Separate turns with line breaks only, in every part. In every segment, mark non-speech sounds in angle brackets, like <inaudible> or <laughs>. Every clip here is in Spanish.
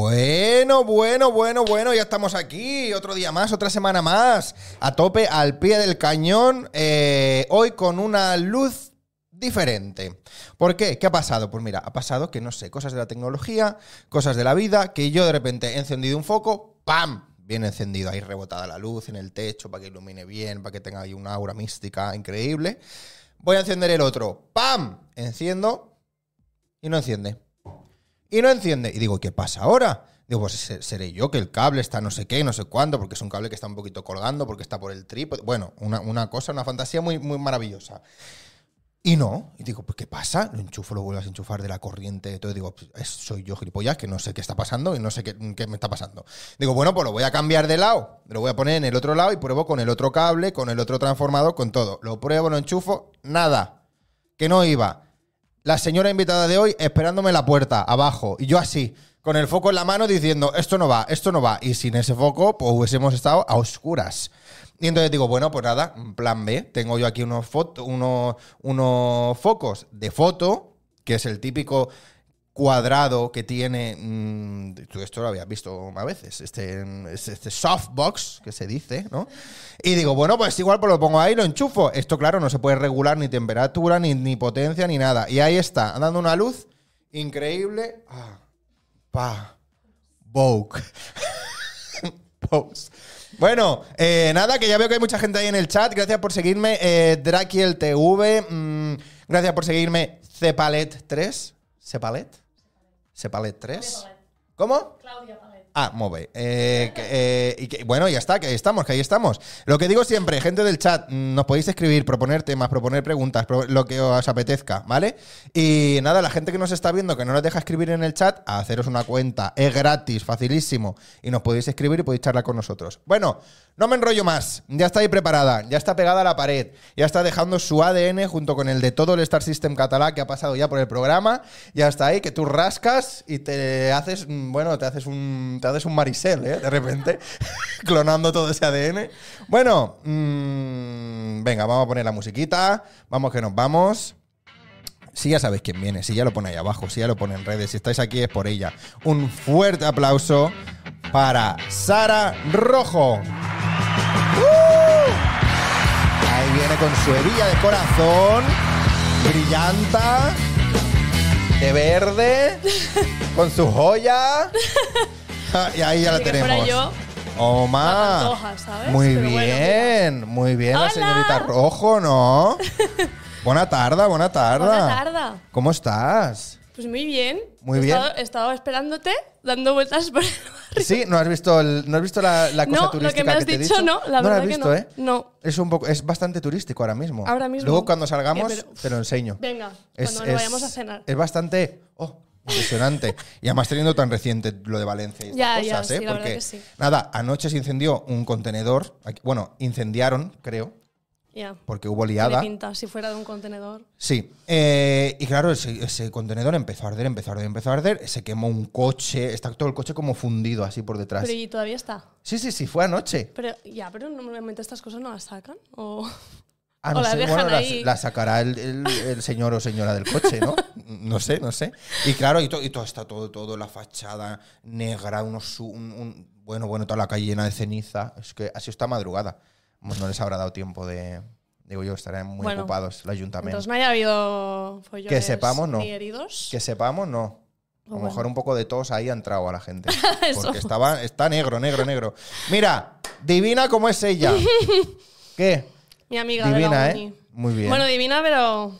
Bueno, bueno, bueno, bueno, ya estamos aquí, otro día más, otra semana más, a tope, al pie del cañón, eh, hoy con una luz diferente. ¿Por qué? ¿Qué ha pasado? Pues mira, ha pasado que no sé, cosas de la tecnología, cosas de la vida, que yo de repente he encendido un foco, ¡pam! Bien encendido, ahí rebotada la luz en el techo para que ilumine bien, para que tenga ahí una aura mística increíble. Voy a encender el otro, ¡pam! Enciendo y no enciende y no enciende. Y digo, ¿qué pasa ahora? Digo, pues se- seré yo que el cable está no sé qué, no sé cuándo, porque es un cable que está un poquito colgando, porque está por el trípode. Bueno, una, una cosa, una fantasía muy, muy maravillosa. Y no, y digo, pues ¿qué pasa? Lo enchufo, lo vuelvo a enchufar de la corriente, todo. Digo, pues, es- soy yo gilipollas, que no sé qué está pasando y no sé qué, qué me está pasando. Digo, bueno, pues lo voy a cambiar de lado, lo voy a poner en el otro lado y pruebo con el otro cable, con el otro transformador, con todo. Lo pruebo, lo enchufo, nada, que no iba la señora invitada de hoy esperándome en la puerta, abajo, y yo así, con el foco en la mano diciendo, esto no va, esto no va, y sin ese foco, pues hubiésemos estado a oscuras. Y entonces digo, bueno, pues nada, plan B, tengo yo aquí unos, foto, unos, unos focos de foto, que es el típico cuadrado que tiene. mm, tú esto lo habías visto a veces, este, este softbox que se dice, ¿no? Y digo, bueno, pues igual pues lo pongo ahí, lo enchufo. Esto, claro, no se puede regular ni temperatura, ni, ni potencia, ni nada. Y ahí está, dando una luz increíble. Ah, pa. Vogue. Post. Bueno, eh, nada, que ya veo que hay mucha gente ahí en el chat. Gracias por seguirme, eh, Drakiel TV. Mm, gracias por seguirme, Cepalet3. ¿Cepalet? ¿Cepalet3?
Cepalet.
¿Cómo?
Claudia Palet.
Ah, move. Eh, que, eh, y que- bueno, ya está, que ahí estamos, que ahí estamos. Lo que digo siempre, gente del chat, mm, nos podéis escribir, proponer temas, proponer preguntas, pro- lo que os apetezca, ¿vale? Y nada, la gente que nos está viendo, que no nos deja escribir en el chat, a haceros una cuenta, es gratis, facilísimo, y nos podéis escribir y podéis charlar con nosotros. Bueno, no me enrollo más, ya está ahí preparada, ya está pegada a la pared, ya está dejando su ADN junto con el de todo el Star System catalá que ha pasado ya por el programa, ya está ahí, que tú rascas y te haces, mm, bueno, te haces un, te haces un maricel, ¿eh? De repente, <laughs> clonando todo ese ADN. Bueno, mm, venga, vamos a poner la musiquita, vamos que nos vamos. Si ya sabéis quién viene, si ya lo pone ahí abajo, si ya lo pone en redes, si estáis aquí es por ella. Un fuerte aplauso para Sara Rojo. ¡Uh! Ahí viene con su hebilla de corazón, brillanta, de
<laughs>
verde, con su joya. Ah, Y ahí ya la
Si que fuera
tenemos.
yo,
Oma.
la pantoja, ¿sabes?
Muy
Pero bueno,
bien, muy bien, la
Hola.
señorita Rojo, ¿no?
<laughs>
buena tarde, buena tarde.
Buena tarda.
¿Cómo estás?
Pues muy bien.
Muy
He
bien.
Estado, he estado esperándote, dando vueltas por el barrio.
Sí, no has visto, el- no has visto la, la cosa
No, lo
turística
que me has
te he
dicho, no, la
no la has
verdad que
visto,
no.
¿eh?
No.
Es un poco, es bastante turístico ahora mismo.
Ahora mismo.
Luego cuando salgamos
Eh, pero-
te lo enseño.
Venga,
Es-
cuando
es-
nos vayamos a cenar.
Es bastante oh, impresionante. y además teniendo tan reciente lo de Valencia y estas
Ya, ya,
cosas, ¿eh?
sí, la verdad
Porque,
que sí.
nada, anoche se incendió un contenedor. aquí- bueno, incendiaron, creo,
Ya.
porque hubo
Tiene
liada.
pinta, si fuera de un contenedor.
Sí, eh, y claro, ese, ese contenedor empezó a arder, empezó a arder, empezó a arder, se quemó un coche, está todo el coche como fundido así por detrás.
Pero y todavía está.
Sí, sí, sí, fue anoche.
Pero ya, pero normalmente estas cosas no las sacan. O...
Ah,
O
no
la
sé,
dejan
bueno, la,
ahí.
la sacará el, el- el señor o señora del coche, ¿no? <laughs> No sé, no sé. Y claro, y, to- y todo está todo, todo, la fachada negra, unos, su- un- un- bueno, bueno, toda la calle llena de ceniza. Es que así está madrugada. Pues no les habrá dado tiempo de, digo yo, estarán muy
Bueno,
ocupados el ayuntamiento.
Entonces no haya habido follones
Que sepamos, no.
ni heridos.
Que sepamos, no. A lo
Bueno.
mejor un poco de tos ahí ha entrado a la
<laughs>
gente.
Eso.
Porque estaba, está negro, negro, negro. Mira, divina como es
<laughs>
ella. ¿Qué?
Mi amiga de la
Divina,
uni.
¿eh? Muy bien.
Bueno, divina, pero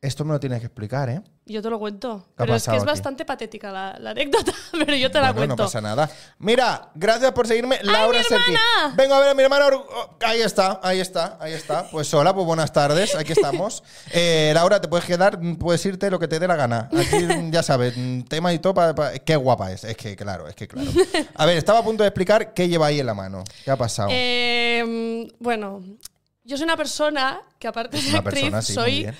Esto me lo tienes que explicar, ¿eh?
yo te lo cuento.
¿Qué ha
Pero es
pasado
que es
aquí?
bastante patética la, la anécdota, <laughs> pero yo te la
Bueno, no
cuento.
pasa nada. Mira, gracias por seguirme, Laura
mi
Serki.
hermana!
Vengo a ver a mi hermana. Ur- oh, Ahí está, ahí está, ahí está. Pues hola, pues buenas tardes, aquí
<laughs>
estamos. Eh, Laura, te puedes quedar, puedes irte lo que te dé la gana. Aquí, ya sabes, tema y todo. pa- pa- qué guapa es, es que claro, es que claro.
<laughs>
A ver, estaba a punto de explicar qué lleva ahí en la mano. ¿Qué ha pasado?
Eh, bueno, yo soy una persona que aparte
Es
de
una
actriz
persona, sí, muy
soy...
bien.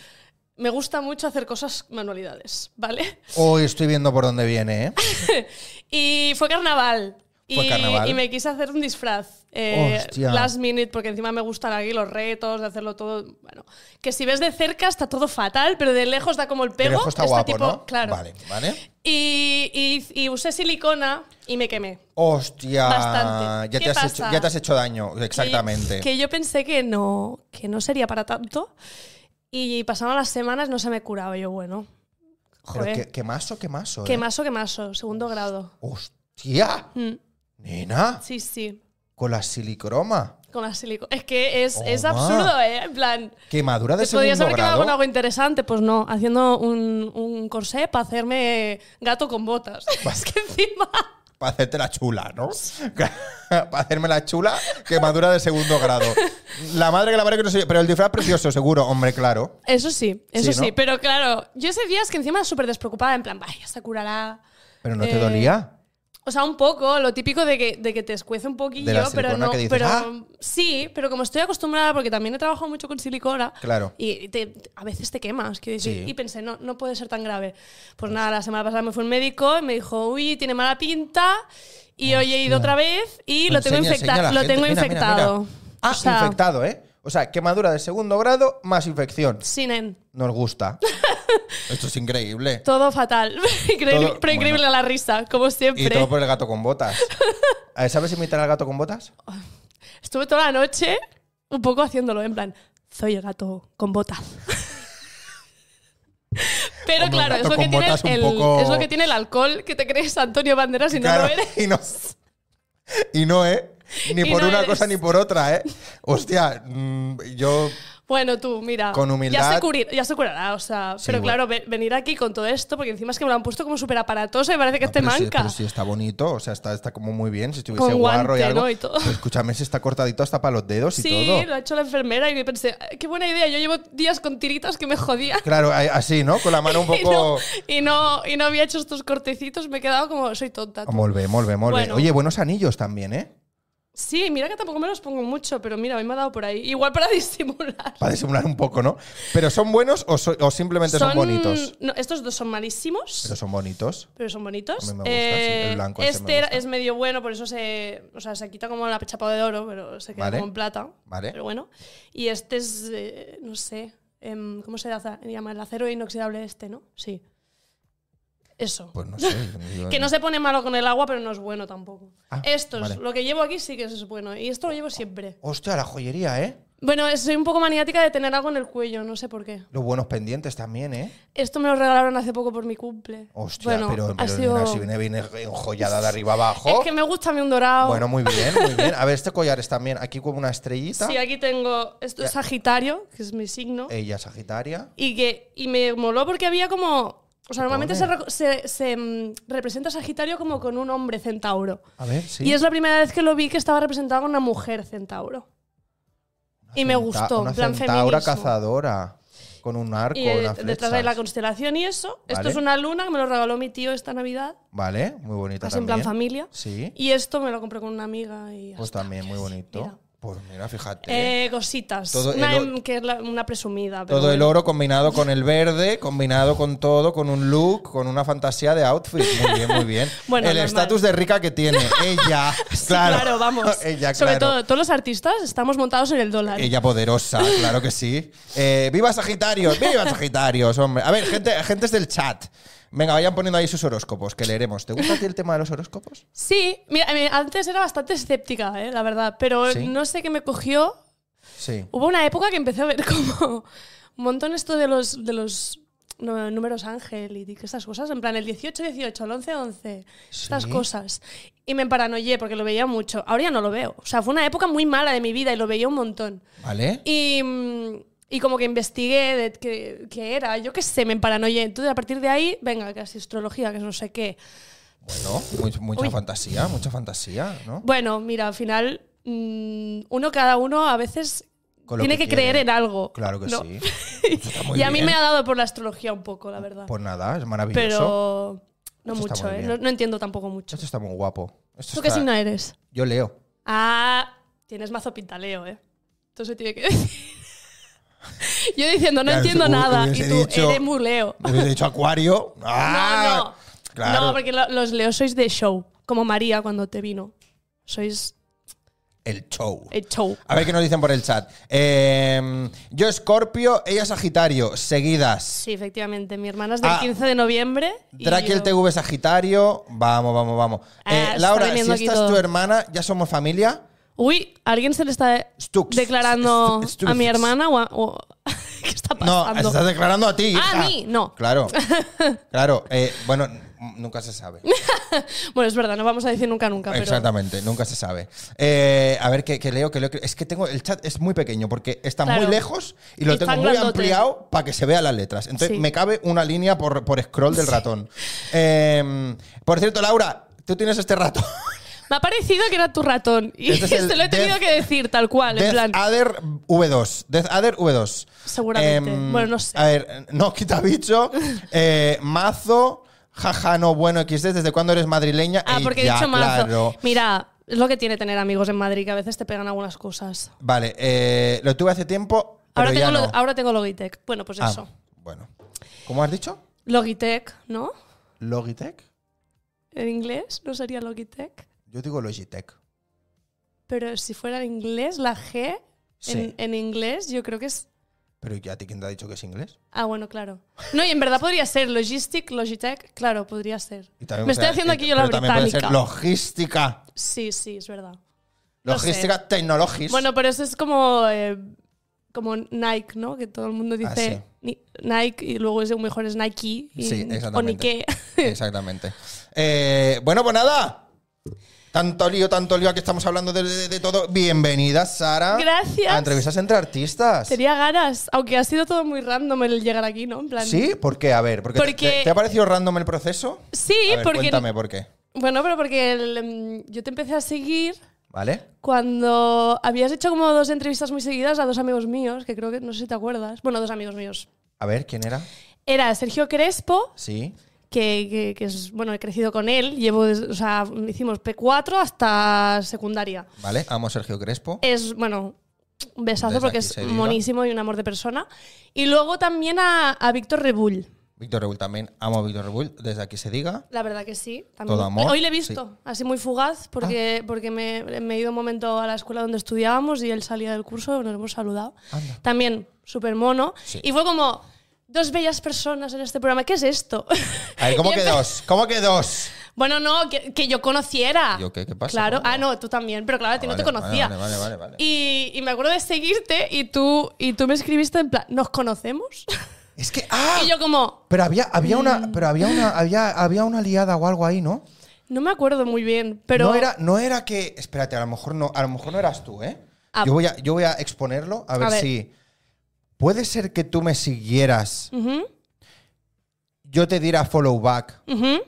Me gusta mucho hacer cosas manualidades, ¿vale? Ah,
Hoy estoy viendo por dónde viene, ¿eh?
Y fue carnaval. Y,
Fue carnaval.
y me quise hacer un disfraz eh,
Hostia.
last minute, porque encima me gustan aquí los retos, de hacerlo todo. Bueno, que si ves de cerca está todo fatal, pero de lejos da como el
De
pego.
lejos está guapo,
tipo,
¿no?
Claro.
Vale, vale.
Y, y- y usé silicona y me quemé.
Hostia.
Bastante.
Ya
¿Qué
te, has
pasa?
hecho, ya te has hecho daño, exactamente.
Que, que yo pensé que no, que no sería para tanto. Y pasaron las semanas, no se me curaba. Yo, bueno,
Pero
joder.
que- quemazo, quemazo. eh.
Quemazo, quemazo, segundo grado.
Hostia.
Mm,
Nena,
sí, sí,
con la silicroma.
con la silicona. Es que es, es
Toma.
absurdo, ¿eh? En plan,
Quemadura Oh, de
¿te podías
segundo
haber quedado con
grado.
algo interesante? Pues no, haciendo un, un corsé para hacerme gato
<laughs>
con botas. es que encima...
Para hacerte la chula, ¿no? <laughs> Para hacerme la chula, quemadura de segundo grado. La madre que la madre que no sé yo, Pero el disfraz precioso, seguro, hombre, claro.
Eso sí, eso
Sí,
sí,
¿no?
pero claro, yo ese día es que encima súper despreocupada, en plan, vaya, se curará.
Pero no te
Eh,
dolía.
O sea, un poco, lo típico de que, de que te escuece un poquillo,
De la
pero
silicona
no.
que dices,
pero,
"Ah".
Sí, pero como estoy acostumbrada, porque también he trabajado mucho con silicona.
Claro.
Y te- te- a veces te quemas, quiero decir.
Sí.
Y pensé, no, no puede ser tan grave. Pues nada, la semana pasada me fue un médico y me dijo, uy, tiene mala pinta. Y hoy he ido otra vez y
Pero
lo tengo,
enseña, enseña a
infectado.
la
lo
gente.
tengo
Mira, mira,
infectado.
mira. Ah,
O sea,
infectado, ¿eh? O sea, quemadura de segundo grado más infección.
Sin en.
Nos
<laughs>
gusta. Esto es increíble.
Todo fatal. <laughs> Increíble-
Todo-
pero increíble
bueno.
la risa, como siempre.
Y todo por el gato con botas. A ver, ¿Sabes imitar al gato con botas?
Estuve toda la noche un poco haciéndolo, en plan, soy el gato con botas. <laughs> Pero
Hombre,
claro,
el
es
gato
lo, que
con
tiene
botas un
el,
poco-
es lo que tiene el alcohol que te crees Antonio Banderas y no lo
Claro, <laughs>
eres.
y no, y no, ¿eh? Ni
Y
por
no
una
eres.
cosa ni por otra, ¿eh? Hostia, mm, yo...
Bueno, tú, mira.
Con humildad.
Ya se, curir- ya se curará, o sea.
Sí,
pero
bueno.
claro, ve- venir aquí con todo esto, porque encima es que me lo han puesto como súper aparatoso y parece que
No,
te
pero sí-
manca.
pero sí está bonito, o sea, está, está como muy bien. Si estuviese
Con
guarro y
guante,
algo.
¿no? Y todo.
Pero escúchame, si está cortadito hasta para los dedos y
Sí,
todo.
lo ha hecho la enfermera y me pensé, "Ay, qué buena idea, yo llevo días con tiritas que me jodían. <laughs>
Claro, a- así, ¿no? Con la mano un
Y no,
poco.
y, no, y no había hecho estos cortecitos, me he quedado como, soy tonta. tú".
Molve, molve, molve.
Bueno.
Oye, buenos anillos también, ¿eh?
Sí, mira que tampoco me los pongo mucho, pero mira, hoy me ha dado por ahí. Igual para <laughs> disimular.
Para disimular un poco, ¿no? ¿Pero son buenos o, so- o simplemente son, bonitos?
no, estos dos son malísimos,
Pero son bonitos.
pero son bonitos.
A mí me gusta, sí, el blanco ese me
este era-
gusta.
es medio bueno, por eso se, o sea, se quita como la chapa de oro, pero se queda
Vale.
como en plata.
Vale.
Pero bueno. Y este es, eh, no sé, em, ¿cómo se hace- llama? El acero inoxidable este, ¿no? Sí. Eso.
Pues no sé. yo-
<laughs> que no se pone malo con el agua, pero no es bueno tampoco.
Ah,
Estos,
vale.
lo que llevo aquí sí que es bueno. Y esto lo llevo siempre.
Hostia, la joyería, ¿eh?
Bueno, es- soy un poco maniática de tener algo en el cuello, no sé por qué.
Los buenos pendientes también, ¿eh?
Esto me lo regalaron hace poco por mi cumple.
Hostia,
Bueno,
pero,
ha
pero
sido-
nena, si viene, viene enjollada de arriba abajo.
Es que me gusta a mí un dorado.
Bueno, muy bien, muy bien. A ver, este collar es también aquí como una estrellita.
sí, aquí tengo. Esto es Sagitario, que es mi signo.
Ella Sagitaria.
Y, que, y me moló porque había como. O sea, normalmente se, reco- se- se, mm, representa a Sagitario como con un hombre centauro.
A ver, sí.
Y es la primera vez que lo vi que estaba representado con una mujer centauro. y me
Centa-
gustó,
Una
en plan
centaura
feminismo.
cazadora. Con un arco,
Y eh,
una flecha.
detrás hay la constelación y eso. Esto
Vale.
es una luna que me lo regaló mi tío esta Navidad,
Vale, muy bonita
así en
Pues también.
plan familia.
Sí.
Y esto me lo compré con una amiga y ya
Pues
está.
también muy bonito.
Mira.
Pues mira, fíjate.
Eh, cositas.
Todo
una,
el o-
em, que es la- una presumida. pero
todo el
bueno.
oro combinado con el verde, combinado con todo, con un look, con una fantasía de outfit. Muy bien, muy bien.
<laughs> Bueno,
el
normal.
estatus de rica que tiene. Ella,
<laughs> Sí,
claro.
claro.
<laughs>
vamos.
Ella,
Sobre
claro.
todo, todos los artistas estamos montados en el dólar.
Ella poderosa, claro que sí. Eh, ¡Viva Sagitarios! ¡Viva Sagitarios, hombre! A ver, gente, gentes del chat. Venga, vayan poniendo ahí sus horóscopos, que leeremos. ¿Te gusta a ti el tema de los horóscopos?
Sí, mira, eh, antes era bastante escéptica, eh, la verdad, pero
Sí.
no sé qué me cogió.
Sí.
Hubo una época que empecé a ver <laughs> como un montón esto de los, de los no, números ángel y que estas cosas, en plan el 18-18, el 11-11, estas
Sí.
cosas. Y me paranoié porque lo veía mucho. Ahora ya no lo veo. O sea, fue una época muy mala de mi vida y lo veía un montón.
¿Vale?
Y, mm, y como que investigué de qué, qué era, yo qué sé, me paranoia. Entonces, a partir de ahí, venga, que es astrología, que es no sé qué.
Bueno, mu- mucha
Uy.
fantasía, mucha fantasía, ¿no?
Bueno, mira, al final, mm, uno cada uno a veces
Con lo
tiene
que
que,
quiere.
creer en algo.
Claro que
¿no?
sí. Eso está muy
<laughs> y a mí
bien.
me ha dado por la astrología un poco, la verdad.
Pues nada, es maravilloso.
Pero no
Eso está
mucho,
muy
¿eh?
bien.
No, no entiendo tampoco mucho.
Esto está muy guapo. Esto
¿Tú qué
está-
signo eres?
Yo leo.
Ah, tienes mazo pintaleo, ¿eh? Entonces se tiene que <laughs> decir. Yo diciendo, no
Claro,
entiendo
hu-
nada. Y
hubiese
tú,
dicho-
eres muy leo.
Me hubiese dicho acuario.
<laughs> No,
¡Ah!
no.
Claro.
No, porque lo- los leos sois de show, como María cuando te vino. Sois
El show.
el show.
A ver qué nos dicen por el chat. Eh, yo Scorpio, ella Sagitario, seguidas.
Sí, efectivamente. Mi hermana es del
Ah.
15 de noviembre. y
Draquiel
yo-
TV Sagitario, vamos, vamos, vamos.
Ah,
Eh,
está
Laura, si
viniendo
esta
aquí
es
todo.
tu hermana, ya somos familia.
Uy, alguien se le está
Stux.
declarando
Stu- Stux.
a mi hermana o, a- o- <laughs> ¿Qué está
No,
pasando?
estás declarando a ti.
Pues Ah,
hija.
a mí, no. <laughs>
Claro, claro. eh, bueno, n- nunca se sabe.
Bueno, es verdad, no vamos a decir nunca, nunca. Ah, Pero
Exactamente, nunca se sabe. Eh, a ver, que, que leo, que leo. que- Es que tengo. El chat es muy pequeño porque está
Claro.
muy lejos y lo
Y
tengo
tan
muy
grandote.
ampliado para que se vean las letras. Entonces
Sí.
me cabe una línea por, por scroll del ratón. Eh, por cierto, Laura, tú tienes este ratón.
Me ha parecido que era tu ratón. Y <laughs>
Este es el
te lo he tenido
Death-
que decir tal cual, en
Death
plan.
Adder V2. Death Adder V2.
Seguramente.
Em,
Bueno, no sé.
A ver, no, quita bicho.
<laughs>
eh, mazo. Jaja, no, bueno, XD, ¿desde cuándo eres madrileña?
Ah,
Ey,
porque
ya,
he dicho mazo.
claro.
Mira, es lo que tiene tener amigos en Madrid, que a veces te pegan algunas cosas.
Vale, eh, lo tuve hace tiempo, pero
Ahora tengo,
ya no.
lo- ahora tengo Logitech. Bueno, pues
Ah,
eso.
Bueno. ¿Cómo has dicho?
Logitech, ¿no?
Logitech.
En inglés no sería Logitech.
Yo digo Logitech.
Pero si fuera en inglés, la G
Sí.
en, en inglés yo creo que es...
Pero ¿y a ti quién te ha dicho que es inglés?
Ah, bueno, claro. No, y en verdad podría ser Logistic, Logitech, claro, podría ser.
Y también,
Me
o sea,
estoy haciendo
y-
aquí yo la
pero también puede ser
británica.
logística.
Sí, sí, es verdad. No sé.
Logística tecnologis.
Bueno, pero eso es como, eh, como Nike, ¿no? Que todo el mundo
Ah,
dice Ni- Nike y luego es un mejor es Nike y,
Sí,
o
exactamente.
Nike.
Exactamente. Eh, bueno, pues nada. Tanto lío, tanto lío, aquí estamos hablando de, de- de todo. Bienvenida, Sara.
Gracias.
A entrevistas entre artistas.
<laughs> Tenía ganas, aunque ha sido todo muy random el llegar aquí, ¿no? En plan,
¿Sí? ¿Por qué? A ver, porque,
Porque-
¿te, te ha parecido random el proceso?
Sí,
A ver,
porque...
Cuéntame por qué.
Bueno, pero porque el, mm, yo te empecé a seguir
¿Vale?
cuando habías hecho como dos entrevistas muy seguidas a dos amigos míos, que creo que no sé si te acuerdas. Bueno, dos amigos míos.
A ver, ¿quién era?
Era Sergio Crespo,
Sí.
que, que- que es, bueno, he crecido con él. Llevo, des- o sea, hicimos P4 hasta secundaria.
Vale, amo a Sergio Crespo.
Es, bueno, un besazo
Desde
porque
aquí
es
se diga.
monísimo y un amor de persona. Y luego también a, a Víctor Rebull.
Víctor Rebull también. Amo a Víctor Rebull, desde aquí se diga.
La verdad que sí. también.
Todo amor, Ah.
Hoy le he visto, así muy fugaz, porque, porque me, me he ido un momento a la escuela donde estudiábamos y él salía del curso, nos hemos saludado.
Anda.
También súper mono.
Sí.
Y fue como, dos bellas personas en este programa, ¿qué es esto?
A ver, ¿cómo
<laughs> Y
que
empe-
dos? ¿Cómo que dos?
Bueno, no, que, que yo conociera.
Yo, ¿qué- qué pasa?
Claro,
¿Cómo?
ah, no, tú también, pero claro, a ti no
Vale,
te conocía.
Vale, vale, vale. vale.
Y, y me acuerdo de seguirte y tú, y tú me escribiste en plan, ¿nos conocemos? <laughs>
Es que. ¡Ah!
y yo Mm. como,
Pero había, había una. Pero había una. Había, había una liada o algo ahí, ¿no?
no me acuerdo muy bien, pero...
No era, no era que. Espérate, a lo mejor no, a lo mejor no eras tú, ¿eh?
Ah.
Yo voy a, yo voy a exponerlo a ver,
A ver.
si. Puede ser que tú me siguieras.
Ujú,
Yo te diera follow back.
ujú.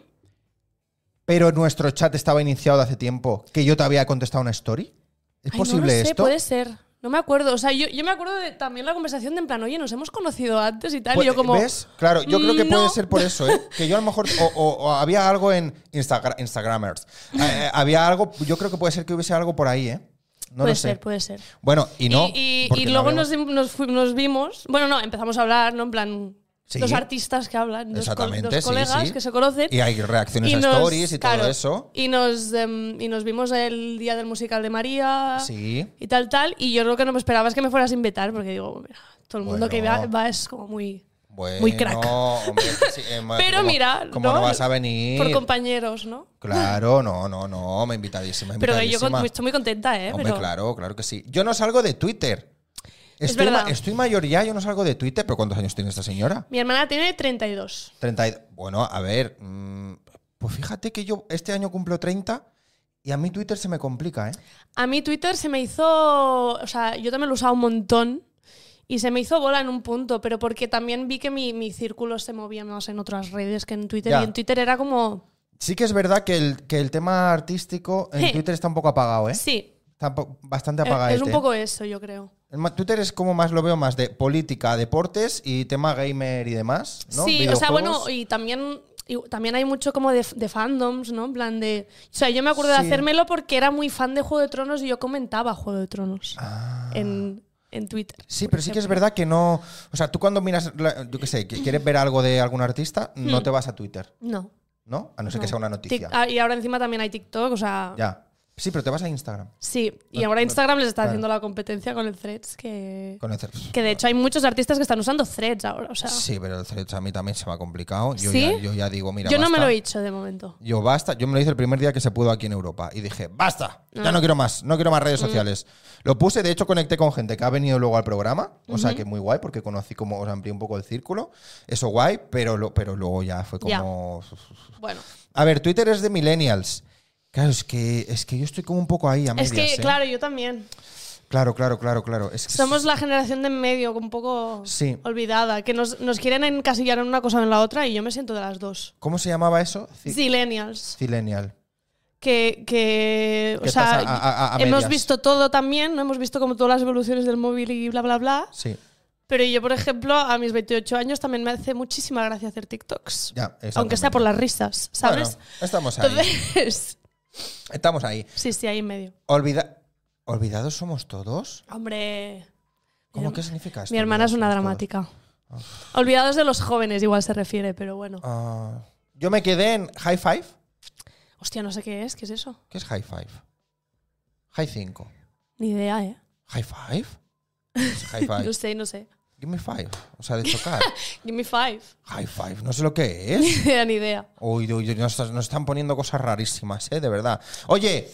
Pero nuestro chat estaba iniciado hace tiempo. Que yo te había contestado una story. ¿Es
Ay,
posible
no lo sé,
esto?
Puede ser. No me acuerdo. O sea, yo, yo me acuerdo de también la conversación de en plan, oye, nos hemos conocido antes y tal.
Pues,
y yo como.
¿Ves? Claro, yo creo que
"Mm,
puede
no".
ser por eso, ¿eh? Que yo a lo mejor. O, o- o había algo en Instagra- Instagramers. Eh, eh, había algo. Yo creo que puede ser que hubiese algo por ahí, ¿eh? No
puede
lo sé.
ser, puede ser.
Bueno, y no.
y, y-
porque
y
no
luego
habíamos-
nos, dim- nos, fu- nos vimos. Bueno, no, empezamos a hablar, ¿no? En plan,
Sí.
dos artistas que hablan, dos, col-
Exactamente,
dos
sí,
colegas
sí.
que se conocen.
Y hay reacciones
y
a
nos-
stories y
claro,
todo eso.
Y nos, em, y nos vimos el día del musical de María.
Sí.
Y tal, tal. Y yo lo que no me esperaba es que me fueras a invitar, porque digo, mira, todo el mundo que
Bueno.
va, va es como muy.
Bueno,
Muy crack.
hombre, sí,
<laughs>
eh, ma-
Pero
como-
mira,
Como no, vas a venir.
Por compañeros, ¿no?
Claro, no, no, no. Me invitadísima.
Pero yo
invitadísima.
con- estoy muy contenta, ¿eh?
Hombre,
pero
claro, claro que sí. Yo no salgo de Twitter.
Es
Estoy, ma-
verdad.
estoy mayor ya, yo no salgo de Twitter, pero ¿cuántos años tiene esta señora?
Mi hermana tiene 32.
30. y- Bueno, a ver. mm, pues fíjate que yo este año cumplo 30 y a mí Twitter se me complica, ¿eh?
A mí Twitter se me hizo... O sea, yo también lo usaba un montón y se me hizo bola en un punto, pero porque también vi que mi, mi círculo se movía más en otras redes que en Twitter.
Ya.
Y en Twitter era como...
Sí que es verdad que el, que el tema artístico en
<laughs> Sí.
Twitter está un poco apagado, ¿eh?
Sí, Eh,
Está po- bastante
es-
apagado.
es un poco eso, yo creo.
Twitter es como más lo veo más de política, deportes y tema gamer y demás, ¿no?
Sí, o sea, bueno,
Videojuegos.
y también... y también hay mucho como de, de fandoms, ¿no? En plan de... O sea, yo me acuerdo
Sí.
de hacérmelo porque era muy fan de Juego de Tronos y yo comentaba Juego de Tronos en, en Twitter.
Ah. Sí,
por
pero sí que es
ejemplo.
verdad que no. O sea, tú cuando miras, la- yo qué sé, que quieres ver algo de algún artista, no te vas a Twitter,
No.
¿no? A no ser que
Hmm. No. ah.
sea una
Tic-
noticia.
ah, y ahora encima también hay TikTok, o sea,
Ya. Sí, pero te vas a Instagram.
Sí, y
Claro,
ahora Instagram les está
claro.
haciendo la competencia con el Threads, que,
Con el Threads.
que de hecho hay muchos artistas que están usando Threads ahora. O sea,
Sí, pero el Threads a mí también se me ha complicado. Yo,
¿Sí?
ya, yo ya digo, mira,
yo no me
basta.
lo he hecho de momento.
Yo basta, yo me lo hice el primer día que se pudo aquí en Europa y dije, basta,
Ah.
ya no quiero más, no quiero más
Mm.
redes sociales. Lo puse, de hecho conecté con gente que ha venido luego al programa, o sea que muy guay porque conocí como, os amplié un poco el círculo, eso guay, pero, lo, pero luego ya fue
Ya.
como...
Bueno,
A ver, Twitter es de millennials. Claro, es que, es que yo estoy como un poco ahí a medias.
es que,
¿eh?
claro, yo también.
claro, claro, claro, claro. Es que
Somos la generación de en medio, un poco
Sí.
olvidada, que nos, nos quieren encasillar en una cosa o en la otra y yo me siento de las dos.
¿Cómo se llamaba eso? Ci-
Zillennials.
Cilenial.
Que, que, o
¿Qué
sea,
pasa? A- a- a
hemos
medias.
visto todo también, ¿no? hemos visto como todas las evoluciones del móvil y bla, bla, bla.
Sí,
Pero yo, por ejemplo, a mis 28 años también me hace muchísima gracia hacer TikToks.
ya. exactamente.
aunque sea por las risas,
Bueno,
¿sabes?
estamos ahí.
Entonces, <laughs>
Estamos ahí.
sí, sí, ahí en medio.
Olvida- ¿Olvidados somos todos?
Hombre,
¿Cómo
Mi
qué significa esto?
mi hermana es una
Olvidados somos
dramática. Olvidados de los jóvenes, igual se refiere, pero bueno.
todos. Ah, yo me quedé en High Five.
Hostia, no sé qué es, ¿qué es eso?
¿Qué es High Five? High 5.
Ni idea, ¿eh?
¿High Five? ¿Qué es High
<laughs>
Five.
No sé, no sé.
Give me five. O sea, de
<laughs>
chocar.
Give me five. <laughs>
High Five. No sé lo que es.
Ni idea, ni idea.
Uy, uy, uy, nos, nos están poniendo cosas rarísimas, ¿eh? De verdad. Oye,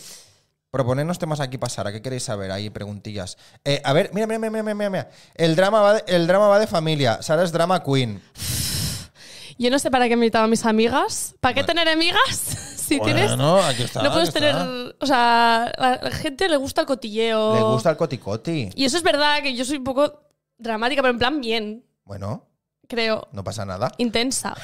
proponernos temas aquí pasar. ¿A qué queréis saber? Ahí preguntillas. Eh, a ver, mira, mira, mira, mira, mira, mira. El drama va de, el drama va de familia. Sara es drama queen.
Yo no sé para qué me invitado a mis amigas. ¿Para qué tener amigas? <laughs> Si tienes. No,
Bueno, aquí está,
puedes
aquí
tener.
está.
O sea, a la gente le gusta el cotilleo.
Le gusta el coticoti.
Y eso es verdad que yo soy un poco dramática, pero en plan bien,
Bueno,
creo.
no pasa nada.
Intensa.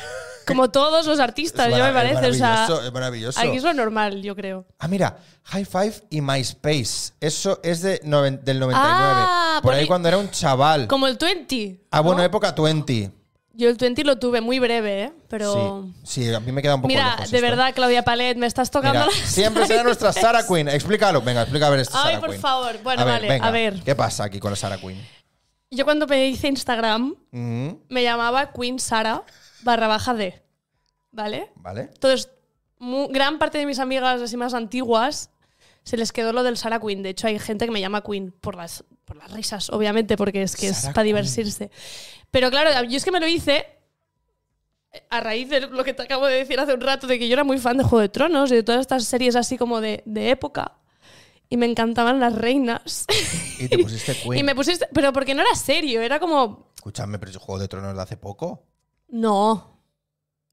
Como todos los artistas, yo me
mara-
parece. O
Es
sea,
maravilloso, es maravilloso.
aquí es lo normal, yo creo.
Ah, mira, High Five y MySpace. Eso es de noven- del 99.
Ah,
Por
pone-
ahí cuando era un chaval.
Como el 20.
Ah, bueno,
¿no?
época 20.
Yo el 20 lo tuve muy breve, ¿eh? Pero.
Sí, sí, a mí me queda un poco
Mira,
lejos
de
esto.
verdad, Claudia Palet, me estás
Mira,
tocando la-
siempre será nuestra Sarah Queen. Explícalo. Venga, explica a ver esta
Ay,
Sarah
por
Queen.
favor. Bueno,
A ver,
vale,
venga,
a ver.
¿Qué pasa aquí con la Sarah Queen?
Yo cuando me hice Instagram,
Mm,
me llamaba Queen Sara barra baja D. ¿Vale?
¿Vale?
Entonces, mu- gran parte de mis amigas así más antiguas se les quedó lo del Sara Queen. De hecho, hay gente que me llama Queen por las, por las risas, obviamente, porque es que
Sara
es para
Queen.
divertirse. Pero claro, yo es que me lo hice eh, a raíz de lo que te acabo de decir hace un rato, de que yo era muy fan de Juego de Tronos y de todas estas series así como de, de época. Y me encantaban las reinas. <laughs>
Y te pusiste Queen.
Y me pusiste. Pero porque no era serio, era como.
Escúchame, pero es un juego de tronos de hace poco.
No.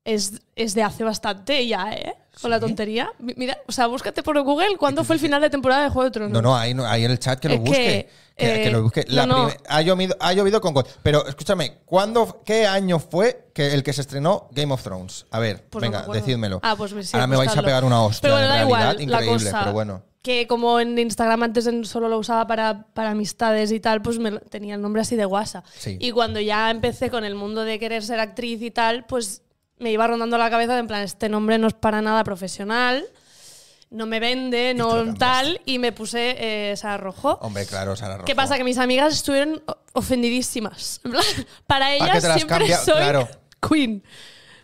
Es, es de hace bastante ya, ¿eh? Con la
¿Sí?
tontería. Mi- Mira, o sea, búscate por Google cuándo fue el final de temporada de Juego de Tronos.
No, no, ahí, no, ahí en el chat que lo
Mm. Es que,
busque. Que, que
eh,
lo busque. La
no, no.
primer- ha, llovido, ha llovido con go- Pero escúchame, ¿cuándo, ¿qué año fue que el que se estrenó Game of Thrones? A ver,
Pues no me
venga,
acuerdo.
decídmelo.
Ah, pues sí,
Ahora me vais a
buscadlo.
pegar una hostia
Pero bueno,
de
da
realidad
igual, la
increíble,
cosa.
pero bueno.
Que como en Instagram antes en- solo lo usaba para, para amistades y tal, pues me lo- tenía el nombre así de guasa.
Sí.
Y cuando ya empecé con el mundo de querer ser actriz y tal, pues me iba rondando la cabeza de en plan, este nombre no es para nada profesional, no me vende,
te lo
no
cambiaste.
tal, y me puse eh, Sara Rojo.
Hombre, claro, Sara Rojo.
¿Qué pasa? Que mis amigas estuvieron o- ofendidísimas. En plan, Para
que
ellas
te las
siempre
cambia-
soy
claro.
Queen.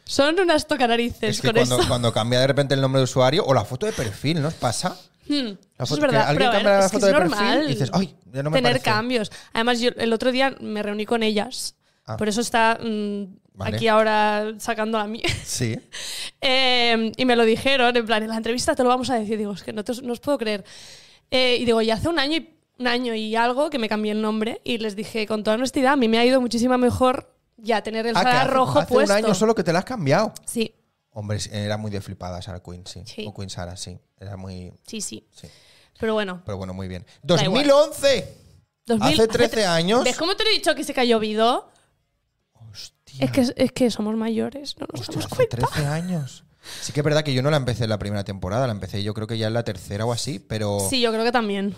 Son unas tocanarices
Es que
con
cuando,
eso.
cuando cambia de repente el nombre de usuario o la foto de perfil, ¿no os pasa? La
Hmm, Eso
foto-
es
que
verdad,
alguien
pero eh,
cambia la
es que
foto
es
de perfil
normal
y dices, "Ay, ya no me
tener
parece".
cambios. Además, yo el otro día me reuní con ellas.
Ah.
Por eso está mm,
Vale.
aquí ahora sacando a mí. <laughs>
Sí.
Eh, y me lo dijeron, en plan, en la entrevista te lo vamos a decir. Digo, es que no, te os- no os puedo creer. Eh, y digo, y hace un año y, un año y algo que me cambié el nombre y les dije, con toda honestidad, a mí me ha ido muchísimo mejor ya tener el
Ah, que
Sara
hace-
rojo
hace
puesto.
un año solo que te la has cambiado.
Sí,
Hombre, sí, era muy de flipada Sara Queen, sí.
Sí.
O Queen Sara, sí. Era muy...
sí, sí.
Sí.
Pero bueno.
Pero bueno, muy bien.
Da igual.
¡2011!
2000
Hace 13
tre-
años.
¿Ves cómo te he dicho que se cayó Vido?
Hostia.
Es que, es que somos mayores, no nos
Hostia,
damos
hace
cuenta.
13 años. Sí que es verdad que yo no la empecé en la primera temporada, la empecé yo creo que ya en la tercera o así, pero...
Sí, yo creo que también.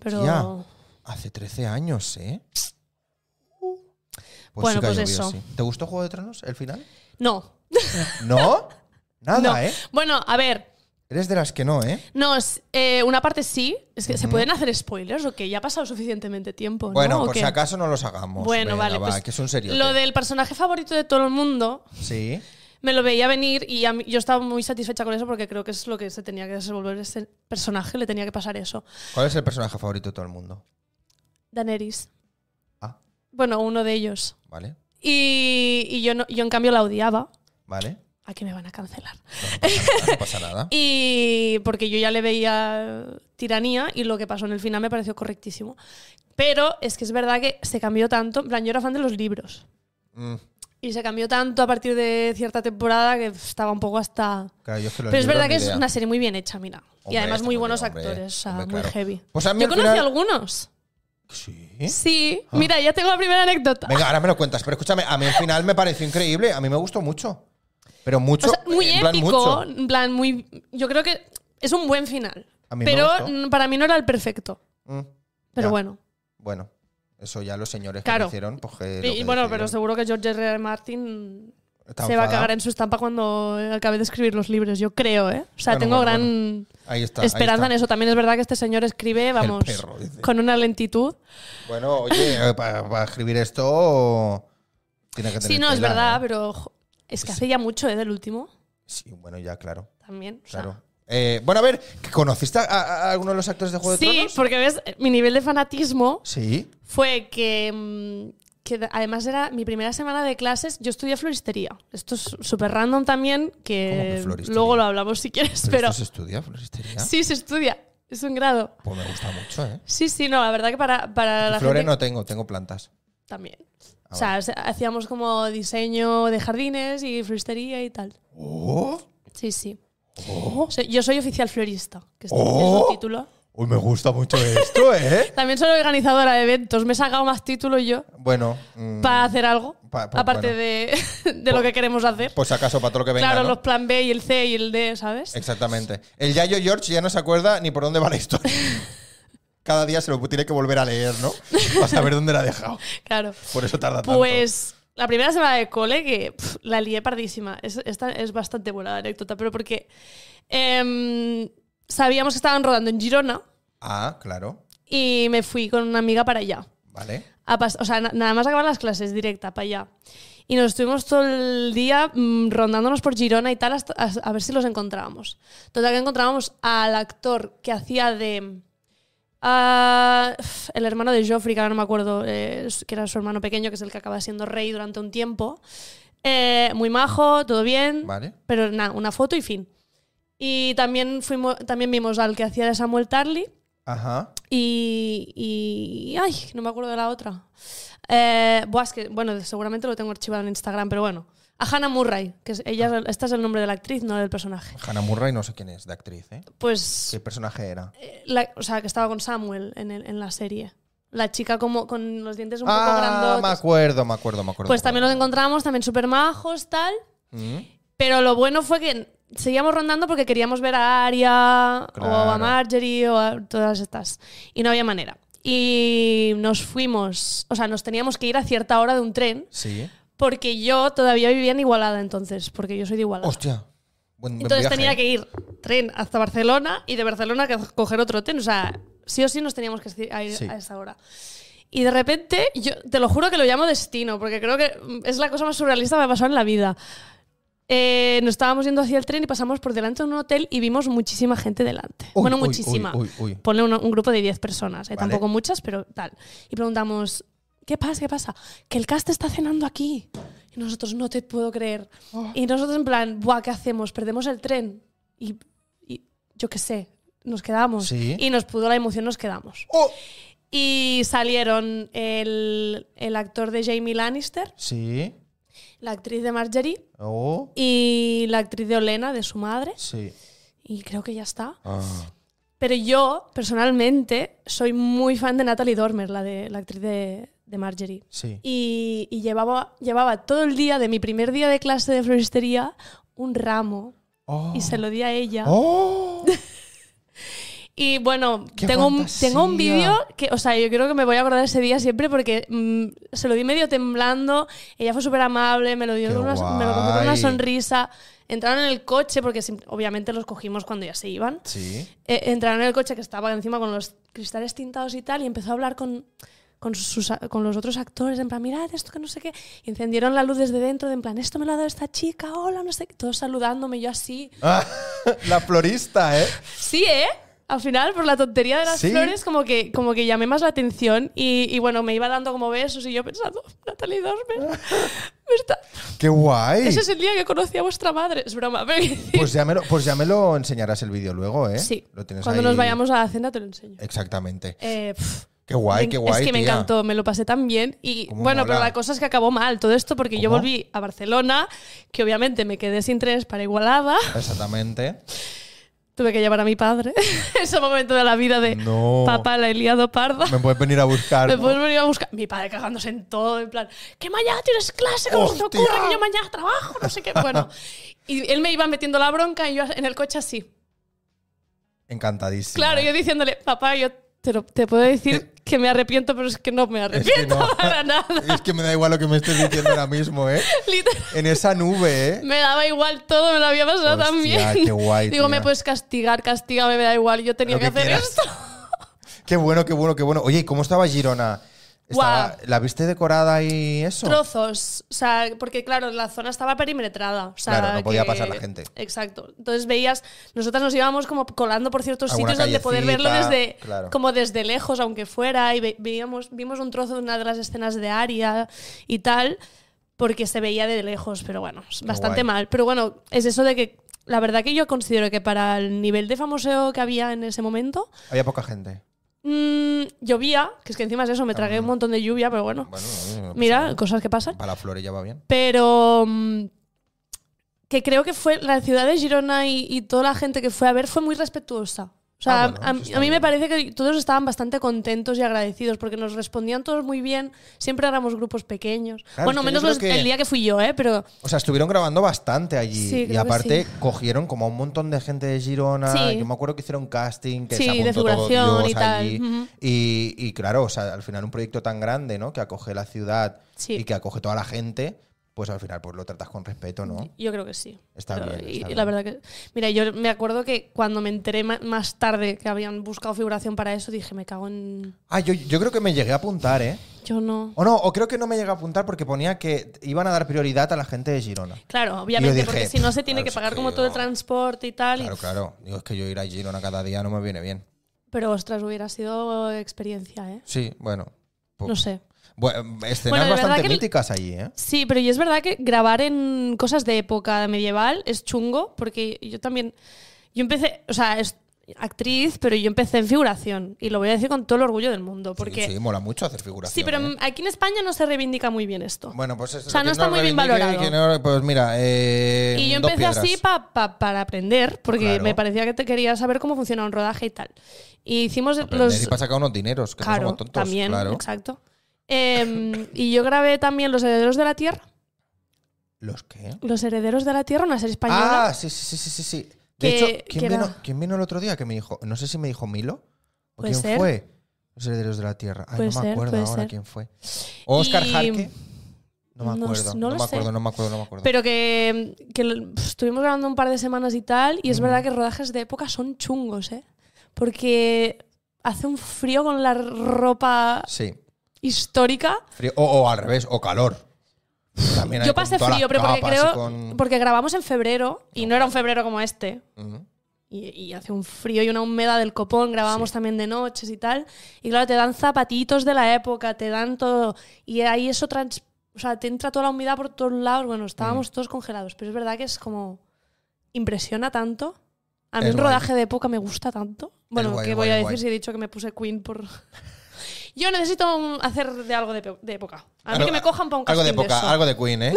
Pero
Hostia, hace 13 años, ¿eh?
Bueno,
que ha
pues
llovido,
eso.
¿Te gustó Juego de Tronos el final?
no.
¿No? Nada,
<laughs> no.
¿eh?
Bueno, a ver,
Eres de las que no, ¿eh?
No, es- eh, una parte sí. Es que se pueden hacer spoilers o que ya ha pasado suficientemente tiempo. ¿no?
Bueno,
¿O
por
qué?
si acaso no los hagamos.
Bueno,
Venga,
vale.
va,
pues
que es un serio.
Lo del personaje favorito de todo el mundo
Sí.
me lo veía venir y a mí- yo estaba muy satisfecha con eso porque creo que es lo que se tenía que desenvolver este personaje, le tenía que pasar eso.
¿Cuál es el personaje favorito de todo el mundo?
Daenerys.
Ah,
Bueno, uno de ellos.
vale,
Y, y yo, no, yo en cambio la odiaba.
vale.
Aquí me van a cancelar.
No pasa
<laughs>
nada.
Y porque yo ya le veía tiranía y lo que pasó en el final me pareció correctísimo. Pero es que es verdad que se cambió tanto. En plan, yo era fan de los libros.
Mm,
Y se cambió tanto a partir de cierta temporada que estaba un poco hasta...
claro, yo es que los
Pero es
libros
verdad
ni
que es
idea.
una serie muy bien hecha, mira. y
Hombre,
además
está
muy
bien,
buenos
hombre,
actores, o sea,
hombre,
muy
claro.
heavy.
Pues a mí
Yo
al
conocí
final-
algunos.
Sí.
Sí, mira, ya tengo la primera anécdota.
Venga, ahora me lo cuentas. Pero escúchame, a mí al final me pareció increíble. A mí me gustó mucho. Pero mucho.
O sea, muy
en plan,
épico,
mucho.
en plan, muy. Yo creo que es un buen final.
A mí me
pero
gustó.
mm, para mí no era el perfecto.
Mm,
Pero
ya.
bueno.
Bueno, eso ya los señores que
Claro.
lo hicieron. Pues, que
Y,
lo que
bueno, pero
decidieron.
seguro que George R. R. Martin
Está
se va a
enfadado.
cagar en su estampa cuando acabe de escribir los libros, yo creo, ¿eh? O sea,
Bueno,
tengo
bueno,
gran
Ahí está. ahí
esperanza
está.
en eso. También es verdad que este señor escribe, vamos,
perro, dice.
con una lentitud.
Bueno, oye, eh, para, para escribir esto. Tiene que tener.
Sí, no, es
tela,
verdad,
¿eh?
pero jo, es que
Pues
hace ya mucho, ¿eh? Del último,
Sí, bueno, ya, claro.
también. o sea.
Claro. Eh, bueno, a ver, ¿que ¿conociste a, a- a alguno de los actores de Juego de
Sí,
Tronos?
porque ves, mi nivel de fanatismo
Sí.
fue que, mm, que da- además era mi primera semana de clases, yo estudié floristería. Esto es súper random también,
¿Cómo
que
que floristería?
luego lo hablamos si quieres,
Pero
pero,
esto se estudia, floristería.
sí se estudia, es un grado.
Pues me gusta mucho, ¿eh?
Sí, sí, no, la verdad que para, para la
Flores
gente
no tengo, tengo plantas.
también.
Ah,
o sea, se- hacíamos como diseño de jardines y floristería y tal.
¡Oh!
Sí, sí.
¡Oh!
So- yo soy oficial florista, que es,
Oh.
es un título.
Uy, me gusta mucho esto, <laughs> ¿eh?
También soy organizadora de eventos, me he sacado más títulos yo
bueno, mm,
para hacer algo,
Pa- pa-
aparte
bueno.
de, <laughs> de lo que queremos hacer.
pues acaso para todo lo que venga.
claro,
¿no? Eh,
los plan B y el C y el D, ¿sabes?
Exactamente. El Yayo George ya no se acuerda ni por dónde va la
<laughs>
historia. Cada día se lo tiene que volver a leer, ¿no? Para saber dónde la ha dejado.
Claro.
Por eso tarda tanto.
Pues la primera semana de cole, que pf, la lié pardísima. Es, esta es bastante buena la anécdota, pero porque em, sabíamos que estaban rodando en Girona
Ah, claro.
y me fui con una amiga para allá.
Vale.
A pas- o sea, na- nada más acabar las clases directa para allá. Y nos estuvimos todo el día mm, rondándonos por Girona y tal hasta- a, a ver si los encontrábamos. Total que encontrábamos al actor que hacía de... ah, el hermano de Joffrey, que ahora no me acuerdo, eh, es- que era su hermano pequeño, que es el que acaba siendo rey durante un tiempo. Eh, muy majo, todo bien.
Vale.
Pero nada, una foto y fin. Y también, fuimos, también vimos al que hacía de Samuel Tarly.
Ajá.
Y, y- Ay, no me acuerdo de la otra. Eh, buah, es que, bueno, seguramente lo tengo archivado en Instagram, pero bueno. A Hannah Murray, que es- ella, este es el nombre de la actriz, no del personaje.
Hannah Murray no sé quién es, de actriz, ¿eh?
Pues,
¿Qué personaje era?
eh, la- o sea, que estaba con Samuel en, el- en la serie. La chica como con los dientes un poco
Ah, me
grandotes.
acuerdo, me acuerdo, me acuerdo.
Pues
me
también los encontramos, también súper majos, tal.
acuerdo. Mm.
Pero lo bueno fue que seguíamos rondando porque queríamos ver a Aria o a
Claro.
Marjorie o a todas estas. Y no había manera. Y nos fuimos, o sea, nos teníamos que ir a cierta hora de un tren
Sí.
porque yo todavía vivía en Igualada entonces, porque yo soy de Igualada.
Hostia. Buen, buen
entonces
viaje,
tenía
¿eh?
que ir tren hasta Barcelona y de Barcelona que coger otro tren. O sea, sí o sí nos teníamos que ir a ir
Sí.
a esa hora. Y de repente, yo te lo juro que lo llamo destino, porque creo que mm, es la cosa más surrealista que me ha pasado en la vida. Eh, nos estábamos yendo hacia el tren y pasamos por delante de un hotel y vimos muchísima gente delante.
Uy,
bueno,
uy, uy,
muchísima.
uy, uy.
Ponle un, un grupo de 10 personas, eh,
Vale.
tampoco muchas, pero tal. Y preguntamos, ¿qué pasa? ¿Qué pasa? Que el cast está cenando aquí. Y nosotros, no te puedo creer.
Oh.
Y nosotros en plan, Buah, ¿qué hacemos? ¿Perdemos el tren? Y, y yo qué sé, nos quedamos.
Sí.
Y nos pudo la emoción, nos quedamos.
¡Oh!
Y salieron el, el actor de Jamie Lannister,
Sí.
la actriz de Marjorie
Oh.
y la actriz de Olena, de su madre.
Sí.
Y creo que ya está.
Ah.
Pero yo, personalmente, soy muy fan de Natalie Dormer, la, de, la actriz de, de Marjorie.
Sí.
Y, y llevaba, llevaba todo el día de mi primer día de clase de floristería un ramo
Oh.
y se lo di a ella.
¡Oh!
Y bueno,
¡Qué
tengo un,
fantasía!
tengo un vídeo que, o sea, yo creo que me voy a acordar ese día siempre porque mm, se lo di medio temblando, ella fue súper amable, me lo dio
¡Qué
con una, me lo cogió con una
guay!
sonrisa, entraron en el coche porque sim- obviamente los cogimos cuando ya se iban,
Sí.
Eh, entraron en el coche que estaba encima con los cristales tintados y tal y empezó a hablar con, con, sus, con los otros actores, en plan, mirad esto que no sé qué. Y encendieron la luz desde dentro, de en plan, esto me lo ha dado esta chica, hola, no sé qué. Todos saludándome, yo así.
Ah, <laughs> la florista, ¿eh?
Sí, ¿eh? Al final, por la tontería de las
Sí.
flores, como que, como que llamé más la atención y, y bueno, me iba dando como besos y yo pensando, "Oh, Natalie Dormer, me está-
¡Qué guay!
ese es el día que conocí a vuestra madre. Es broma, pero...
Pues ya, me lo, pues ya me lo enseñarás el vídeo luego, ¿eh?
<laughs> Sí,
Lo tienes
cuando
ahí.
nos vayamos a la cena te lo enseño.
Exactamente.
Eh, pff,
Qué guay,
me-
qué guay.
Es que me
tía.
encantó, me lo pasé tan bien. Y
Cómo
bueno, pero
mola.
la cosa es que acabó mal todo esto porque yo
¿Cómo?
volví a Barcelona, que obviamente me quedé sin tres para Igualada.
Exactamente.
Tuve que llevar a mi padre. <laughs> Ese momento de la vida de
No.
papá, la he liado parda.
Me puedes venir a buscar.
Me
¿no?
puedes venir a buscar. Mi padre cagándose en todo, en plan, que mañana tienes clase, ¿cómo se te
¡Hostia!
ocurre que yo mañana trabajo? No sé qué. Bueno, y él me iba metiendo la bronca y yo en el coche así.
Encantadísimo.
Claro, yo diciéndole, papá, yo te, lo- te puedo decir que me arrepiento, pero es que no me
Eh, Es que,
arrepiento <laughs>
no.
para nada.
es que me da igual lo que me estés diciendo ahora mismo, ¿eh?
Literal,
En esa nube, ¿eh?
me daba igual todo, me lo había pasado
Hostia,
también.
qué guay,
<laughs> Digo,
tía.
me puedes castigar, castígame, me da igual, yo tenía
Lo
que,
que
hacer
quieras.
esto.
Qué bueno, qué bueno, qué bueno. Oye, ¿y cómo estaba Girona? Estaba-
Guau.
¿La viste decorada y eso?
Trozos, o sea, porque claro, la zona estaba perimetrada. O sea,
Claro, no podía
que-
pasar la gente.
Exacto. Entonces veías, nosotras nos íbamos como colando por ciertos
Alguna
sitios donde poder verlo
callecita,
desde,
claro.
como desde lejos, aunque fuera, y ve- veíamos, vimos un trozo de una de las escenas de Aria y tal, porque se veía de lejos, pero bueno, es bastante
guay.
mal. Pero bueno, es eso de que la verdad que yo considero que para el nivel de famoseo que había en ese momento,
Había poca gente.
mm, llovía, que es que encima es eso, me tragué un montón de lluvia, pero bueno.
Ah. Bueno, no, no, no pasa
Mira,
nada.
cosas que pasan
Para la flor ya va bien.
pero mm, que creo que fue la ciudad de Girona y, y toda la gente que fue a ver fue muy respetuosa. O sea,
Ah, bueno,
a-
eso
a,
está
mí me
bien.
parece que todos estaban bastante contentos y agradecidos porque nos respondían todos muy bien. Siempre éramos grupos pequeños.
Claro,
bueno,
es que yo
menos
creo
los-
que-
el día que fui yo, ¿eh? Pero
O sea, estuvieron grabando bastante allí.
Sí, creo
y
que
aparte
sí.
cogieron como a un montón de gente de Girona.
Sí.
Yo me acuerdo que hicieron casting, que
Sí,
se
de
apuntó todo
figuración
Dios
y tal.
allí.
Ujú.
y, y claro, o sea, al final un proyecto tan grande, ¿no? Que acoge la ciudad
Sí.
y que acoge toda la gente, pues al final pues lo tratas con respeto, ¿no?
yo creo que sí.
Está
Pero-
bien,
y,
está
y la
bien.
verdad que. Mira, yo me acuerdo que cuando me enteré ma- más tarde que habían buscado figuración para eso, dije, me cago en.
Ah, yo, yo creo que me llegué a apuntar, ¿eh?
Yo no.
O no, o creo que no me llegué a apuntar porque ponía que iban a dar prioridad a la gente de Girona.
Claro, obviamente,
dije,
porque si no se tiene
claro,
que
si
pagar
es que
como todo el
no.
transporte y tal. y-
Claro, claro. Digo, es que yo ir a Girona cada día no me viene bien.
Pero ostras, hubiera sido experiencia, ¿eh?
Sí, bueno. pues po-
No sé.
Bueno, escenas
Bueno, de verdad
bastante
que el-
míticas allí, ¿eh?
Sí, pero y es verdad que grabar en cosas de época medieval es chungo, porque yo también. Yo empecé, o sea, es actriz, pero yo empecé en figuración. Y lo voy a decir con todo el orgullo del mundo, porque.
sí,
Sí,
sí, mola mucho hacer figuración.
pero
¿eh?
aquí en España no se reivindica muy bien esto.
Bueno, pues eso,
O sea,
que
no está muy bien
reivindique
valorado.
y que no- pues mira, eh,
Y yo
dos
empecé así
piedras.
pa- pa- para aprender, porque
Claro.
me parecía que te quería saber cómo funcionaba un rodaje y tal. Y hicimos
Aprender
los,
y para sacar unos dineros, que no
Claro,
somos tontos.
también,
claro.
exacto. Em, y yo grabé también Los Herederos de la Tierra.
¿Los qué?
Los Herederos de la Tierra, una serie española.
Ah, sí, sí, sí, sí, sí, sí. De
Que-
hecho, ¿quién
que
vino,
era-
quién vino el otro día que me dijo? No sé si me dijo Milo. ¿O
Puede
quién
ser.
fue? Los herederos de la tierra. Ay,
Puede
no me
ser,
acuerdo
puede
ahora
ser.
quién fue. ¿O Oscar
Y-
Jarque? No me
No
acuerdo.
s-
No,
no lo
me
sé.
acuerdo, no me acuerdo, no me acuerdo.
Pero que, que l- pf, estuvimos grabando un par de semanas y tal. Y es
Ujú.
verdad que rodajes de época son chungos, ¿eh? Porque hace un frío con la ropa
sí.
histórica.
Frío- O, o al revés, o calor. También hay
Yo
con
pasé
todas las
frío, pero porque
capas y
creo.
con-
Porque grabamos en febrero y no era un febrero como este.
Ujú.
y, y hace un frío y una humedad del copón, grabábamos también de noches y tal, y claro, te dan zapatitos de la época, te dan todo, y ahí eso, trans- o sea, te entra toda la humedad por todos lados, bueno, estábamos
Mm.
todos congelados, pero es verdad que es como, impresiona tanto, a mí
Es
un
guay.
rodaje de época me gusta tanto, bueno,
guay,
¿qué
es
voy
guay, es
a decir
guay.
si he dicho que me puse Queen por... <laughs> Yo necesito un- hacer de algo de, pe- de época. A mí
Algo-
que me cojan para un
Algo de
casting
época,
eso.
algo de Queen,
<laughs>
¿eh?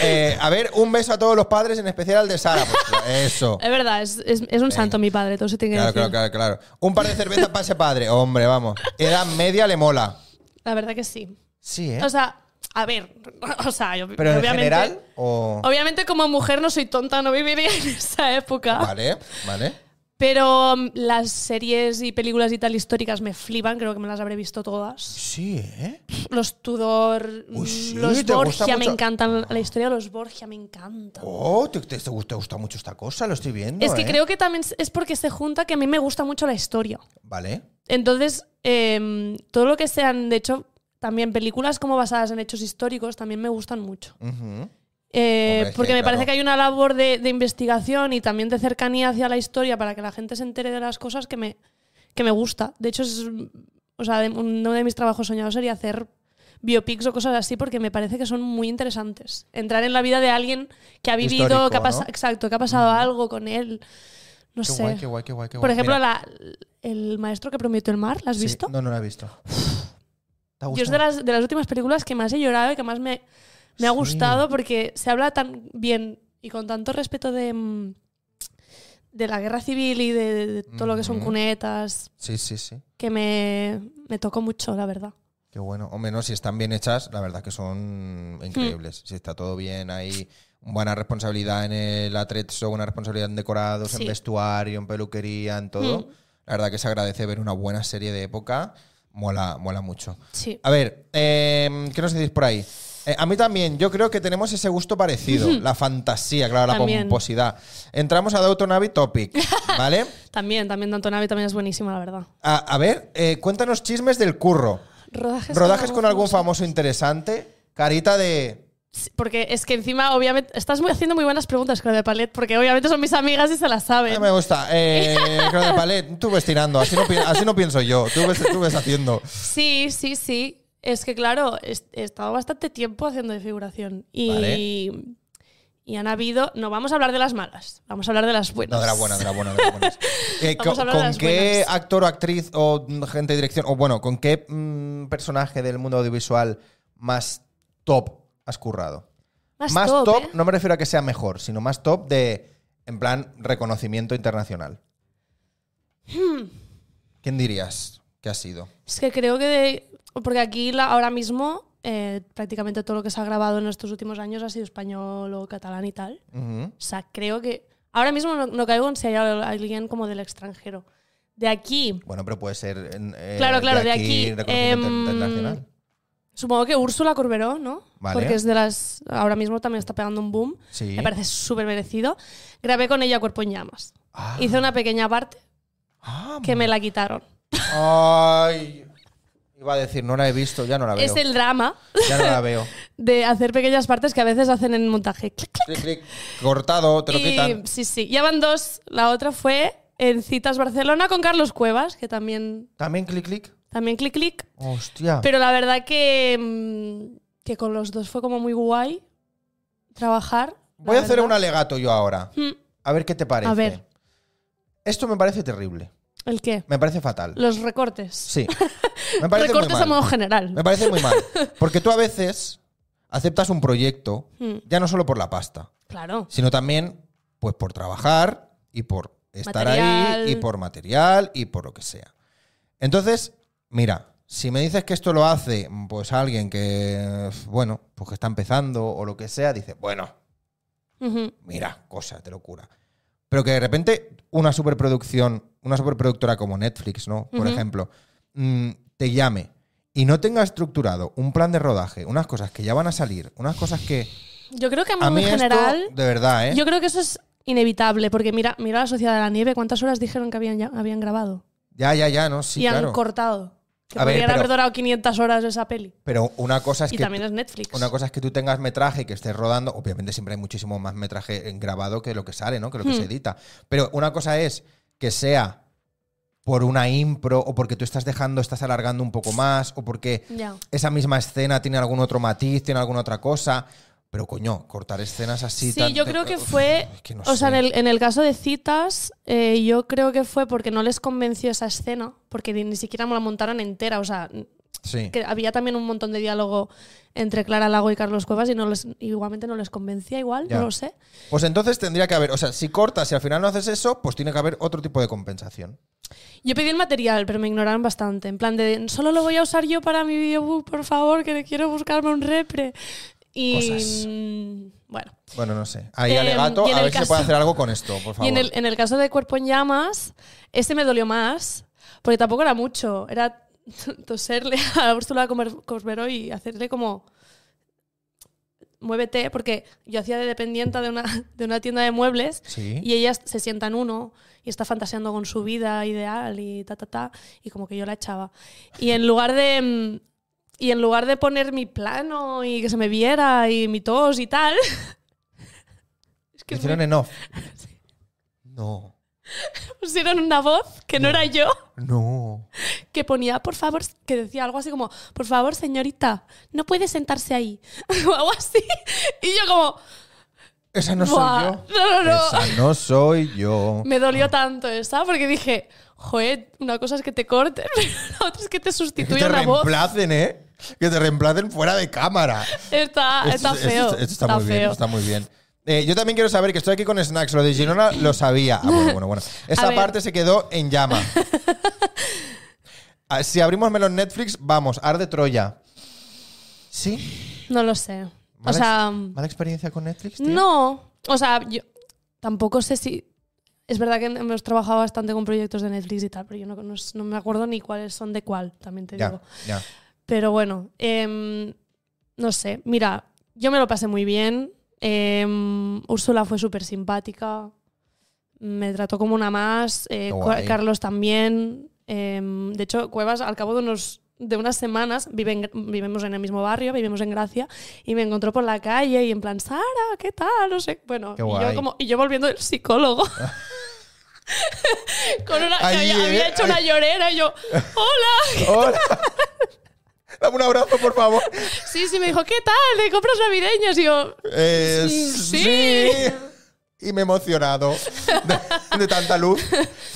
¿eh? A ver, un beso a todos los padres, en especial al de Sara. pues,
<laughs>
eso.
Es verdad, es, es- es un santo mi padre, todo se tiene que
Claro,
decir.
claro, claro, claro. Un par de cervezas para ese padre. Hombre, vamos. Edad media le mola.
La verdad que sí.
Sí, ¿eh?
O sea, a ver, <laughs> o sea, yo,
Pero en
obviamente,
general, o...
obviamente como mujer no soy tonta, no viviría <laughs> en esa época.
Vale, vale.
Pero mm, las series y películas y tal históricas me flipan, creo que me las habré visto todas.
Sí, ¿eh?
Los Tudor,
Uy,
mm,
sí,
los
¿te gusta
Borgia, me
mucho?
encantan. La historia de los Borgia me encanta.
Oh, te, te- te gusta, te gusta mucho esta cosa, lo estoy viendo.
es que
¿eh?
creo que también es porque se junta que a mí me gusta mucho la historia.
Vale.
Entonces, em, todo lo que sean, de hecho, también películas como basadas en hechos históricos también me gustan mucho.
Ujú.
Eh,
Hombre, es que,
porque me parece
claro.
que hay una labor de, de investigación y también de cercanía hacia la historia para que la gente se entere de las cosas que me, que me gusta. De hecho, es, mm, o sea, de- uno de mis trabajos soñados sería hacer biopics o cosas así porque me parece que son muy interesantes. Entrar en la vida de alguien que ha vivido,
Histórico,
que ha pasado,
¿no?
exacto, que ha pasado algo con él. No
Qué
sé.
guay, qué guay, qué guay, qué guay.
Por ejemplo,
Mira,
la- el maestro que prometió el mar, ¿la has
sí,
visto?
No, no la he visto. ¿Te ha
Yo es
gustado?
de las, de las últimas películas que más he llorado y que más me, me ha
Sí.
gustado porque se habla tan bien y con tanto respeto de, mm, de la guerra civil y de, de todo lo que son
Ujú.
cunetas
Sí, sí, sí.
que me, me tocó mucho, la verdad.
Qué bueno. Hombre, no, si están bien hechas, la verdad que son
Hmm.
increíbles. Si está todo bien, hay buena responsabilidad en el atrezo, buena responsabilidad en decorados,
Sí.
en vestuario, en peluquería, en todo.
Mm.
La verdad que se agradece ver una buena serie de época. Mola, mola mucho.
Sí.
A ver, eh, ¿qué nos decís por ahí? Eh, a mí también, yo creo que tenemos ese gusto parecido,
<laughs>
la fantasía, claro, la
También.
pomposidad. Entramos a Deutonavi
<laughs>
Topic, ¿vale?
También, también Dantonavi también es buenísima, la verdad.
A, a ver, eh, cuéntanos chismes del curro.
Rodajes,
¿Rodajes con algún famoso interesante? Carita de...
Sí, Porque es que encima, obviamente, estás muy, haciendo muy buenas preguntas con el de Palet, porque obviamente son mis amigas y se las saben.
Eh, me gusta.
<laughs>
Eh, creo de palet, tú ves tirando, así no, pi- así no pienso yo, tú ves, tú ves haciendo.
Sí, sí, sí. Es que, claro, es- he estado bastante tiempo haciendo de figuración. Y,
Vale.
y han habido. No vamos a hablar de las malas, vamos a hablar de las buenas.
No, de la buena, de la buena, de
<laughs>
la buena. Eh,
Vamos a
co-
hablar de
¿Con
las
qué
buenas.
actor o actriz o mm, gente de dirección, o bueno, con qué mm, personaje del mundo audiovisual más top has currado?
Más, top. ¿eh?
no me refiero a que sea mejor, sino más top de, en plan, reconocimiento internacional.
Hmm.
¿Quién dirías que ha sido?
Es que creo que. de- porque aquí, la- ahora mismo, eh, prácticamente todo lo que se ha grabado en estos últimos años ha sido español o catalán y tal.
Ujú.
O sea, creo que. Ahora mismo no, no caigo en si hay alguien como del extranjero. De aquí,
Bueno, pero puede ser. en- eh,
Claro, claro, de aquí,
reconocimiento
em,
internacional.
Supongo que Úrsula Corberó, ¿no?
Vale.
Porque es de las. Ahora mismo también está pegando un boom.
Sí.
Me parece súper merecido. Grabé con ella Cuerpo en Llamas.
Ah,
Hice una pequeña parte
ah,
que me la quitaron.
Ay. Iba a decir, no la he visto, ya no la veo.
Es el drama
Ya no la veo.
de hacer pequeñas partes que a veces hacen en montaje. Clic, clic.
Clic, clic. Cortado, Ah, te lo
<laughs> Y-
quitan.
sí, sí. Ya van dos. La otra fue en Citas Barcelona con Carlos Cuevas, que también,
También clic, clic.
también clic, clic.
Hostia.
Pero la verdad que, mm, que con los dos fue como muy guay trabajar. la
Voy a hacer
verdad.
un alegato yo ahora.
Mm,
A ver qué te parece.
A ver.
Esto me parece terrible.
¿El qué?
Me parece fatal.
Los recortes. <laughs>
Sí. Me parece muy
recortes a modo
mal.
general.
Me parece
<laughs>
muy mal. Porque tú a veces aceptas un proyecto
Mm,
ya no solo por la pasta,
claro.
sino también pues por trabajar y por estar
Material.
ahí y por material y por lo que sea. Entonces, mira, si me dices que esto lo hace pues alguien que bueno, pues que está empezando o lo que sea, dices, bueno,
Ujú.
mira, cosa de locura. Pero que de repente una superproducción, una superproductora como Netflix, ¿no? Por
Ujú.
ejemplo, mm, te llame y no tenga estructurado un plan de rodaje, unas cosas que ya van a salir, unas cosas que
Yo creo que a modo
a mí
general.
esto de verdad, ¿eh?
Yo creo que eso es inevitable, porque mira, mira la Sociedad de la Nieve, cuántas horas dijeron que habían, ya- habían grabado
Ya, ya, ya, no, sí,
y han
claro.
cortado. Que
A ver,
podrían haber
pero-
durado 500 horas esa peli.
Pero una cosa es
Y
que
también es Netflix.
una cosa es que tú tengas metraje y que estés rodando, obviamente siempre hay muchísimo más metraje en grabado que lo que sale, ¿no? Que lo que
Hmm.
se edita. Pero una cosa es que sea por una impro o porque tú estás dejando, estás alargando un poco más o porque
Ya.
esa misma escena tiene algún otro matiz, tiene alguna otra cosa. Pero coño, cortar escenas así
Sí,
tan-
yo creo que fue.
Es que no
o sea, en
sé.
el, en el caso de citas, eh, yo creo que fue porque no les convenció esa escena, porque ni, ni siquiera me la montaron entera. O sea,
Sí.
que había también un montón de diálogo entre Clara Lago y Carlos Cuevas y no les, igualmente no les convencía igual,
Ya.
no lo sé.
Pues entonces tendría que haber, o sea, si cortas y al final no haces eso, pues tiene que haber otro tipo de compensación.
Yo pedí el material, pero me ignoraron bastante. En plan de, solo lo voy a usar yo para mi videobook, por favor, que quiero buscarme un repre. Y
Cosas.
mm, bueno.
Bueno, no sé. Ahí
Eh,
alegato,
y en
a
el
ver si se
caso-
puede hacer algo con esto, por favor.
Y en el, en el caso de Cuerpo en Llamas, ese me dolió más, porque tampoco era mucho. Era <laughs> toserle a Úrsula Comer- Corberó y hacerle como muévete, porque yo hacía de dependienta de una, de una tienda de muebles
Sí.
y ella se sienta en uno y está fantaseando con su vida ideal y ta, ta, ta, y como que yo la echaba. Y en lugar de... mm, Y en lugar de poner mi plano y que se me viera y mi tos y tal... <laughs> es
Lo
que
hicieron
me
en
<laughs>
off. No.
pusieron una voz que no era yo.
No.
que ponía, por favor, que decía algo así como, por favor, señorita, no puede sentarse ahí. <laughs> o algo así. Y yo como,
Esa no
Buah,
soy yo.
no, no, no.
Esa no soy yo.
me dolió tanto esa, porque dije, joder, una cosa es que te corten, <laughs> pero la otra es que te
Es que te
sustituyan la voz.
reemplacen, ¿eh? Que te reemplacen fuera de cámara.
Está,
Esto-
Ah, está
esto-
feo.
esto está, muy
feo.
bien, está muy bien. Eh, yo también quiero saber que estoy aquí con snacks. Lo de Girona lo sabía. Ah, bueno, bueno, bueno.
<laughs> A
Esa
ver.
parte se quedó en
<laughs>
llama. Ah, si abrimos Melon Netflix, vamos, arde Troya. ¿Sí?
No lo sé. O
¿Mala,
sea,
ex- ¿Mala experiencia con Netflix? tío?
no. O sea, yo tampoco sé si... Es verdad que hemos trabajado bastante con proyectos de Netflix y tal, pero yo no, no- no me acuerdo ni cuáles son de cuál, también te digo.
Ya, ya.
Pero bueno, em, no sé. Mira, yo me lo pasé muy bien. Em, Úrsula fue súper simpática. Me trató como una más. eh,
Qué
Cu-
guay.
Carlos también. Em, de hecho, Cuevas, al cabo de, unos, de unas semanas, vive en Gra- vivimos en el mismo barrio, vivimos en Gracia, y me encontró por la calle y en plan, Sara, ¿qué tal? No sé. Bueno,
Qué
y yo,
guay.
como, y yo volviendo
<laughs>
del psicólogo. Con una, que
Ahí,
había,
eh,
había hecho una
ahí.
llorera y yo, ¡Hola!
Hola. <laughs> Dame un abrazo, por favor.
Sí, sí, me dijo, ¿qué tal? ¿De compras navideñas? Y yo,
Eh,
Sí.
sí. Y me he emocionado de, de tanta luz.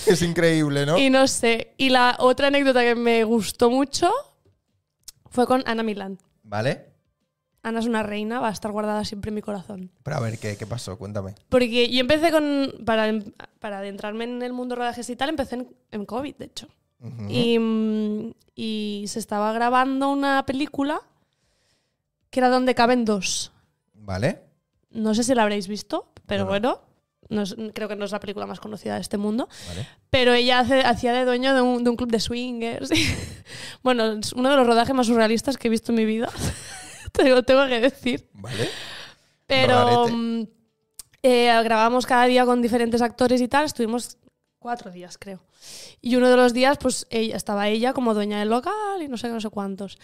Es increíble, ¿no?
y no sé. Y la otra anécdota que me gustó mucho fue con Ana Milán.
¿Vale?
Ana es una reina, va a estar guardada siempre en mi corazón.
Pero a ver, ¿qué, qué pasó? Cuéntame.
Porque yo empecé con, para, para adentrarme en el mundo rodajes y tal, empecé en, en COVID, de hecho.
Ujú.
Y, mm, y se estaba grabando una película que era donde caben dos.
¿Vale?
No sé si la habréis visto, pero
No, no.
bueno, no es- creo que no es la película más conocida de este mundo.
Vale.
Pero ella hace- hacía de dueño de un, de un club de swingers. <laughs> bueno, es uno de los rodajes más surrealistas que he visto en mi vida. <laughs> Te lo tengo que decir.
¿Vale?
Pero
Rarete.
mm, eh, grabamos cada día con diferentes actores y tal. Estuvimos cuatro días, creo. Y uno de los días, pues ella- estaba ella como dueña del local y no sé qué, no sé cuántos.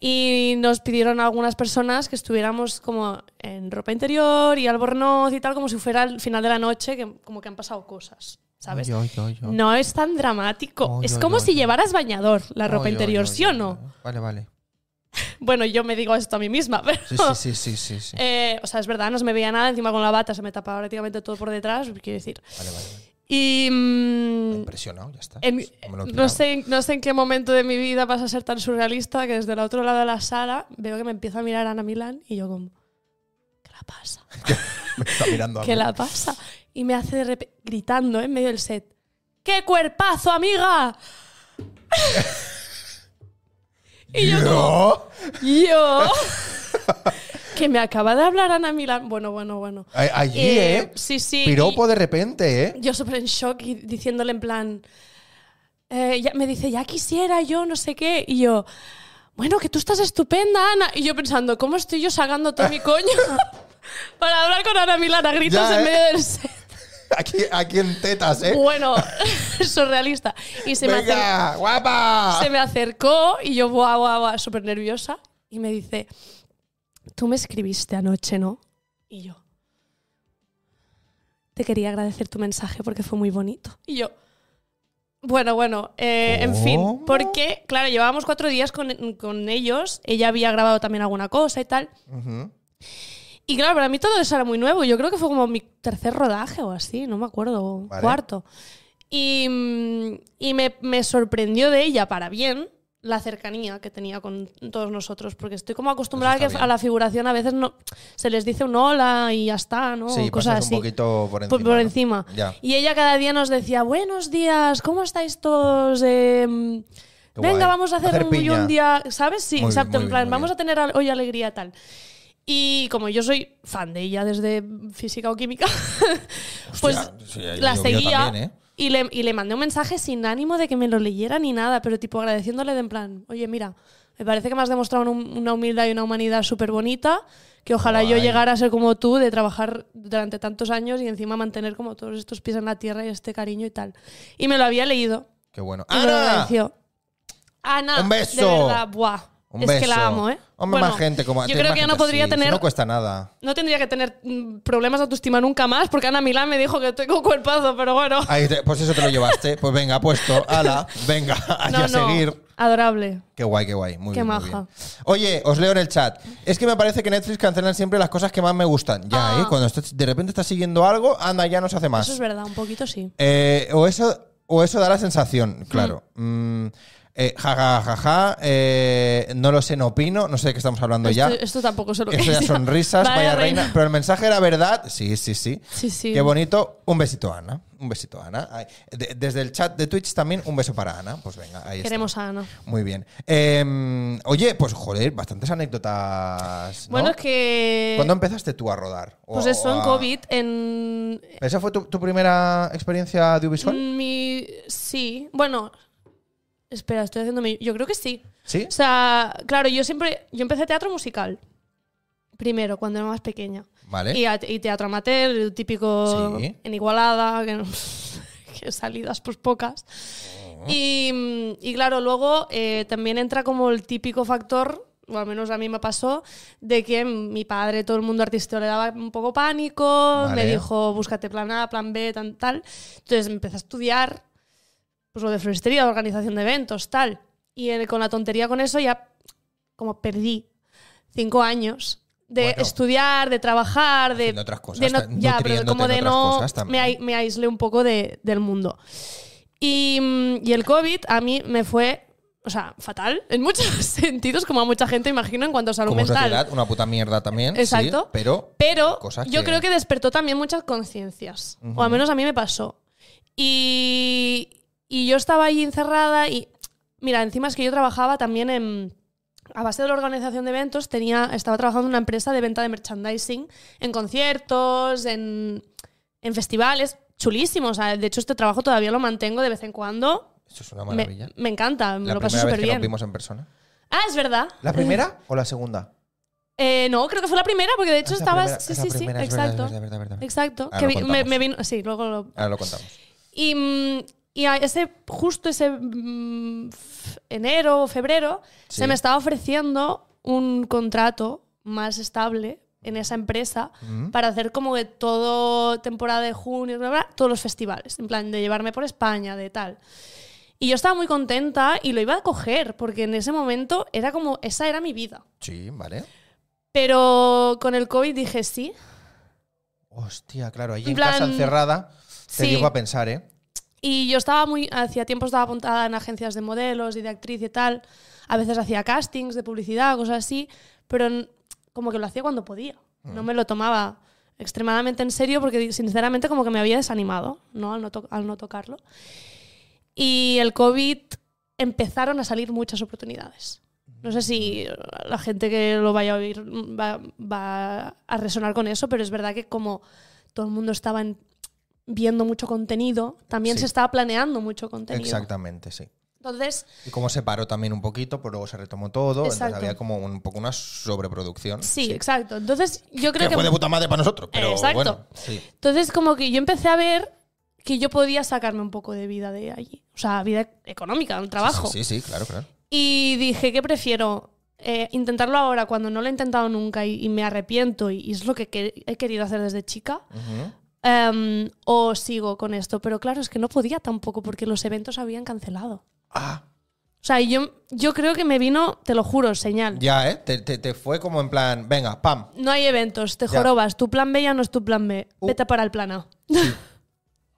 Y nos pidieron algunas personas que estuviéramos como en ropa interior y albornoz y tal, como si fuera el final de la noche, que como que han pasado cosas, ¿sabes?
Ay, ay, ay, ay.
No es tan dramático.
Ay,
es
ay,
como
ay,
si
ay.
llevaras bañador la ropa
Ay, ay,
interior,
ay,
¿sí
ay,
o no?
ay. Vale, vale.
Bueno, yo me digo esto a mí misma, <laughs> pero.
Sí, sí, sí, sí, sí. sí.
eh, o sea, es verdad, no se me veía nada, encima con la bata se me tapaba prácticamente todo por detrás, quiero decir.
Vale, vale. vale.
Y. mm,
Impresionado, ya está.
en-
No me lo
no,
esperaba.
sé, no sé en qué momento de mi vida vas a ser tan surrealista que desde el otro lado de la sala veo que me empieza a mirar Ana Milán y yo, como. ¿Qué la pasa?
<laughs> Me está mirando a
¿Qué
mí.
la pasa? Y me hace de repe- gritando en medio del set. ¡Qué cuerpazo, amiga! y yo como,
Yo.
yo <laughs> que me acaba de hablar Ana Milán. Bueno, bueno, bueno.
Ay, Allí,
Eh,
¿eh?
Sí, sí.
Piropo
y
de repente, ¿eh?
Yo súper en shock y diciéndole en plan. eh, ya- me dice, ya quisiera yo, no sé qué. Y yo, bueno, que tú estás estupenda, Ana. Y yo pensando, ¿cómo estoy yo sacando todo mi coño <laughs> para hablar con Ana Milán a gritos
Ya,
en
eh.
medio del set?
Aquí, aquí en tetas, ¿eh?
Bueno, <laughs> surrealista. Y se me, acer-
Venga, guapa.
se me acercó y yo, guau, guau, guau, súper nerviosa. Y me dice, tú me escribiste anoche, ¿no? Y yo, te quería agradecer tu mensaje porque fue muy bonito. Y yo, bueno, bueno, eh, en fin,
¿Cómo?
porque, claro, llevábamos cuatro días con, con ellos, ella había grabado también alguna cosa y tal.
Ujú.
Y claro, para mí todo eso era muy nuevo. Yo creo que fue como mi tercer rodaje o así, no me acuerdo, o
Vale.
cuarto. Y, mm, y me, me sorprendió de ella para bien la cercanía que tenía con todos nosotros, porque estoy como acostumbrada
Eso
a
está
que
bien.
a la figuración a veces no se les dice un hola y ya está, ¿no?
Sí,
O Oh, cosas
pasas
así.
un poquito por encima.
Por- por
¿no?
encima.
Ya.
Y ella cada día nos decía, buenos días, ¿cómo estáis todos? Eh, venga,
guay.
vamos a hacer,
Hacer
un,
piña.
un día, ¿sabes? Sí,
Muy bien,
exacto,
muy
en
bien,
plan,
muy
vamos
bien.
a tener al- hoy alegría tal. Y como yo soy fan de ella desde física o química, <laughs> pues
Hostia, sí, ahí
la
llovió
seguía.
también, ¿eh?
Y le, y le mandé un mensaje sin ánimo de que me lo leyera ni nada, pero tipo agradeciéndole de en plan, oye, mira, me parece que me has demostrado un- una humildad y una humanidad súper bonita, que ojalá yo
Guay.
llegara a ser como tú, de trabajar durante tantos años y encima mantener como todos estos pies en la tierra y este cariño y tal. Y me lo había leído.
Qué bueno.
Y me lo
¡Ana!
agradeció. Ana,
Un beso.
de verdad, buah.
Un
es
beso.
que la amo, ¿eh?
Hombre,
Bueno,
más gente como
Yo
tiene
creo
más
que ya no
gente
podría
así, si
tener
No cuesta nada.
no tendría que tener mm, problemas de autoestima nunca más, porque Ana Milán me dijo que tengo cuerpazo, pero bueno.
Ahí te- pues eso te lo llevaste. Pues venga, puesto. Ala, venga, <laughs> hay
no,
a
no.
seguir.
Adorable.
Qué guay, qué guay. Muy
Qué
bien, muy
maja.
bien. Oye, os leo en el chat. Es que me parece que Netflix cancelan siempre las cosas que más me gustan. Ya,
Ah.
¿eh? Cuando estás- de repente estás siguiendo algo, anda, ya no se hace más.
Eso es verdad, un poquito sí.
Eh, o, eso, o eso da la sensación, claro. Mm, eh, ja, ja, ja, ja, eh, no lo sé, no opino. No sé de qué estamos hablando ya.
Esto, esto tampoco sé lo que
Eso
<laughs>
ya
es.
son risas,
Vale,
vaya reina. Pero el mensaje era verdad. Sí, sí, sí.
Sí, sí.
Qué bonito. Un besito a Ana. Un besito a Ana. Ay, de- desde el chat de Twitch también un beso para Ana. Pues venga, ahí está.
Queremos a Ana.
Muy bien. Eh, oye, pues joder, bastantes anécdotas. ¿no?
Bueno, es que.
¿Cuándo Oh, ah. empezaste tú a rodar? O-
Pues eso,
o
en
a-
COVID, en.
¿Esa fue tu, tu primera experiencia
Mm,
audiovisual?
Mi. Sí. Bueno. Espera, estoy haciendo mi. Yo creo que sí.
¿Sí?
O sea, claro, yo siempre. Yo empecé teatro musical. Primero, cuando era más pequeña.
Vale.
Y, a- y teatro amateur, el típico
Sí.
en Igualada, que, <laughs> que salidas pues pocas.
Oh.
Y, mm, y claro, luego eh, también entra como el típico factor, o al menos a mí me pasó, de que mi padre, todo el mundo artístico le daba un poco pánico,
Vale.
me dijo, búscate plan A, plan B, tan, tal. Entonces empecé a estudiar pues lo de floristería, organización de eventos, tal. Y eh, con la tontería con eso ya como perdí cinco años de
Bueno.
estudiar, de trabajar, de,
Haciendo otras cosas,
de no-
tan-
ya,
nutriéndote
pero como
en
de
otras
no
cosas también.
me, ai- me aislé un poco de- del mundo. Y, mm, y el COVID a mí me fue, o sea, fatal en muchos <laughs> sentidos, como a mucha gente imagino en cuanto a salud
Como
mental.
sociedad, una puta mierda también. sí,
Exacto.
pero
Pero
cosas
yo
que-
creo que despertó también muchas conciencias.
Ujú.
O al menos a mí me pasó. Y, y yo estaba allí encerrada y. Mira, encima es que yo trabajaba también en. A base de la organización de eventos, tenía, estaba trabajando en una empresa de venta de merchandising en conciertos, en, en festivales, chulísimos. O sea, de hecho, este trabajo todavía lo mantengo de vez en cuando.
Eso es una maravilla.
Me, me encanta, me
la
lo paso
primera vez
súper
que nos
bien.
vimos en persona.
Ah, es verdad.
¿La primera o la segunda?
Eh, no, creo que fue la primera, porque de hecho
Ah, es la
estabas.
primera,
sí,
es la
sí, sí,
primera, es verdad,
exacto.
es verdad, es verdad, es verdad.
Exacto.
Ahora
que
Ah, lo
vi- me,
contamos.
me vino, sí, luego lo...
Ahora lo contamos.
Y, mm, y a ese, justo ese mm, f- enero o febrero
Sí.
se me estaba ofreciendo un contrato más estable en esa empresa
Mm.
para hacer como de todo temporada de junio, bla, bla, todos los festivales, en plan de llevarme por España, de tal. Y yo estaba muy contenta y lo iba a coger porque en ese momento era como, esa era mi vida.
Sí, vale.
Pero con el COVID dije sí,
Hostia, claro, allí
En
en
plan-
casa encerrada te
Sí.
llego a pensar, ¿eh?
Y yo estaba muy, hacía tiempo estaba apuntada en agencias de modelos y de actriz y tal. A veces hacía castings de publicidad, cosas así, pero n- como que lo hacía cuando podía. No
Mm.
me lo tomaba extremadamente en serio porque sinceramente como que me había desanimado ¿no? Al, no to- al no tocarlo. Y el COVID empezaron a salir muchas oportunidades. No sé si la gente que lo vaya a oír mm, va, va a resonar con eso, pero es verdad que como todo el mundo estaba en- viendo mucho contenido, también
Sí.
se estaba planeando mucho contenido.
Exactamente, sí.
Entonces,
Y como se paró también un poquito, pero luego se retomó todo, entonces
Exacto.
había como un poco una sobreproducción.
sí, exacto. Entonces, yo creo
que,
que...
fue de puta madre para nosotros, pero
Exacto.
bueno, sí.
Entonces, como que yo empecé a ver que yo podía sacarme un poco de vida de allí. O sea, vida económica, un trabajo.
Sí, sí, sí, claro, claro.
Y dije, ¿qué prefiero? Eh, intentarlo ahora cuando no lo he intentado nunca y, y me arrepiento y, y es lo que, que- he querido hacer desde chica.
Ujú.
Em, o sigo con esto. Pero claro, es que no podía tampoco porque los eventos habían cancelado.
Ah,
O sea, yo, yo creo que me vino, te lo juro, señal.
ya, ¿eh? Te, te- te fue como en plan, venga, pam.
No hay eventos, te
Ya.
jorobas. Tu plan B ya no es tu plan B.
Uh.
Vete para el plan A.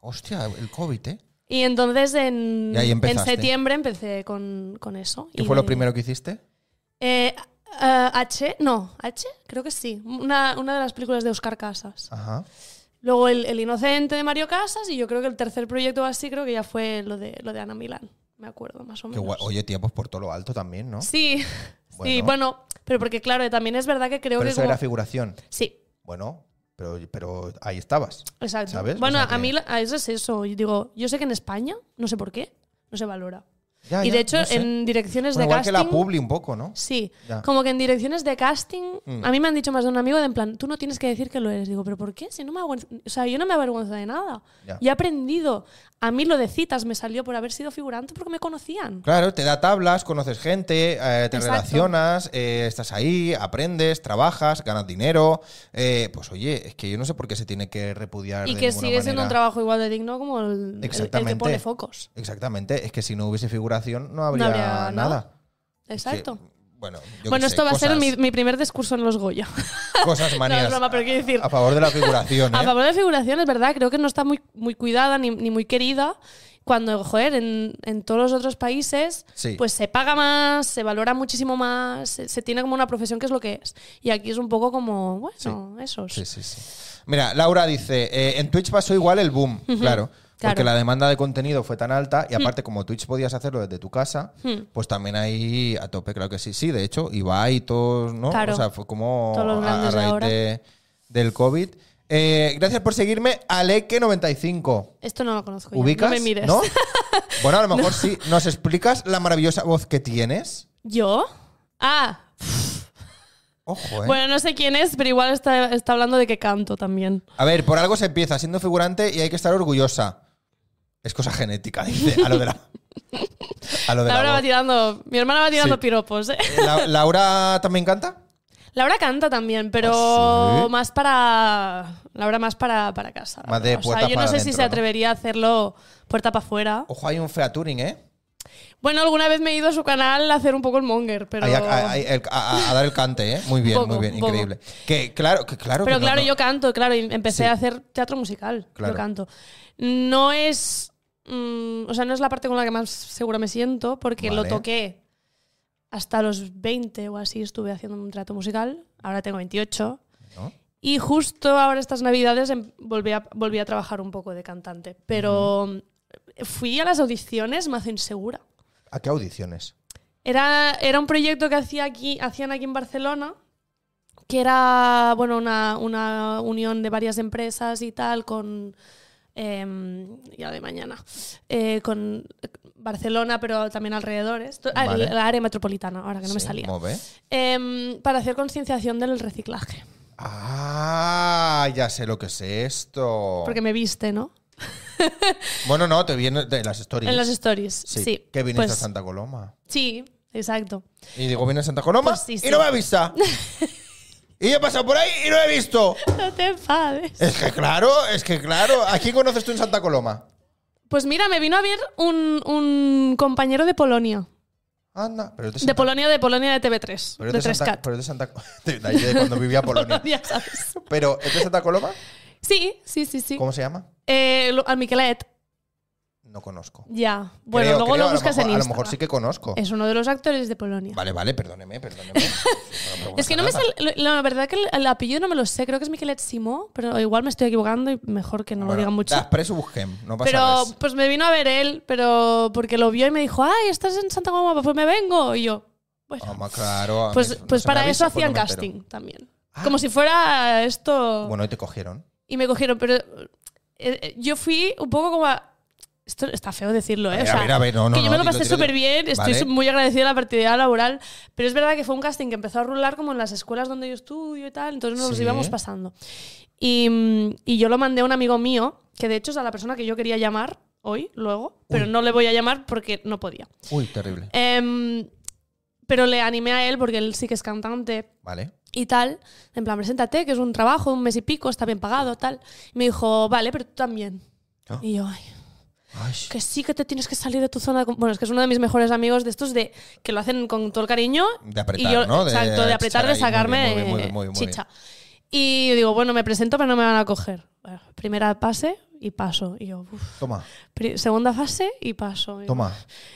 Hostia, el COVID, ¿eh?
Y entonces en,
Y ahí
en
empezaste.
septiembre empecé con, con eso.
¿Qué
Y
fue lo
de-
primero que hiciste?
Eh, eh, H, no, H, creo que sí. Una, una de las películas de Oscar Casas.
Ajá.
Luego el, El Inocente de Mario Casas y yo creo que el tercer proyecto así creo que ya fue lo de, lo de Ana Milán. Me acuerdo, más o
Qué
menos.
guay. Oye, tía, pues por todo lo alto también, ¿no?
Sí, <laughs> sí,
Bueno.
bueno, pero porque claro, también es verdad que creo
pero
que...
eso
como-
era figuración.
sí,
Bueno, Pero, pero ahí estabas.
Exacto.
¿Sabes?
Bueno,
O sea
a
que-
mí la- a eso es eso. Yo digo, yo sé que en España, no sé por qué, no se valora.
Ya,
y
ya,
de hecho,
no sé.
en direcciones
Bueno,
de
igual
casting.
que la publi un poco, ¿no?
Sí,
Ya. Mm.
como que en direcciones de casting, a mí me han dicho más de un amigo de en plan, tú no tienes que decir que lo eres. Digo, pero ¿por qué? Si no me avergüenzo, o sea, yo no me avergüenzo de nada.
Ya.
Y he aprendido. A mí lo de citas me salió por haber sido figurante porque me conocían.
Claro, te da tablas, conoces gente, eh, te
Exacto.
relacionas, eh, estás ahí, aprendes, trabajas, ganas dinero. eh, pues oye, es que yo no sé por qué se tiene que repudiar.
Y
de
que
ninguna
sigue siendo un
manera.
trabajo igual de digno como el, el- el
Exactamente.
que pone focos.
Exactamente, es que si no hubiese figuración no habría,
habría
nada.
nada.
Es que,
Exacto.
bueno, yo
bueno,
qué sé,
esto va a ser
cosas-
mi, mi primer discurso en los Goya.
<laughs>
<laughs>
Cosas manías.
broma, pero quiero decir-
A favor de la figuración.
<laughs> A
¿eh?
favor de la figuración, es verdad, creo que no está muy, muy cuidada ni, ni muy querida. Cuando, joder, en, en todos los otros países,
Sí.
pues se paga más, se valora muchísimo más, se, se tiene como una profesión que es lo que es. Y aquí es un poco como, bueno, esos.
Sí, sí, sí. Mira, Laura dice, eh, en Twitch pasó igual el boom, claro. Porque
claro. Mm.
la demanda de contenido fue tan alta y aparte como Twitch podías hacerlo desde tu casa, pues también ahí a tope, claro que sí. Sí, de hecho, Ibai y todos, ¿no?
Claro.
O sea, fue como
Todos los
a- a,
grandes de
raíz
ahora.
de- del COVID. Eh, gracias por seguirme, Aleke95.
Esto no lo conozco. ya,
¿Ubicas?
No me mires. <laughs>
¿No? Bueno, a lo mejor sí. ¿Nos explicas la maravillosa voz que tienes?
¿Yo? Ah,
Ojo, ¿eh?
bueno, no sé quién es, pero igual está, está hablando de que canto también.
A ver, por algo se empieza siendo figurante y hay que estar orgullosa. Es cosa genética, dice. A lo de la.
<laughs>
A lo de
Laura
la.
va
voz.
tirando, mi hermana va tirando
Sí.
piropos, ¿eh?
La- ¿Laura también canta?
Laura canta también, pero
¿Ah, sí?
más para. Laura más para, para casa. la
Más de
verdad. o
puerta
sea, yo no
para
sé si
adentro,
se
¿no? Oh.
atrevería a hacerlo puerta para afuera.
Ojo, hay un featuring, ¿eh?
Bueno, alguna vez me he ido a su canal a hacer un poco el monger, pero.
Ahí a, a- ahí el- a- a- a dar el cante, ¿eh? Muy bien,
Poco,
muy bien,
poco.
increíble. Que claro, que claro.
pero
que no,
claro,
no.
yo canto, claro, y
Sí.
empecé a hacer teatro musical.
Claro.
Yo canto. No es. mm, o sea, no es la parte con la que más segura me siento, porque lo
Vale.
toqué hasta los 20 o así, estuve haciendo un trato musical. Ahora tengo 28.
¿No?
Y justo ahora estas navidades em- volví a, volví a trabajar un poco de cantante, pero mm, fui a las audiciones mazo insegura.
¿A qué audiciones?
Era, era un proyecto que hacía aquí, hacían aquí en Barcelona, que era bueno, una, una unión de varias empresas y tal con... em, ya de mañana. eh, con Barcelona, pero también alrededores. To- ah,
Vale.
La área metropolitana, ahora que no me
Sí,
salía.
move.
Em, para hacer concienciación del reciclaje.
Ah, ya sé lo que es esto.
Porque me viste, ¿no?
Bueno, no, te viene de las stories.
En las stories, sí.
Que viniste
Pues,
a Santa Coloma.
Sí, exacto.
Y digo, viene Santa Coloma
Pues sí, sí.
y no me
<laughs>
avisa. y yo he pasado por ahí y no he visto.
No te enfades.
Es que claro, es que claro. ¿A quién conoces tú en Santa Coloma?
Pues mira, me vino a ver un, un compañero de Polonia.
Anda, pero es de
De
Santa
Polonia, de Polonia de TV3.
pero este es
de
de Santa,
3CAT.
pero es de Santa <laughs> de ahí de cuando vivía
<laughs>
Polonia.
Polonia, ¿sabes?
Pero ¿es de Santa Coloma?
Sí, sí, sí, sí.
¿Cómo se llama?
Eh, lo- al Miquelet,
No conozco.
ya. Bueno,
Creo,
luego
creo,
lo buscas
a lo mejor,
en
A lo mejor
Instagram.
sí que conozco.
Es uno de los actores de Polonia.
Vale, pues vale, perdóneme, perdóneme.
<laughs>
Bueno, pero
Es que no me
pasa
sé,
nada.
el- la verdad que el, el apellido no me lo sé, creo que es Miquelet Simó, pero igual me estoy equivocando y mejor que no lo
Bueno,
digan mucho.
Das preso busquem, no pasa
Pero
nada.
pues me vino a ver él, pero porque lo vio y me dijo, ay, estás en Santa Coloma, pues me vengo. Y yo, bueno.
Vamos, claro. a mí
Pues,
Ah, no
pues
se me
para
avisa, pues
eso
no
hacían
me entero.
casting también.
Ah.
Como si fuera esto.
Bueno, y te cogieron.
Y me cogieron, pero eh, eh, yo fui un poco como a. Esto está feo decirlo,
A
¿eh?
ver,
O sea,
a ver, a ver, no, no,
que yo
no,
me lo
dilo,
pasé
dilo,
súper
dilo.
bien, estoy
Vale.
su- muy agradecida a la partida laboral, pero es verdad que fue un casting que empezó a rular como en las escuelas donde yo estudio y tal, entonces nos
Sí.
íbamos pasando. Y, mm, y yo lo mandé a un amigo mío, que de hecho es a la persona que yo quería llamar hoy, luego, pero no le voy a llamar porque no podía.
Uy, terrible.
Em, pero le animé a él porque él sí que es cantante
Vale.
y tal. En plan, preséntate, que es un trabajo, un mes y pico, está bien pagado, tal. Y me dijo, vale, pero tú también.
Ah.
Y yo, ay,
Ay,
que sí que te tienes que salir de tu zona. de com- Bueno, es que es uno de mis mejores amigos de estos de que lo hacen con todo el cariño.
De apretar,
y yo,
¿no? De
Exacto, de apretar,
echar ahí.
de
Muy
sacarme
bien, muy bien, muy bien, muy bien.
chicha. Y yo digo, bueno, me presento, pero no me van a coger. Bueno, primera pase y paso. Y yo, "Uf".
Toma,
Pri- Segunda fase y paso. Y-
toma.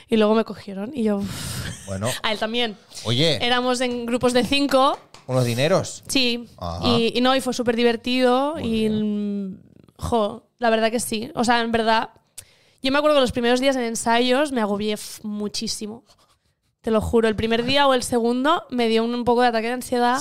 Y luego me cogieron y yo...
<laughs>
"Uf".
Bueno,
A él también.
oye,
Éramos en grupos de cinco
unos dineros.
Sí,
Ajá.
y, y no, y fue súper divertido.
Muy
Y, mm, jo, la verdad que sí. O sea, en verdad, yo me acuerdo que los primeros días en ensayos me agobié f- muchísimo. Te lo juro, el primer Ah, día o el segundo me dio un, un poco de ataque de ansiedad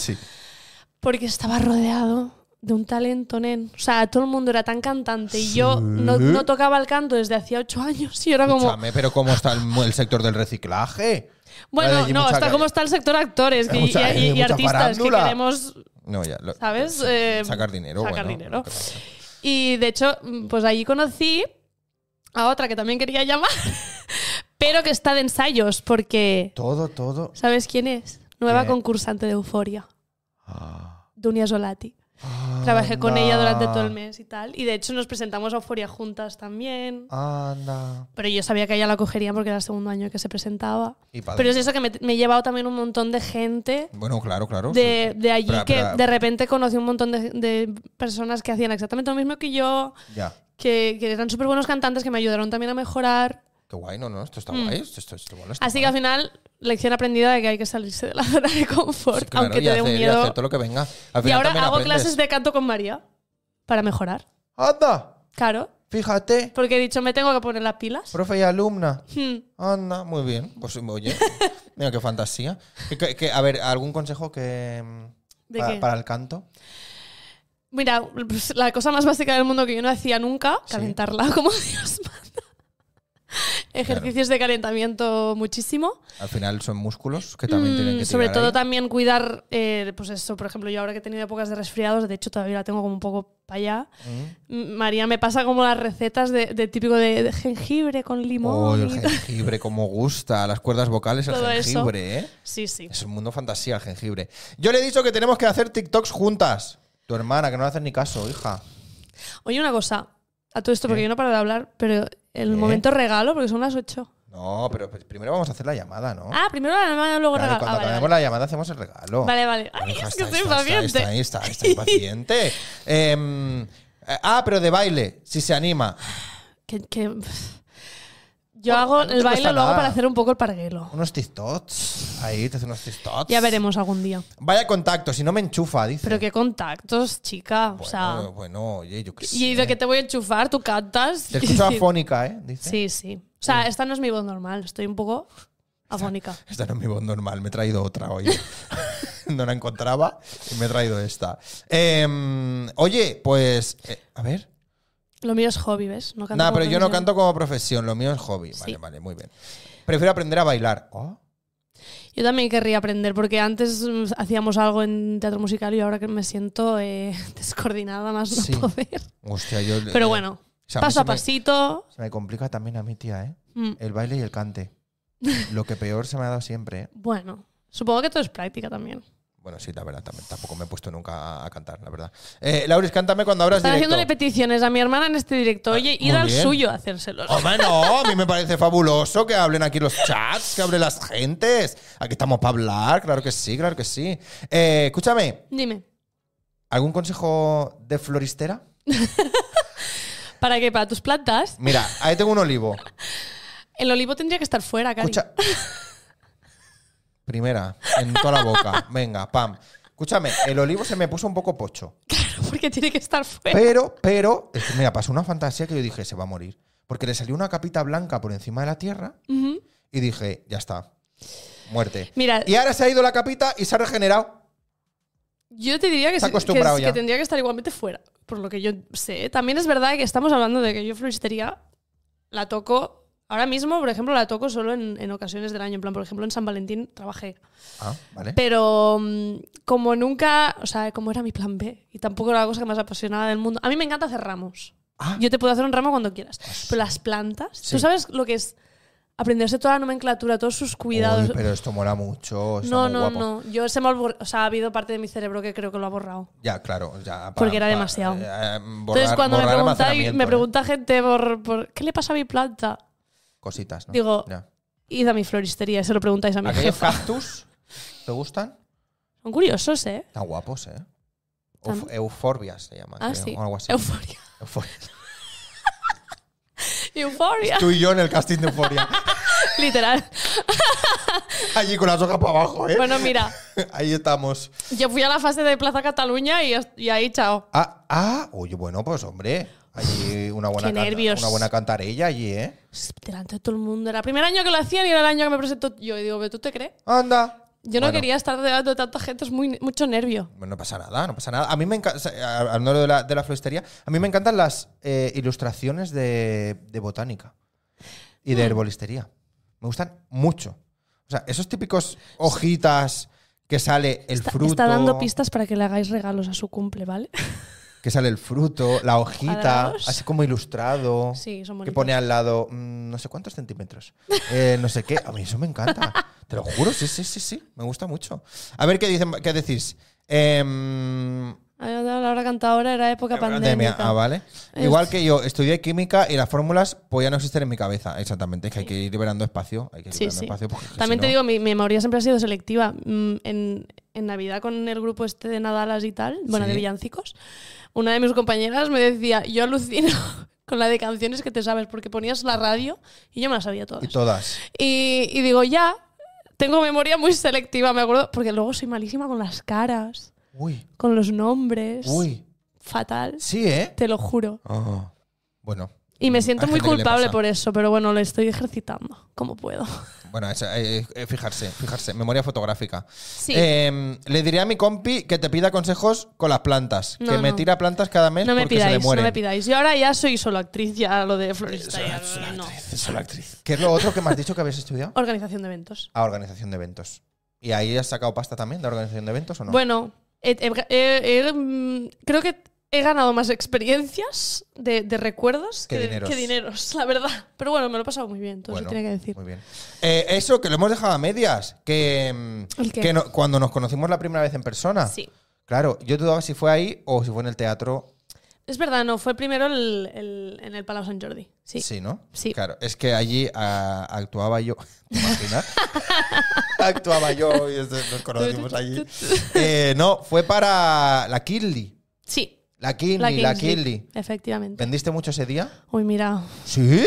porque estaba rodeado de un talento, nen. O sea, todo el mundo era tan cantante y yo no, no tocaba el canto desde hacía ocho años y era como...
Escúchame, pero ¿cómo está el, el sector del reciclaje?
Bueno,
Hay
no,
mucha
está
calle.
como está el sector actores
Hay
y,
mucha-
y-
hay
y
mucha
artistas
farándula.
que queremos,
No, ya. lo-
¿sabes? Eh,
sacar dinero.
sacar
bueno,
dinero.
lo que pasa.
Y de hecho, pues allí conocí a otra que también quería llamar, <laughs> pero que está de ensayos porque...
Todo, todo.
¿Sabes quién es? Nueva
¿Quién?
concursante de Euforia, Dunia Solati.
Ah,
Trabajé con ella
anda.
durante todo el mes y tal. Y de hecho nos presentamos a Euforia juntas también.
Anda.
Pero yo sabía que ella la cogería porque era el segundo año que se presentaba.
Y padre.
Pero es eso que me, me he llevado también un montón de gente
Bueno, claro, claro.
de, de allí
Pra-
que
pra-
de repente conocí un montón de, de personas que hacían exactamente lo mismo que yo,
Ya.
que, que eran súper buenos cantantes, que me ayudaron también a mejorar.
Qué guay, no, no, esto está
Mm.
guay. Esto, esto, esto mola, esto
Así que
mola.
al final, lección aprendida de que hay que salirse de la <laughs> zona de confort,
Sí, claro,
aunque
y
te dé
hacer-
un
y
miedo.
hacer todo lo que venga. Al
Y
final
ahora
también
hago
aprendes.
clases de canto con María para mejorar.
¡Anda!
Claro,
Fíjate,
porque he dicho, me tengo que poner las pilas.
profe y alumna.
Hmm.
Anda, muy bien. Pues oye, <laughs> mira qué fantasía. Y que- que, a ver, ¿algún consejo que mm,
¿De
pa-
qué?
para el canto?
Mira, pues, la cosa más básica del mundo que yo no hacía nunca, calentarla <laughs> como Dios manda. Ejercicios de calentamiento muchísimo.
Al final son músculos que también tienen
Mm,
que
sobre
tirar
todo
ahí.
también cuidar, eh, pues eso, por ejemplo, yo ahora que he tenido épocas de resfriados, de hecho todavía la tengo como un poco para allá.
Mm.
M- María me pasa como las recetas de, de típico de, de jengibre con
Oh,
limón.
el
y tal.
jengibre, como gusta. Las cuerdas vocales, el
Todo eso.
jengibre, ¿eh?
Sí, sí.
Es un mundo fantasía el jengibre. Yo le he dicho que tenemos que hacer TikToks juntas. Tu hermana, que no le haces ni caso, hija.
Oye, una cosa, a todo esto, porque
¿Qué?
yo no paro de hablar, pero el
¿Qué?
momento regalo, porque son las 8.
No, pero pues, primero vamos a hacer la llamada, ¿no?
Ah, primero la llamada, luego
Claro, y
regalo.
cuando
Ah, vale,
acabemos
vale.
la llamada hacemos el regalo.
Vale, vale. Ay,
Hija,
es
está-
que estoy
está- está-
paciente.
Está, está, está impaciente. Em, eh, ah, pero de baile, si se anima.
Que- que- Yo
Bueno,
hago
no te
el baile
cuesta
luego
nada.
para hacer un poco el parguelo.
Unos TikToks. Ahí te hace unos TikToks.
Ya veremos algún día.
Vaya contacto, si no me enchufa, dice.
Pero qué contactos, chica.
bueno,
o sea,
bueno, oye, yo qué sé.
y de que te voy a enchufar, tú cantas.
Te
<laughs>
escucho
Sí.
afónica, ¿eh? Dice.
Sí, sí. O sea, esta no es mi voz normal. Estoy un poco afónica.
Esta no es mi voz normal, me he traído otra hoy. <laughs> no la encontraba y me he traído esta. Em, oye, pues. eh, a ver.
Lo mío es hobby, ¿ves? No
No,
canto como
pero yo no
profesión.
canto como profesión, lo mío es hobby. Vale,
Sí.
vale, muy bien. Prefiero aprender a bailar. Oh,
Yo también querría aprender, porque antes mm, hacíamos algo en teatro musical y ahora que me siento eh, <laughs> descoordinada más
Sí.
no poder.
hostia, yo. eh,
Pero bueno,
o sea, mí
paso
se
a
me-
pasito.
Se me complica también a mi tía, ¿eh?
Mm,
El baile y el
<laughs>
cante. Lo que peor se me ha dado siempre, ¿eh?
Bueno, supongo que todo es práctica también.
Bueno, sí, la verdad, también, tampoco me he puesto nunca a- a cantar, la verdad. Eh, Lauris, cántame cuando abras
Están
directo.
haciéndole peticiones a mi hermana en este directo. Oye,
Ah, muy
ir al
bien.
suyo a hacérselos.
Hombre, no, a mí me parece fabuloso que hablen aquí los chats, que hablen las gentes. Aquí estamos para hablar, claro que sí, claro que sí. Eh, escúchame,
Dime,
¿algún consejo de floristera?
¿para qué? ¿Para tus plantas?
Mira, ahí tengo un olivo.
El olivo tendría que estar fuera, Cari.
Escucha. Primera, en toda la boca. Venga, pam. Escúchame, el olivo se me puso un poco pocho.
Claro, <laughs> porque tiene que estar fuera.
Pero, pero, es que, mira, pasó una fantasía que yo dije, se va a morir. Porque le salió una capita blanca por encima de la tierra
Ujú.
y dije, ya está. Muerte.
Mira,
Y ahora se ha ido la capita y se ha regenerado.
yo te diría que,
Se ha
sí, que es-
acostumbrado ya.
que tendría que estar igualmente fuera, por lo que yo sé. También es verdad que estamos hablando de que yo floristería la toco. Ahora mismo, por ejemplo, la toco solo en, en ocasiones del año. En plan, por ejemplo, en San Valentín trabajé.
Ah, vale.
Pero mm, como nunca, o sea, como era mi plan B y tampoco era la cosa que más apasionaba del mundo. A mí me encanta hacer ramos.
Ah.
Yo te puedo hacer un ramo cuando quieras. Pero las plantas,
Sí.
tú sabes lo que es aprenderse toda la nomenclatura, todos sus cuidados.
Uy, pero esto mola mucho. está
no,
muy
no,
guapo.
no. Yo se me ha olvor- o sea, ha habido parte de mi cerebro que creo que lo ha borrado.
Ya, claro. Ya, pa-
Porque era
pa-
demasiado.
eh, borrar-
Entonces cuando me
borrar
pregunta,
almacenamiento,
me
eh.
pregunta gente por, por qué le pasa a mi planta,
Cositas, ¿no?
digo,
Ya.
id a mi floristería, se lo preguntáis a mi
¿Aquellos
jefa.
cactus te gustan?
<laughs> Son curiosos, ¿eh?
Están guapos, ¿eh?
Tan-
Euf- euforbias se llaman.
Ah,
creo,
sí.
o algo así.
Euforia. <laughs>
Eufor-
Euforia. <laughs>
Tú y yo en el casting de Euforia.
Literal.
Allí con las hojas para abajo, <laughs> ¿eh?
Bueno, mira.
Ahí estamos.
Yo fui a la fase de Plaza Cataluña y, y ahí, chao.
Ah, ah, oye, bueno, pues hombre. Allí una buena,
Qué
canta-
nervios.
una buena cantarella allí, ¿eh?
Delante de todo el mundo. Era el primer año que lo hacían y era el año que me presentó yo. Y digo, ¿tú te crees?
Anda.
Yo no
Bueno.
quería estar rodeado de tanta gente, es muy, mucho nervio.
Bueno, no pasa nada, no pasa nada. A mí me encanta, hablando de la, de la floristería, a mí me encantan las eh, ilustraciones de, de botánica y
Mm.
de herbolistería. Me gustan mucho. O sea, esos típicos hojitas que sale el
Está,
fruto.
está dando pistas para que le hagáis regalos a su cumple, ¿vale? <laughs>
Que sale el fruto, la hojita,
Cuadrados.
así como ilustrado.
Sí, son
que
bonitos.
pone al lado mm, no sé cuántos centímetros. Eh, no sé qué. A mí eso me encanta. Te lo juro, sí, sí, sí, sí. Me gusta mucho. A ver qué dicen, qué decís. Em,
Ah, no, La hora cantadora era época pandemia.
Ah, vale.
Es-
Igual que yo estudié química y las fórmulas pues ya no existen en mi cabeza. Exactamente. Es que hay que ir liberando espacio. Hay que ir
Sí,
liberando
sí.
espacio porque Pues si
También te
no-
digo, mi, mi memoria siempre ha sido selectiva. Mm, En, en Navidad con el grupo este de Nadalas y tal, bueno, de
Sí.
villancicos, una de mis compañeras me decía, yo alucino <laughs> con la de canciones que te sabes, porque ponías la radio y yo me las sabía todas.
Y todas.
Y, y digo, ya, tengo memoria muy selectiva, me acuerdo, porque luego soy malísima con las caras,
Uy.
con los nombres.
Uy.
Fatal,
Sí, ¿eh?
te lo juro.
Ah, Bueno.
Y me
Mm, Hay
siento muy
gente que le
culpable
pasa.
por eso, pero bueno, lo estoy ejercitando como puedo.
Bueno, eso, eh, eh, fijarse, fijarse. Memoria fotográfica.
Sí.
Eh, le diré a mi compi que te pida consejos con las plantas.
No,
que me
no.
tira plantas cada mes
No me
¿eh? porque se le
pidáis, no
mueren.
me pidáis. Yo ahora ya soy solo actriz, ya lo de florista. ya no.
Soy actriz. ¿Qué es lo otro que me has dicho que habías estudiado?
Organización de eventos.
A organización de eventos. ¿Y ahí has sacado pasta también de organización de eventos o no?
Bueno, he- he- he- he- mm, creo que he ganado más experiencias de, de recuerdos
Que
que,
dineros.
que dineros, la verdad. Pero bueno, me lo he pasado muy bien, entonces
Bueno,
tiene que decir.
Muy bien. Eh, eso, que lo hemos dejado a medias. Que, mm,
¿El qué?
que no- cuando nos conocimos la primera vez en persona.
Sí.
Claro, yo dudaba si fue ahí o si fue en el teatro.
Es verdad, no, fue primero el- el- en el Palau San Jordi. Sí.
Sí, ¿no?
Sí.
Claro, es que allí ah, actuaba yo. <laughs> ¿Te imaginas? actuaba yo y este- nos conocimos
<laughs>
allí. Eh, no, fue para la Kinley.
Sí,
La Kinley,
la
la,
Kings League,
Kinley.
Efectivamente.
¿Vendiste mucho ese día?
Uy, mira.
Sí.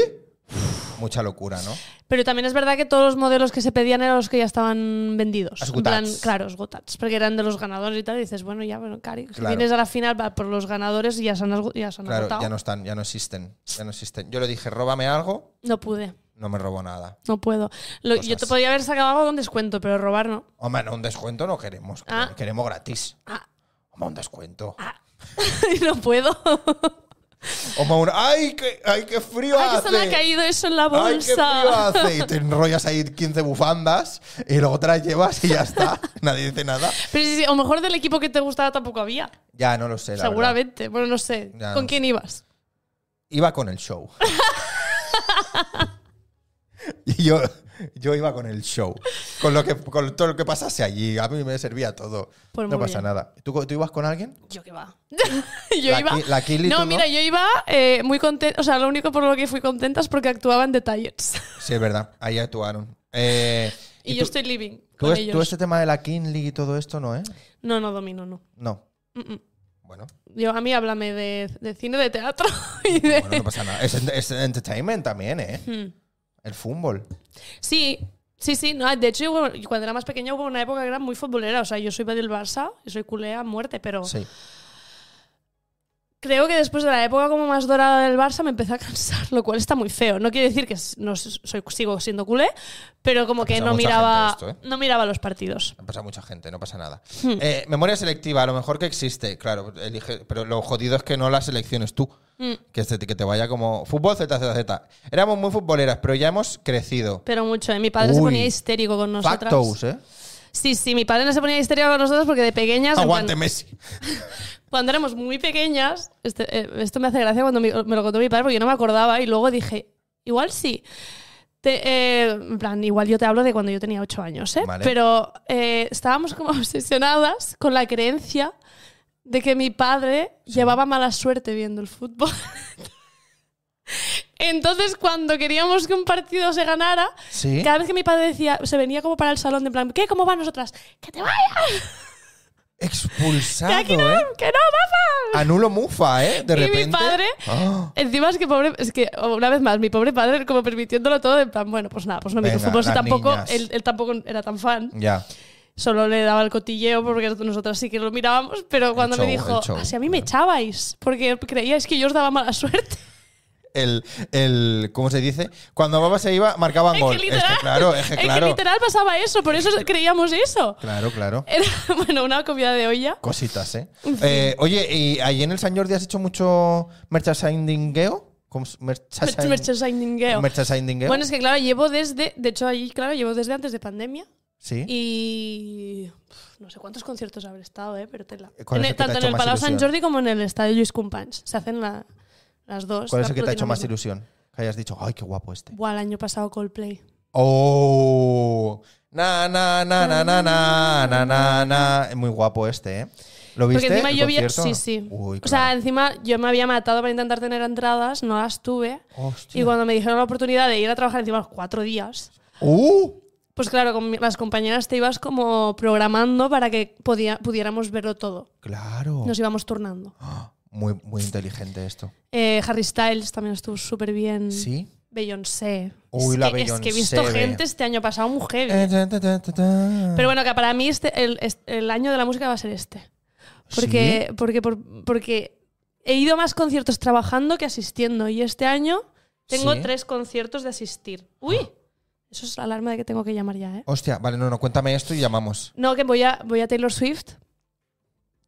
Mucha locura, ¿no?
Pero también es verdad que todos los modelos que se pedían eran los que ya estaban vendidos. En
Esgotats.
plan, claro, esgotats. Porque eran de los ganadores y tal. Y dices, bueno, ya, bueno, cari, si
Claro.
vienes a la final va por los ganadores y ya se han, esgo- ya se han
Claro,
agotado.
ya no están, ya no existen. Ya no existen. Yo le dije, róbame algo,
No pude,
no me robó nada.
no puedo. Lo- yo
Cosas.
te podría haber sacado algo con descuento, pero robar no.
Hombre, no, un descuento no queremos.
Ah.
Queremos gratis.
Ah, <laughs>
Hombre, un descuento.
no puedo.
Hombre, un- ¡Ay, qué, ay, qué frío
Ay, que
hace!
se me ha caído eso en la
¡Ay, qué frío
bolsa.
hace! Y te enrollas ahí 15 bufandas y luego te las llevas y ya está. <laughs> Nadie dice nada.
Pero sí, sí, a lo mejor del equipo que te gustaba tampoco había.
Ya, no lo sé, la verdad.
Seguramente. Bueno, no sé.
Ya,
¿Con
no
quién ibas?
Iba con el show. <laughs> y yo, yo iba con el show. Con, lo que, con todo lo que pasase allí. A mí me servía todo.
Pues
no
muy
pasa
bien.
nada. ¿Tú, ¿Tú ibas con alguien?
Yo qué va. <laughs> yo
La
iba.
Ki- la Kili, tú
no,
no.
mira, yo iba eh, muy contenta. O sea, lo único por lo que fui contenta es porque actuaban de Tallets.
Sí, es verdad. Ahí actuaron. Eh,
<laughs> y
y
yo estoy living
Tú,
con
es-
ellos.
tú este tema de la Kinley y todo esto, ¿no, eh?
No, no domino, no.
No.
Mm, mm.
Bueno,
Yo, a mí háblame de, de cine, de teatro <laughs> y de.
bueno, no pasa nada. Es, ent- es entertainment también,
<laughs>
¿eh?
Hmm.
El fútbol.
Sí, sí, sí. No, de hecho, yo, cuando era más pequeña hubo una época que era muy futbolera. O sea, yo soy del Barça y soy culé a muerte, pero
Sí.
creo que después de la época como más dorada del Barça me empecé a cansar, lo cual está muy feo. No quiere decir que s- no s- soy, sigo siendo culé, pero como que
pasa a
no
mucha
miraba,
gente esto, ¿eh?
no miraba los partidos.
Me pasa a mucha gente, no pasa nada.
Hmm.
Eh, memoria selectiva, a lo mejor que existe, claro. elige- pero lo jodido es que no la selecciones tú.
Hmm.
Que, este- que te vaya como fútbol ZZZ. Éramos muy futboleras, pero ya hemos crecido.
Pero mucho, ¿eh? mi padre se
Uy.
ponía histérico con nosotras.
Factos, ¿eh?
Sí, sí, mi padre no se ponía histérico con nosotros porque de pequeñas, en
Aguante,
plan,
Messi.
cuando éramos muy pequeñas, este, eh, esto me hace gracia cuando mi- me, lo contó mi padre porque yo no me acordaba y luego dije, igual sí. Te- eh, en plan, igual yo te hablo de cuando yo tenía ocho años, ¿eh?
Vale.
Pero eh, estábamos como <laughs> obsesionadas con la creencia de que mi padre llevaba mala suerte viendo el fútbol. <laughs> Entonces, cuando queríamos que un partido se ganara,
Sí.
cada vez que mi padre decía, se venía como para el salón, de en plan, ¿qué? ¿Cómo van nosotras? ¡Que te vaya! ¡Que
Expulsado,
aquí no!
¿eh?
¡Que no, papá!
Anulo Mufa, ¿eh? De
Y mi
repente.
padre-
Ah.
Encima es que pobre, es que oh, una vez más, mi pobre padre como permitiéndolo todo, en plan, bueno, pues nada, pues no miro
Venga,
fútbol, si
las
tampoco,
niñas.
él, él tampoco era tan fan,
Ya.
solo le daba el cotilleo porque nosotras sí que lo mirábamos, pero cuando
show,
me dijo,
el show,
así a mí me
claro.
echabais, porque creíais que yo os daba mala suerte.
el, el- ¿Cómo se dice? Cuando Baba se iba, marcaban
Es
gol.
que
Es que
literal-
<laughs> claro, es que
es que
claro.
literal pasaba eso, por eso creíamos eso.
Claro, claro.
Era, <laughs> bueno, una comida de olla.
Cositas, ¿eh? Eh, oye, ¿y ahí en el San Jordi has hecho mucho merchandising-geo? ¿Cómo es? Merchandising-
Merchandising.
merchandising-geo?
Bueno, es que claro, llevo desde. De hecho, allí, claro, llevo desde antes de pandemia.
Sí.
Y. pf, No sé cuántos conciertos habré estado, ¿eh? Pero tela.
¿Cuál es
En-
el que te ha
tanto en
hecho
el
más
Palau Sant
ilusión?
Jordi como en el Estadio Lluís Companys. Se hacen la- las dos.
¿Cuál es
la
el que te ha hecho
rutina
más
misma.
ilusión? Que hayas dicho, ¡ay, qué guapo este!
Buah, el año pasado Coldplay.
¡Oh! Na, na, na, na, na, na, na, na, na. Es Muy guapo este, ¿eh? ¿Lo viste?
Porque encima
el
yo vi.
concierto?
Sí, sí.
Uy,
O sea,
claro.
encima yo me había matado para intentar tener entradas, no las tuve.
Hostia.
Y cuando me dijeron la oportunidad de ir a trabajar encima los cuatro días,
¡Uh!
pues claro, con mi- las compañeras te ibas como programando para que podía- pudiéramos verlo todo.
Claro.
Nos íbamos turnando.
Ah, Muy, muy inteligente esto.
Eh, Harry Styles también estuvo súper bien.
¿Sí?
Beyoncé.
Uy,
es
la
que, es que he
Beyoncé,
visto
ve.
gente este año pasado muy heavy.
Eh, ta, ta, ta, ta, ta.
Pero bueno, que para mí este, el, est- el año de la música va a ser este. Porque, porque, por- porque he ido a más conciertos trabajando que asistiendo. Y este año tengo
Sí. Ah.
tres conciertos de asistir. ¡Uy! Eso es la alarma de que tengo que llamar ya, ¿eh?
Hostia, vale, no, no, cuéntame esto y llamamos.
No, que voy a, voy a Taylor Swift,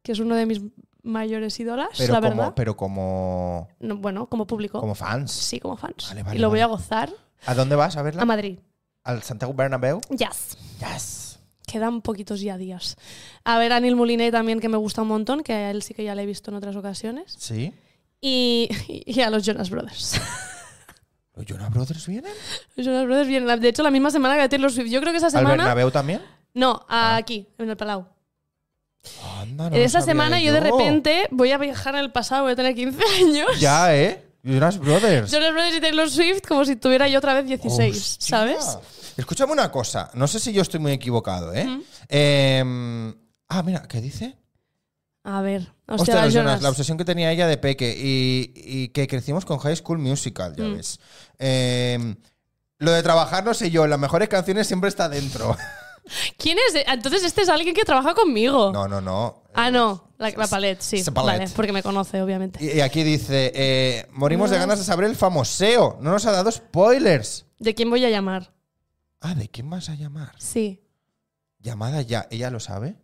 que es uno de mis mayores ídolas,
Pero
la
como,
verdad. Oh.
pero como,
No, bueno, como público.
como fans.
Sí, como fans.
Vale, vale,
y lo voy
vale.
a gozar
¿A dónde vas a verla?
a Madrid.
¿Al Santiago Bernabéu?
Yes.
Yes.
Quedan poquitos ya días. A ver a Anil Mouliné también, que me gusta un montón, que a él sí que ya le he visto en otras ocasiones.
Sí.
Y, <laughs> y a los Jonas Brothers. <laughs>
¿Los Jonas Brothers vienen?
Los Jonas Brothers vienen, la- de hecho, la misma semana que Taylor Swift. Yo creo que esa
¿Al
semana...
Bernabéu también?
No, a-
Ah.
aquí, en el Palau.
Anda, no
en
lo
esa
sabía
semana yo de repente voy a viajar al pasado, voy a tener 15 <laughs> años.
Ya, ¿eh? Jonas Brothers.
Jonas Brothers y Taylor Swift como si tuviera yo otra vez 16,
Hostia.
¿sabes?
Escúchame una cosa. No sé si yo estoy muy equivocado, ¿eh?
Mm.
Em, ah, mira, ¿qué dice?
A ver,
Hostia,
hostia, las
los Jonas,
Jonas.
la obsesión que tenía ella de peque y, y que crecimos con High School Musical, ya
Mm.
ves. Em, lo de trabajar, no sé yo, las mejores canciones siempre está
<laughs>
dentro.
¿Quién es? Entonces este es alguien que trabaja conmigo.
No, no, no.
Ah, no, la, la palette, sí.
Esa palette.
Vale, porque me conoce, obviamente.
Y, y aquí dice, eh, morimos
Mm.
de ganas de saber el famoseo. No nos ha dado spoilers.
¿De quién voy a llamar?
Ah, ¿de quién vas a llamar?
Sí.
Llamada ya, ¿ella lo sabe?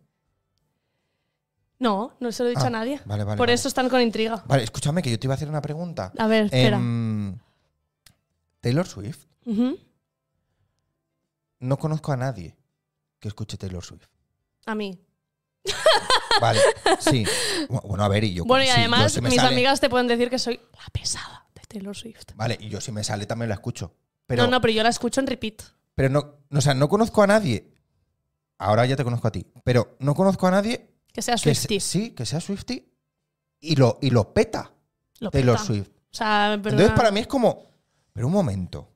No, no se lo he dicho
Ah,
a nadie.
vale, vale,
Por
vale.
eso están con intriga.
Vale, escúchame que yo te iba a hacer una pregunta.
A ver, espera.
Em, Taylor Swift,
Ujú.
no conozco a nadie que escuche Taylor Swift.
A mí.
Vale, sí. Bueno, a ver, y yo.
Bueno, y
sí, yo
además,
si me
mis
sale-
amigas te pueden decir que soy la pesada de Taylor Swift.
Vale, y yo si me sale también la escucho. Pero
no,
no,
no, pero yo la escucho en repeat.
Pero no, o sea, no conozco a nadie. Ahora ya te conozco a ti. Pero no conozco a nadie
Que sea
que se-
Swiftie.
sí, que sea Swifty y lo, y lo peta
Lo
Taylor
peta.
Swift.
O sea,
Entonces,
perdona.
para mí es como. Pero un momento.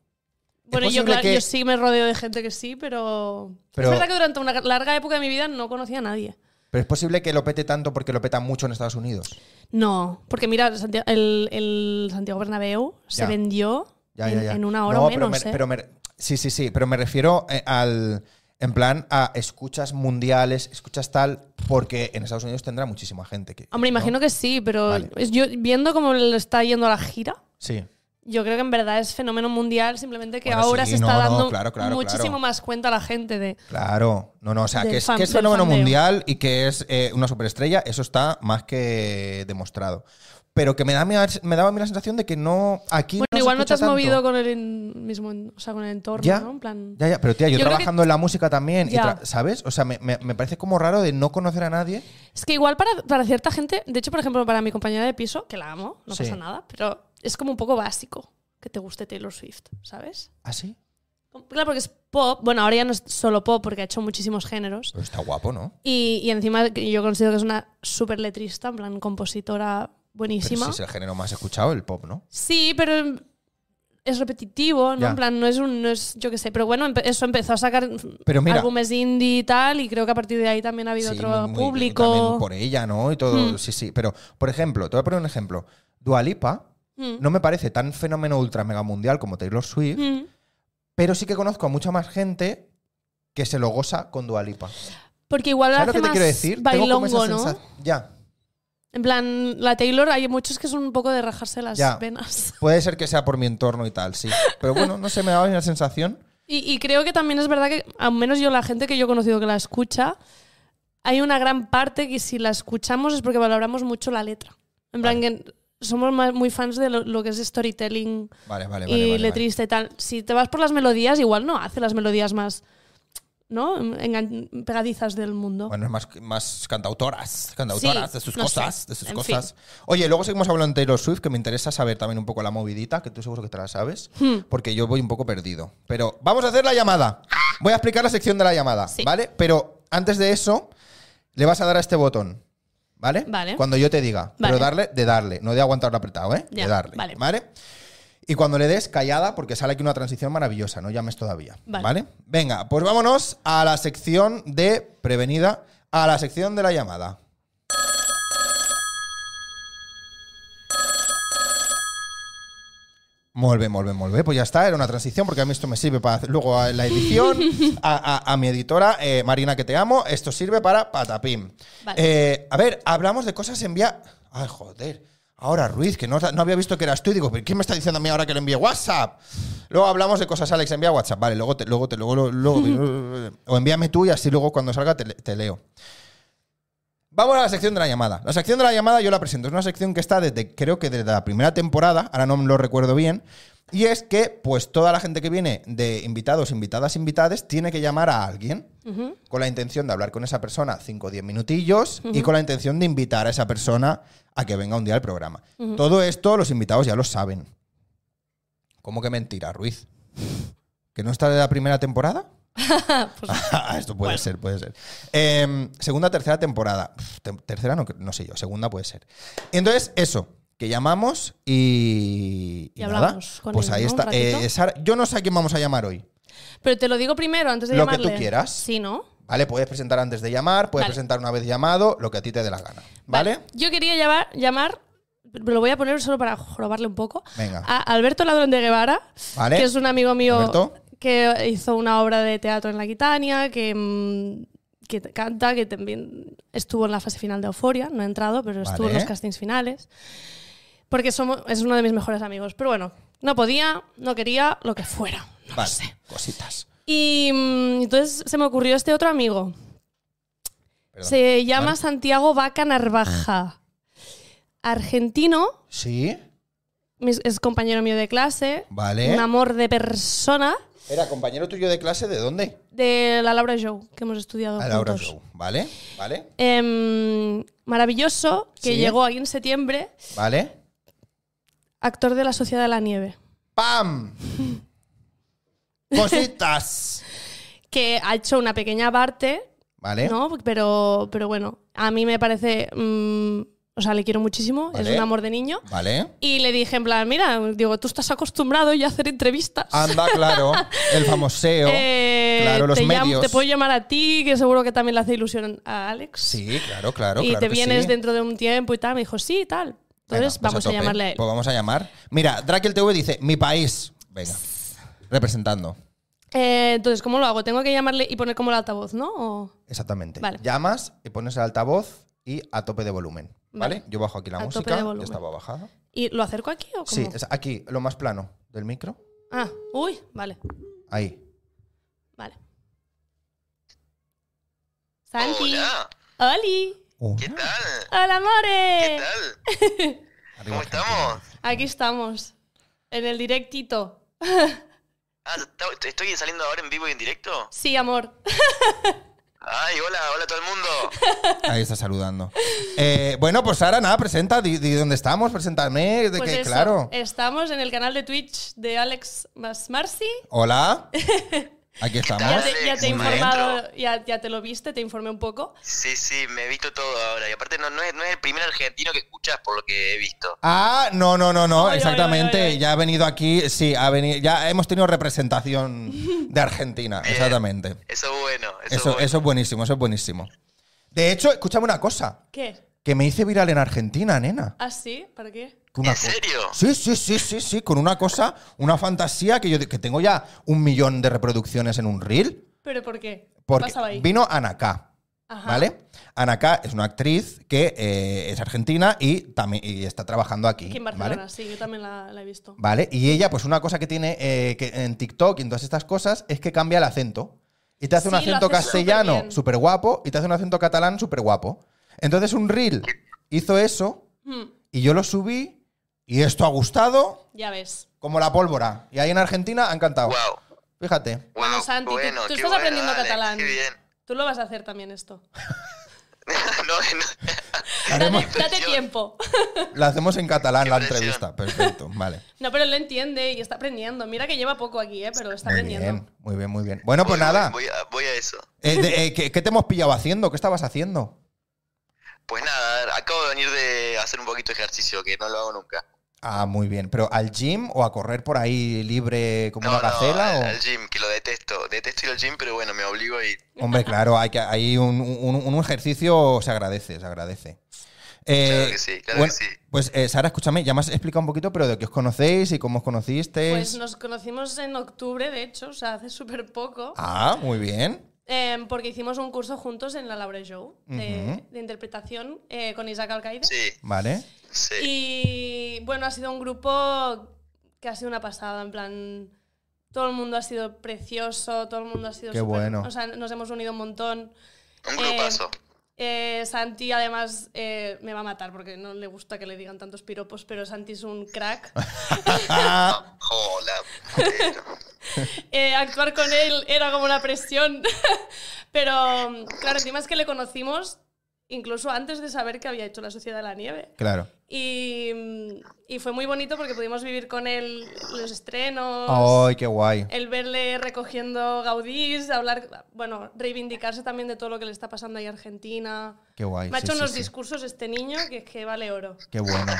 Bueno,
¿Es
yo,
posible
claro,
que-
yo sí me rodeo de gente que sí, pero...
Pero-
Es verdad que durante una larga época de mi vida no conocía a nadie.
Pero es posible que lo pete tanto porque lo peta mucho en Estados Unidos.
No, porque mira, Santia- el, el Santiago Bernabéu se
Ya.
vendió
Ya,
en,
ya, ya.
en una hora
No,
o
pero
menos,
me-
¿eh?
pero me- sí, sí, sí. Pero me refiero eh, al. En plan, a escuchas mundiales, escuchas tal, porque en Estados Unidos tendrá muchísima gente. Que,
Hombre, imagino que sí, pero
Vale.
es- yo viendo cómo le está yendo a la gira,
Sí.
yo creo que en verdad es fenómeno mundial, simplemente que
Bueno,
ahora
sí,
se
no,
está
no,
dando
claro, claro,
muchísimo
claro.
más cuenta a la gente de...
Claro, no, no, o sea,
Del
que es,
fan-
que es
del
fenómeno
fandeo.
mundial y que es eh, una superestrella, eso está más que demostrado. Pero que me, da, a mí- me daba a mí la sensación de que no. Aquí
Bueno,
se
igual no
escucha
te has
tanto.
movido con el en- mismo, en- o sea, con el entorno,
Ya,
¿no? En plan...
Ya, ya, pero tía, yo,
Yo creo
trabajando en la música también, y
Ya.
tra- ¿sabes? O sea, me, me- me parece como raro de no conocer a nadie.
Es que igual para, para cierta gente, de hecho, por ejemplo, para mi compañera de piso, que la amo, no
Sí.
pasa nada, pero es como un poco básico que te guste Taylor Swift, ¿sabes?
¿Así?
Claro, porque es pop, bueno, ahora ya no es solo pop porque ha hecho muchísimos géneros.
Pero está guapo, ¿no?
Y, y encima que yo considero que es una súper letrista, en plan compositora
Pero
buenísima.
sí es el género más escuchado, el pop, ¿no?
Sí, pero es repetitivo, ¿no?
Ya.
En plan, no es un, no es, yo qué sé, pero bueno, empe- eso empezó a sacar
Pero mira-
álbumes indie y tal, y creo que a partir de ahí también ha habido
Sí,
otro
muy- muy-
público.
también por ella, ¿no? Y todo, sí, sí. Pero, por ejemplo, te voy a poner un ejemplo. Dualipa
Mm.
no me parece tan fenómeno ultra mega mundial como Taylor Swift.
Mm.
Pero sí que conozco a mucha más gente que se lo goza con Dualipa.
Porque igual
¿Sabes
hace
lo que te
más
quiero decir?
bailongo,
Tengo como esa
¿no?
sensa- Ya.
En plan, la Taylor, hay muchos que son un poco de rajarse las
Ya.
venas.
Puede ser que sea por mi entorno y tal, sí. Pero bueno, no sé, me daba una sensación.
Y, y creo que también es verdad que, al menos yo, la gente que yo he conocido que la escucha, hay una gran parte que si la escuchamos es porque valoramos mucho la letra. En plan, que somos más- muy fans de lo, lo que es storytelling
Vale, Eh, vale,
y
vale. vale, vale.
letrista y tal. Si te vas por las melodías, igual no hace las melodías más ¿no? Engan- pegadizas del mundo.
Bueno, más, más cantautoras, cantautoras
Sí,
de sus
no
cosas,
sé.
de sus
En
cosas. Oye, luego seguimos hablando de Taylor Swift, que me interesa saber también un poco la movidita, que tú seguro que te la sabes,
Hmm.
porque yo voy un poco perdido. Pero vamos a hacer la llamada. Voy a explicar la sección de la llamada,
Sí.
¿vale? Pero antes de eso, le vas a dar a este botón, ¿vale?
Vale.
Cuando yo te diga. Pero
Vale.
darle, de darle, no de aguantarlo apretado, ¿eh?
Ya,
de darle,
vale.
¿vale? Y cuando le des, callada, porque sale aquí una transición maravillosa, no llames todavía. Vale.
Vale.
Venga, pues vámonos a la sección de prevenida, a la sección de la llamada. Molt bé, molt bé, molt bé. Pues ya está, era una transición porque a mí esto me sirve para hacer luego a la edición, a, a- a mi editora, eh, Marina, que te amo, esto sirve para patapim.
Vale.
Eh, a ver, hablamos de cosas envía... Ay, joder. Ahora, Ruiz, que no, no había visto que eras tú, y digo, ¿pero quién me está diciendo a mí ahora que lo envíe WhatsApp? Luego hablamos de cosas, Alex, envía WhatsApp. Vale, luego, te, luego, te, luego, luego- o envíame tú y así luego cuando salga te, le- te leo. Vamos a la sección de la llamada. La sección de la llamada yo la presento. Es una sección que está desde, creo que desde la primera temporada, ahora no lo recuerdo bien. Y es que, pues, toda la gente que viene de invitados, invitadas, invitades, tiene que llamar a alguien
Ujú.
con la intención de hablar con esa persona 5 o 10 minutillos y con la intención de invitar a esa persona a que venga un día al programa. Todo esto los invitados ya lo saben. ¿Cómo que mentira, Ruiz? ¿Que no está de la primera temporada?
<laughs>
<laughs> Ah,
Pues,
esto puede ser, puede ser. Em, segunda, tercera temporada. Uf, te- tercera no, cre- no sé yo, segunda puede ser. Entonces, eso, que llamamos y...
Y hablamos con
pues
ellos,
ahí
¿no? Un
está. Eh,
ratito.
Sara, yo no sé a quién vamos a llamar hoy.
pero te lo digo primero, antes de
Lo que tú
llamarle.
quieras.
Sí, ¿no?
¿Vale? Puedes presentar antes de llamar, puedes
Vale.
presentar una vez llamado, lo que a ti te dé la gana. ¿Vale?
Yo quería llamar, llamar pero lo voy a poner solo para jorobarle un poco,
Venga.
a Alberto Ladrón de Guevara,
Vale.
Ah, que es un amigo mío
Alberto.
que hizo una obra de teatro en la Quitania, que, mm, que te- canta, que también estuvo en la fase final de Euforia, no ha entrado, pero estuvo
Vale.
en los castings finales, porque somos, es uno de mis mejores amigos. Pero bueno, no podía, no quería, lo que fuera, no lo
Vale.
sé.
Cositas.
Y mm, entonces se me ocurrió este otro amigo,
Perdón.
se llama
Vale. Ah.
Santiago Vaca Narvaja. Argentino,
Sí.
mis- es compañero mío de clase.
Vale.
Un amor de persona
Era compañero tuyo de clase, ¿de dónde?
de la Laura Show, que hemos estudiado.
A Laura
juntos.
Show. ¿Vale? ¿Vale?
Em, maravilloso, que
Sí.
llegó aquí en septiembre,
¿Vale?
actor de la Sociedad de la Nieve. <laughs>
¡Pam! Cositas.
Que ha hecho una pequeña parte
¿Vale?
¿no? Pero, pero bueno, a mí me parece. mm, o sea, le quiero muchísimo,
Vale.
es un amor de niño.
¿Vale?
Y le dije, en plan, mira, digo, tú estás acostumbrado ya a hacer entrevistas.
Anda, claro. El famoseo.
<laughs> Eh,
Ah, claro, los
te, llamo-
medios.
te puedo llamar a ti, que seguro que también le hace ilusión a Alex.
Sí, claro, claro.
y
claro
te
que
vienes
sí.
dentro de un tiempo y tal. Me dijo, sí, tal.
Venga,
Entonces
pues
vamos a,
tope.
llamarle a él.
Pues vamos a llamar. Mira, Drakel TV dice, mi país. Venga. Representando.
Eh, entonces, ¿cómo lo hago? ¿Tengo que llamarle y poner como el altavoz, no? ¿O
Exactamente.
Vale.
Llamas y pones el altavoz y a tope de volumen. ¿Vale?
Vale.
Yo bajo aquí la
A tope
música.
de
Ya
volumen.
estaba bajada.
¿Y lo acerco aquí o cómo?
Sí, es aquí, lo más plano del micro.
Ah, uy, vale,
Ahí.
vale. Santi.
Hola,
¡Oli!
¿qué
Una.
tal?
¡Hola,
¿Qué
amores!
tal?
Arriba,
¿Cómo
gente.
estamos?
Aquí estamos, en el directito.
Ah, ¿está- est- ¿estoy saliendo ahora en vivo y en directo?
Sí, amor.
Ay, hola, hola a todo el
<laughs>
mundo.
Ahí está saludando. Eh, bueno, pues ahora nada, presenta, di, di dónde estamos, preséntame, de
Pues
que,
eso,
claro.
Estamos en el canal de Twitch de Alex más Marcy. <laughs>
Hola. Aquí estamos.
Ya
tal?
te, ya te he
Alex,
informado,
maestro.
ya, ya te lo viste, te informé un poco.
Sí, sí, me he visto todo ahora. Y aparte no, no, es, no es el primer argentino que escuchas por lo que he visto.
Ah, no, no, no, no,
Oy, oy,
exactamente.
oy, oy, oy.
Ya ha venido aquí, sí, ha venido, ya hemos tenido representación de
<laughs>
Argentina,
Bien.
exactamente.
Eso es bueno, Eh, eso, es
Eso,
bueno.
eso es buenísimo, eso es buenísimo. De hecho, escúchame una cosa,
¿Qué?
que me hice viral en Argentina, nena.
¿Ah, sí? ¿Para qué?
Con una
¿En
co-
serio?
Sí, sí, sí, sí, sí, con una cosa, una fantasía que yo que tengo ya un millón de reproducciones en un reel.
¿Pero por qué? ¿Qué
Porque
pasaba ahí?
vino Anaká.
Ajá.
¿Vale? Ana K es una actriz que eh, es argentina y también y está trabajando aquí.
Aquí en
¿vale?
Barcelona, sí, yo también la, la he visto.
¿Vale? Y ella, pues una cosa que tiene eh, que en TikTok y en todas estas cosas es que cambia el acento. Y te hace un
Sí, lo
acento
hace
castellano
superbién.
súper guapo y te hace un acento catalán súper guapo. Entonces un reel hizo eso
Mm,
y yo lo subí y esto ha gustado
ya ves.
como la pólvora. Y ahí en Argentina han cantado.
Wow.
Fíjate.
Wow,
Vamos, Santi, tú-
bueno,
tú
qué
estás
bueno,
aprendiendo
Alex,
catalán.
Qué bien. <laughs>
Tú lo vas a hacer también esto.
no, no.
Date,
Haremos- <laughs>
date tiempo.
la hacemos en catalán
Qué
la
presión.
entrevista. Perfecto, vale.
No, pero él lo entiende y está aprendiendo. Mira que lleva poco aquí, ¿eh? pero está
Muy
aprendiendo.
bien, muy bien, muy bien. Bueno, pues
Voy-
nada.
Voy a, voy a eso.
Eh, de- eh, ¿qué, qué te hemos pillado haciendo? ¿Qué estabas haciendo?
Pues nada, acabo de venir de hacer un poquito de ejercicio, que no lo hago nunca.
Ah, muy bien. ¿Pero al gym o a correr por ahí libre como
No,
una
no,
gacela?
al,
o-
al gym, que lo detesto. Detesto ir al gym, pero bueno, me obligo y
Hombre, claro, hay, que, hay un, un- un ejercicio, se agradece, se agradece. Eh,
Claro que sí, claro
bueno,
que sí.
Pues eh, Sara, escúchame, ya me has explicado un poquito, pero de qué os conocéis y cómo os conocisteis.
Pues nos conocimos en octubre, de hecho, o sea, hace súper poco,
Ah, muy bien.
eh, porque hicimos un curso juntos en la Laura Show de,
Ujú.
de interpretación eh, con Isaac Alcaide.
Sí,
<laughs>
Vale.
sí.
Y bueno, ha sido un grupo que ha sido una pasada, en plan, todo el mundo ha sido precioso, todo el mundo ha sido...
Qué
súper-
bueno.
O sea, nos hemos unido un montón.
Un
eh,
grupazo.
Eh, Santi, además, eh, me va a matar porque no le gusta que le digan tantos piropos, pero Santi es un
<laughs>
crack.
Ah, <laughs>
Hola. puta.
Eh, actuar con él era como una presión. <laughs> Pero, mm, claro, encima es que le conocimos incluso antes de saber que había hecho la Sociedad de la Nieve.
claro.
Y, mm, y fue muy bonito porque pudimos vivir con él los estrenos,
Ay, qué guay.
el verle recogiendo Gaudís, hablar, bueno, reivindicarse también de todo lo que le está pasando ahí a Argentina.
Qué guay.
Me ha
sí,
hecho
sí,
unos
sí.
discursos este niño que es que vale oro.
Qué
<laughs>
bueno.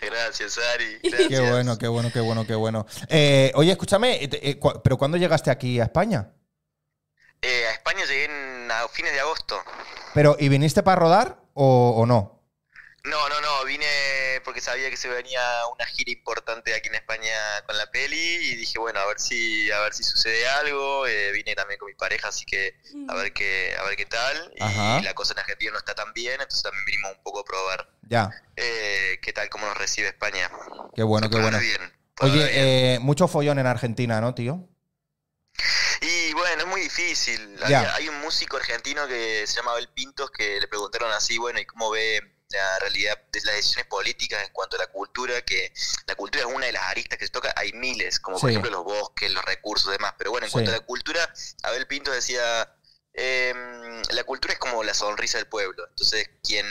Gracias, Ari. Gracias.
Qué bueno, qué bueno, qué bueno, qué bueno. Eh, oye, escúchame, eh, te- eh, cua- ¿pero cuándo llegaste aquí a España?
Eh, a España llegué en- a fines de agosto.
Pero, ¿y viniste para rodar o, o no?
No, no, no, vine porque sabía que se venía una gira importante aquí en España con la peli y dije, bueno, a ver si a ver si sucede algo. Eh, vine también con mi pareja, así que a ver qué a ver qué tal.
Ajá.
Y la cosa en Argentina no está tan bien, entonces también vinimos un poco a probar
Ya,
eh, qué tal cómo nos recibe España.
qué bueno, qué
Por
bueno.
ahora bien, por ahora bien.
Oye, eh, mucho follón en Argentina, ¿no, tío?
Y bueno, es muy difícil.
Ya.
Había- Hay un músico argentino que se llama Abel Pintos que le preguntaron así, bueno, ¿y cómo ve la realidad de las decisiones políticas en cuanto a la cultura? Que la cultura es una de las aristas que se toca. Hay miles, como por
Sí.
ejemplo los bosques, los recursos, demás. Pero bueno, en
Sí.
cuanto a la cultura, Abel Pintos decía, em, la cultura es como la sonrisa del pueblo. Entonces, quien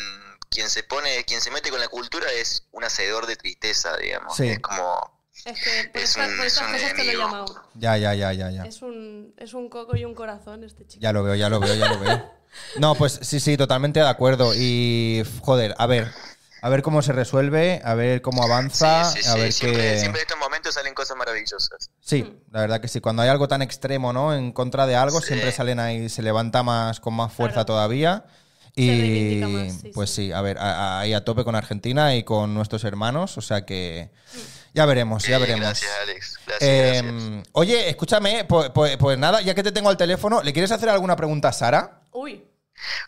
quien se pone, quien se mete con la cultura es un hacedor de tristeza, digamos.
Sí.
Es como...
Es que por,
Es
estas-
un-
por
es
estas
un
cosas te lo he
enemigo.
llamado.
Ya, ya, ya, ya, ya.
Es un, es un coco y un corazón este chico.
Ya lo veo, ya lo veo, ya lo veo. No, pues sí, sí, totalmente de acuerdo. Y, f- joder, a ver, a ver cómo se resuelve, a ver cómo avanza,
Sí, sí,
a
sí.
ver
Siempre,
qué...
siempre en estos momentos salen cosas maravillosas.
Sí, la verdad que sí. Cuando hay algo tan extremo, ¿no? En contra de algo,
Sí.
siempre salen ahí, se levanta más con más fuerza
Claro.
todavía. Y
reivindica más, sí,
pues
sí.
sí, a ver, a- a- ahí a tope con Argentina y con nuestros hermanos, o sea que
Mm.
ya veremos, ya
Sí,
veremos.
Eh, Gracias, Alex. Gracias,
Eh,
gracias.
Oye, escúchame, pues, pues- pues nada, ya que te tengo al teléfono, ¿le quieres hacer alguna pregunta a Sara?
Uy,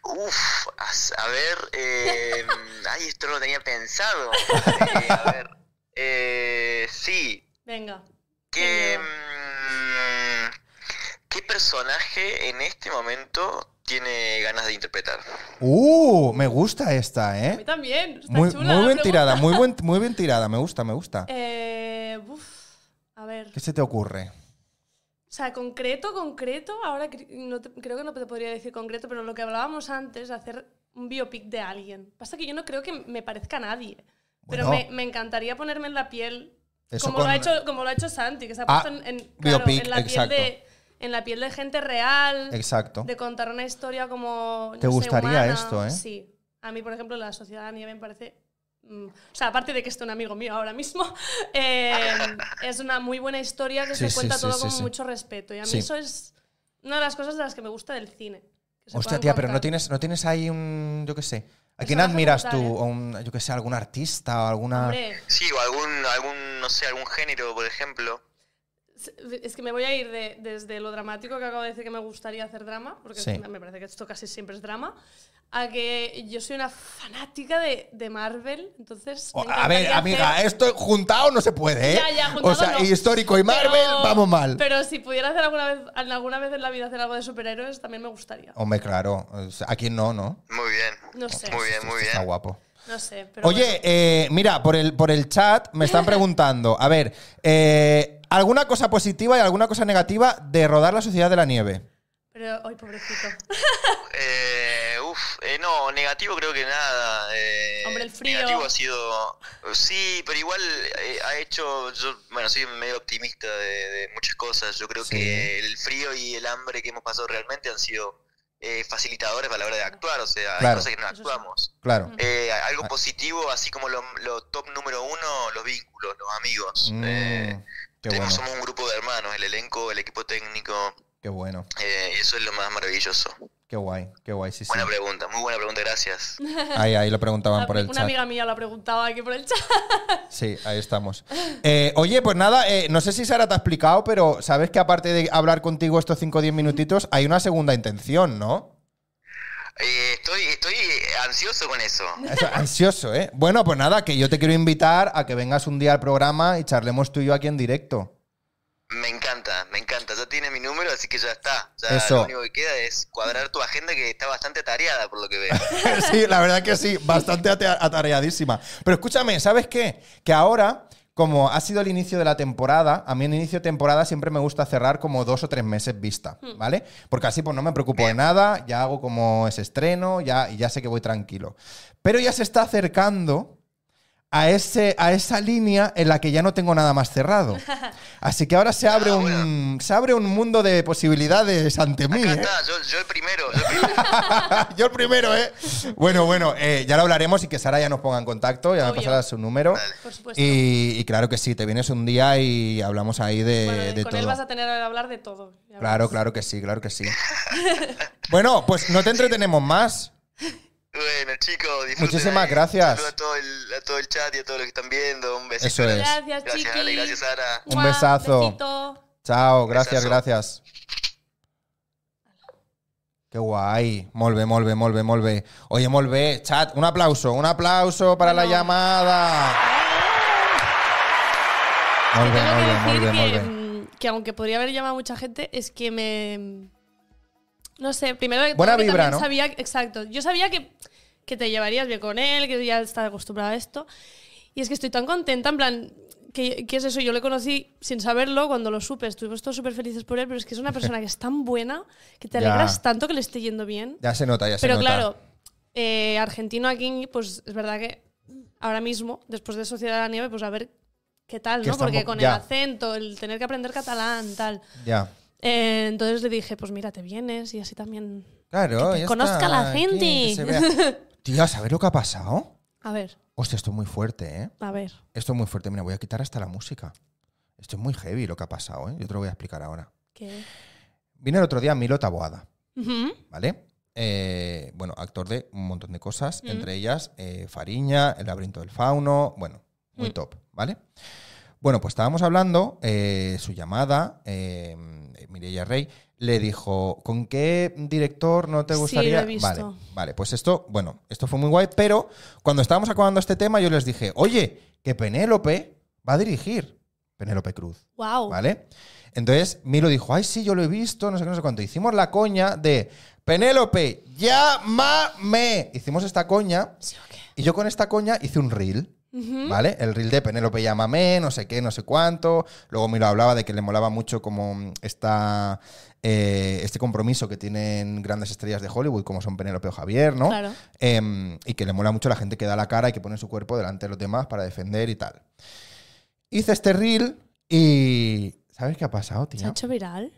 Uf, a, s- a ver. eh, ay, esto no lo tenía pensado. Eh, a ver. eh, sí.
venga.
¿Qué,
Qué miedo.
mm, ¿Qué personaje en este momento tiene ganas de interpretar?
Uh, me gusta esta,
A mí
¿eh?
también. Está
Muy,
chula
muy
la
bien
pregunta.
tirada, muy,
<laughs>
buen, muy bien tirada, me gusta, me gusta.
Eh, uf, a ver.
¿Qué se te ocurre?
O sea, concreto, concreto. Ahora cre- no te- creo que no te podría decir concreto, pero lo que hablábamos antes, hacer un biopic de alguien. Pasa que yo no creo que me parezca a nadie. Pero
Bueno.
me, me encantaría ponerme en la piel.
Eso
Como, lo
con-
ha hecho, como lo ha hecho Santi, que se ha
Ah,
puesto en, en- claro,
biopic,
en la piel
exacto.
de, en la piel de gente real.
Exacto.
de contar una historia como.
Te
no sé,
gustaría
humana.
esto, ¿eh?
Sí. A mí, por ejemplo, la Sociedad de la Nieve me parece. mm, o sea, aparte de que es un amigo mío ahora mismo, <laughs> eh, es una muy buena historia que
Sí,
se
sí,
cuenta
sí,
todo
sí,
con
sí.
mucho respeto. Y a mí
Sí.
eso es una de las cosas de las que me gusta del cine. que se
Hostia,
puedan
tía, pero no
contar.
tienes, no tienes ahí un, yo qué sé. ¿A quién
Personaje
admiras
como tal,
tú?
¿eh?
O un, yo qué sé, algún artista o alguna...
Hombre,
Sí, o algún, algún no sé, algún género, por ejemplo.
Es que me voy a ir de- desde lo dramático que acabo de decir que me gustaría hacer drama, porque
Sí.
me parece que esto casi siempre es drama, a que yo soy una fanática de, de Marvel, entonces... me
O- A ver,
encantaría
amiga,
hacer-
esto juntado no se puede, ¿eh?
Ya, ya, juntado
o sea,
no.
histórico y Marvel,
Pero-
vamos mal.
Pero si pudiera hacer alguna vez, alguna vez en la vida hacer algo de superhéroes, también me gustaría.
Hombre, claro. o sea, ¿A quién no, no?
Muy bien.
No sé.
Muy bien,
Esto
muy
Este Está
bien.
guapo.
No sé, pero...
Oye,
bueno.
eh, mira, por el, por el chat me
<laughs>
están preguntando, a ver, eh, ¿alguna cosa positiva y alguna cosa negativa de rodar la Sociedad de la Nieve?
Pero, hoy pobrecito.
Eh, uf, eh, no, negativo creo que nada. eh,
Hombre, el frío.
Negativo ha sido. Sí, pero igual eh, ha hecho. Yo, bueno, soy medio optimista de, de muchas cosas. Yo creo
Sí.
que el frío y el hambre que hemos pasado realmente han sido eh, facilitadores a la hora de actuar. O sea, hay
Claro.
cosas que no
Eso sí.
actuamos.
Claro.
Eh, algo positivo, así como lo, lo top número uno, los vínculos, los amigos.
Mm,
Eh,
qué
tenemos-
bueno,
Somos un grupo de hermanos, el elenco, el equipo técnico.
qué bueno,
eh, eso es lo más maravilloso.
qué guay, qué guay, sí, sí.
Buena pregunta, muy buena pregunta, gracias.
Ahí, ahí lo preguntaban por el
Una
chat.
amiga mía lo ha preguntado aquí por el chat.
Sí, ahí estamos. Eh, oye, pues nada, eh, no sé si Sara te ha explicado, pero sabes que aparte de hablar contigo estos 5 o 10 minutitos, hay una segunda intención, ¿no?
Eh, estoy, estoy ansioso con eso.
Eso, ansioso, ¿eh? Bueno, pues nada, que yo te quiero invitar a que vengas un día al programa y charlemos tú y yo aquí en directo.
Me encanta, me encanta. Ya tiene mi número, así que ya está. Ya
Eso.
lo único que queda es cuadrar tu agenda que está bastante atareada por lo
<laughs>
que veo.
sí, la verdad que sí, bastante atea- atareadísima. Pero escúchame, ¿sabes qué? Que ahora, como ha sido el inicio de la temporada, a mí en inicio de temporada siempre me gusta cerrar como dos o tres meses vista,
Hmm.
¿vale? Porque así pues no me preocupo de nada, ya hago como ese estreno, ya, y ya sé que voy tranquilo. Pero ya se está acercando a, ese, a esa línea en la que ya no tengo nada más
<laughs>
cerrado. Así que ahora se abre
Ah,
un, se abre un mundo de posibilidades ante mí.
Acá
¿eh?
está, yo, yo el primero. yo el
<laughs>
primero.
Yo el primero, ¿eh? Bueno, bueno, eh, ya lo hablaremos y que Sara ya nos ponga en contacto, ya me
Obvio. pues
pasará su número.
Por supuesto.
Y, y claro que sí, te vienes un día y hablamos ahí de,
Bueno,
eh, de
con él
todo.
vas a tener que hablar de todo.
Claro,
ya verás.
claro que sí, claro que
<laughs>
sí. bueno, pues no te entretenemos más.
bueno, chicos, disfruten.
Muchísimas
ahí.
gracias.
Saludo a todo, el, a todo el chat y a todos los que están viendo. Un besito.
Eso es.
Gracias,
Gracias,
chiqui.
Ale, gracias, Sara.
Un
Mua,
besazo.
besito.
Chao, gracias,
Besazo.
gracias. Qué guay. Molve, molve, molve, molve. Oye, molve, chat, un aplauso, un aplauso para la
Bueno.
llamada.
Te
Molve,
tengo que
molve,
decir
molve,
que,
molve.
mm, que aunque podría haber llamado a mucha gente, es que me... No sé, primero de todo
Buena
que
vibra, ¿no?
también sabía, exacto. Yo sabía que, que te llevarías bien con él, que ya estás acostumbrado a esto. Y es que estoy tan contenta, en plan, que, que es eso, yo le conocí sin saberlo cuando lo supe, estuvimos todos súper felices por él, pero es que es una persona que es tan buena, que te
<laughs> Ya.
alegras tanto que le esté yendo bien.
Ya se nota, ya se
Pero
nota.
claro, eh, argentino aquí, pues es verdad que ahora mismo, después de Sociedad de la Nieve, pues a ver qué tal,
Que
¿no?
está
Porque
mo-
con
ya.
el acento, el tener que aprender catalán, tal.
Ya.
Eh, entonces le dije, pues mira, te vienes y así también.
Claro,
Que te
ya
conozca
está,
la
aquí,
gente.
que se
<laughs>
vea. Tío, ¿sabes lo que ha pasado?
A ver,
Hostia, esto es muy fuerte, ¿eh?
a ver.
Esto es muy fuerte. Mira, voy a quitar hasta la música. Esto es muy heavy lo que ha pasado, ¿eh? Yo te lo voy a explicar ahora.
¿qué?
Vino el otro día Milo Taboada,
Ujú.
¿vale? Eh, bueno, actor de un montón de cosas, entre ellas eh, Fariña, El laberinto del fauno, bueno, muy
Mm.
top, ¿vale? Bueno, pues estábamos hablando, eh, su llamada, eh, Mireia Rey, le dijo, ¿con qué director no te
Sí, lo he
gustaría?
visto.
Vale, vale, pues esto, bueno, esto fue muy guay, pero cuando estábamos acabando este tema yo les dije, oye, que Penélope va a dirigir Penélope Cruz.
Wow.
¿Vale? Entonces Milo dijo, ay, sí, yo lo he visto, no sé qué, no sé cuánto. Hicimos la coña de, Penélope, llámame. Hicimos esta coña
¿Sí o qué?
y yo con esta coña hice un reel.
Ujú.
¿Vale? El reel de Penélope llámame, no sé qué, no sé cuánto. Luego Milo hablaba de que le molaba mucho como mm, esta, eh, este compromiso que tienen grandes estrellas de Hollywood, como son Penélope o Javier, ¿no?
Claro.
Em, y que le mola mucho la gente que da la cara y que pone su cuerpo delante de los demás para defender y tal. Hice este reel y. ¿Sabes qué ha pasado, tío?
¿Se ha hecho viral?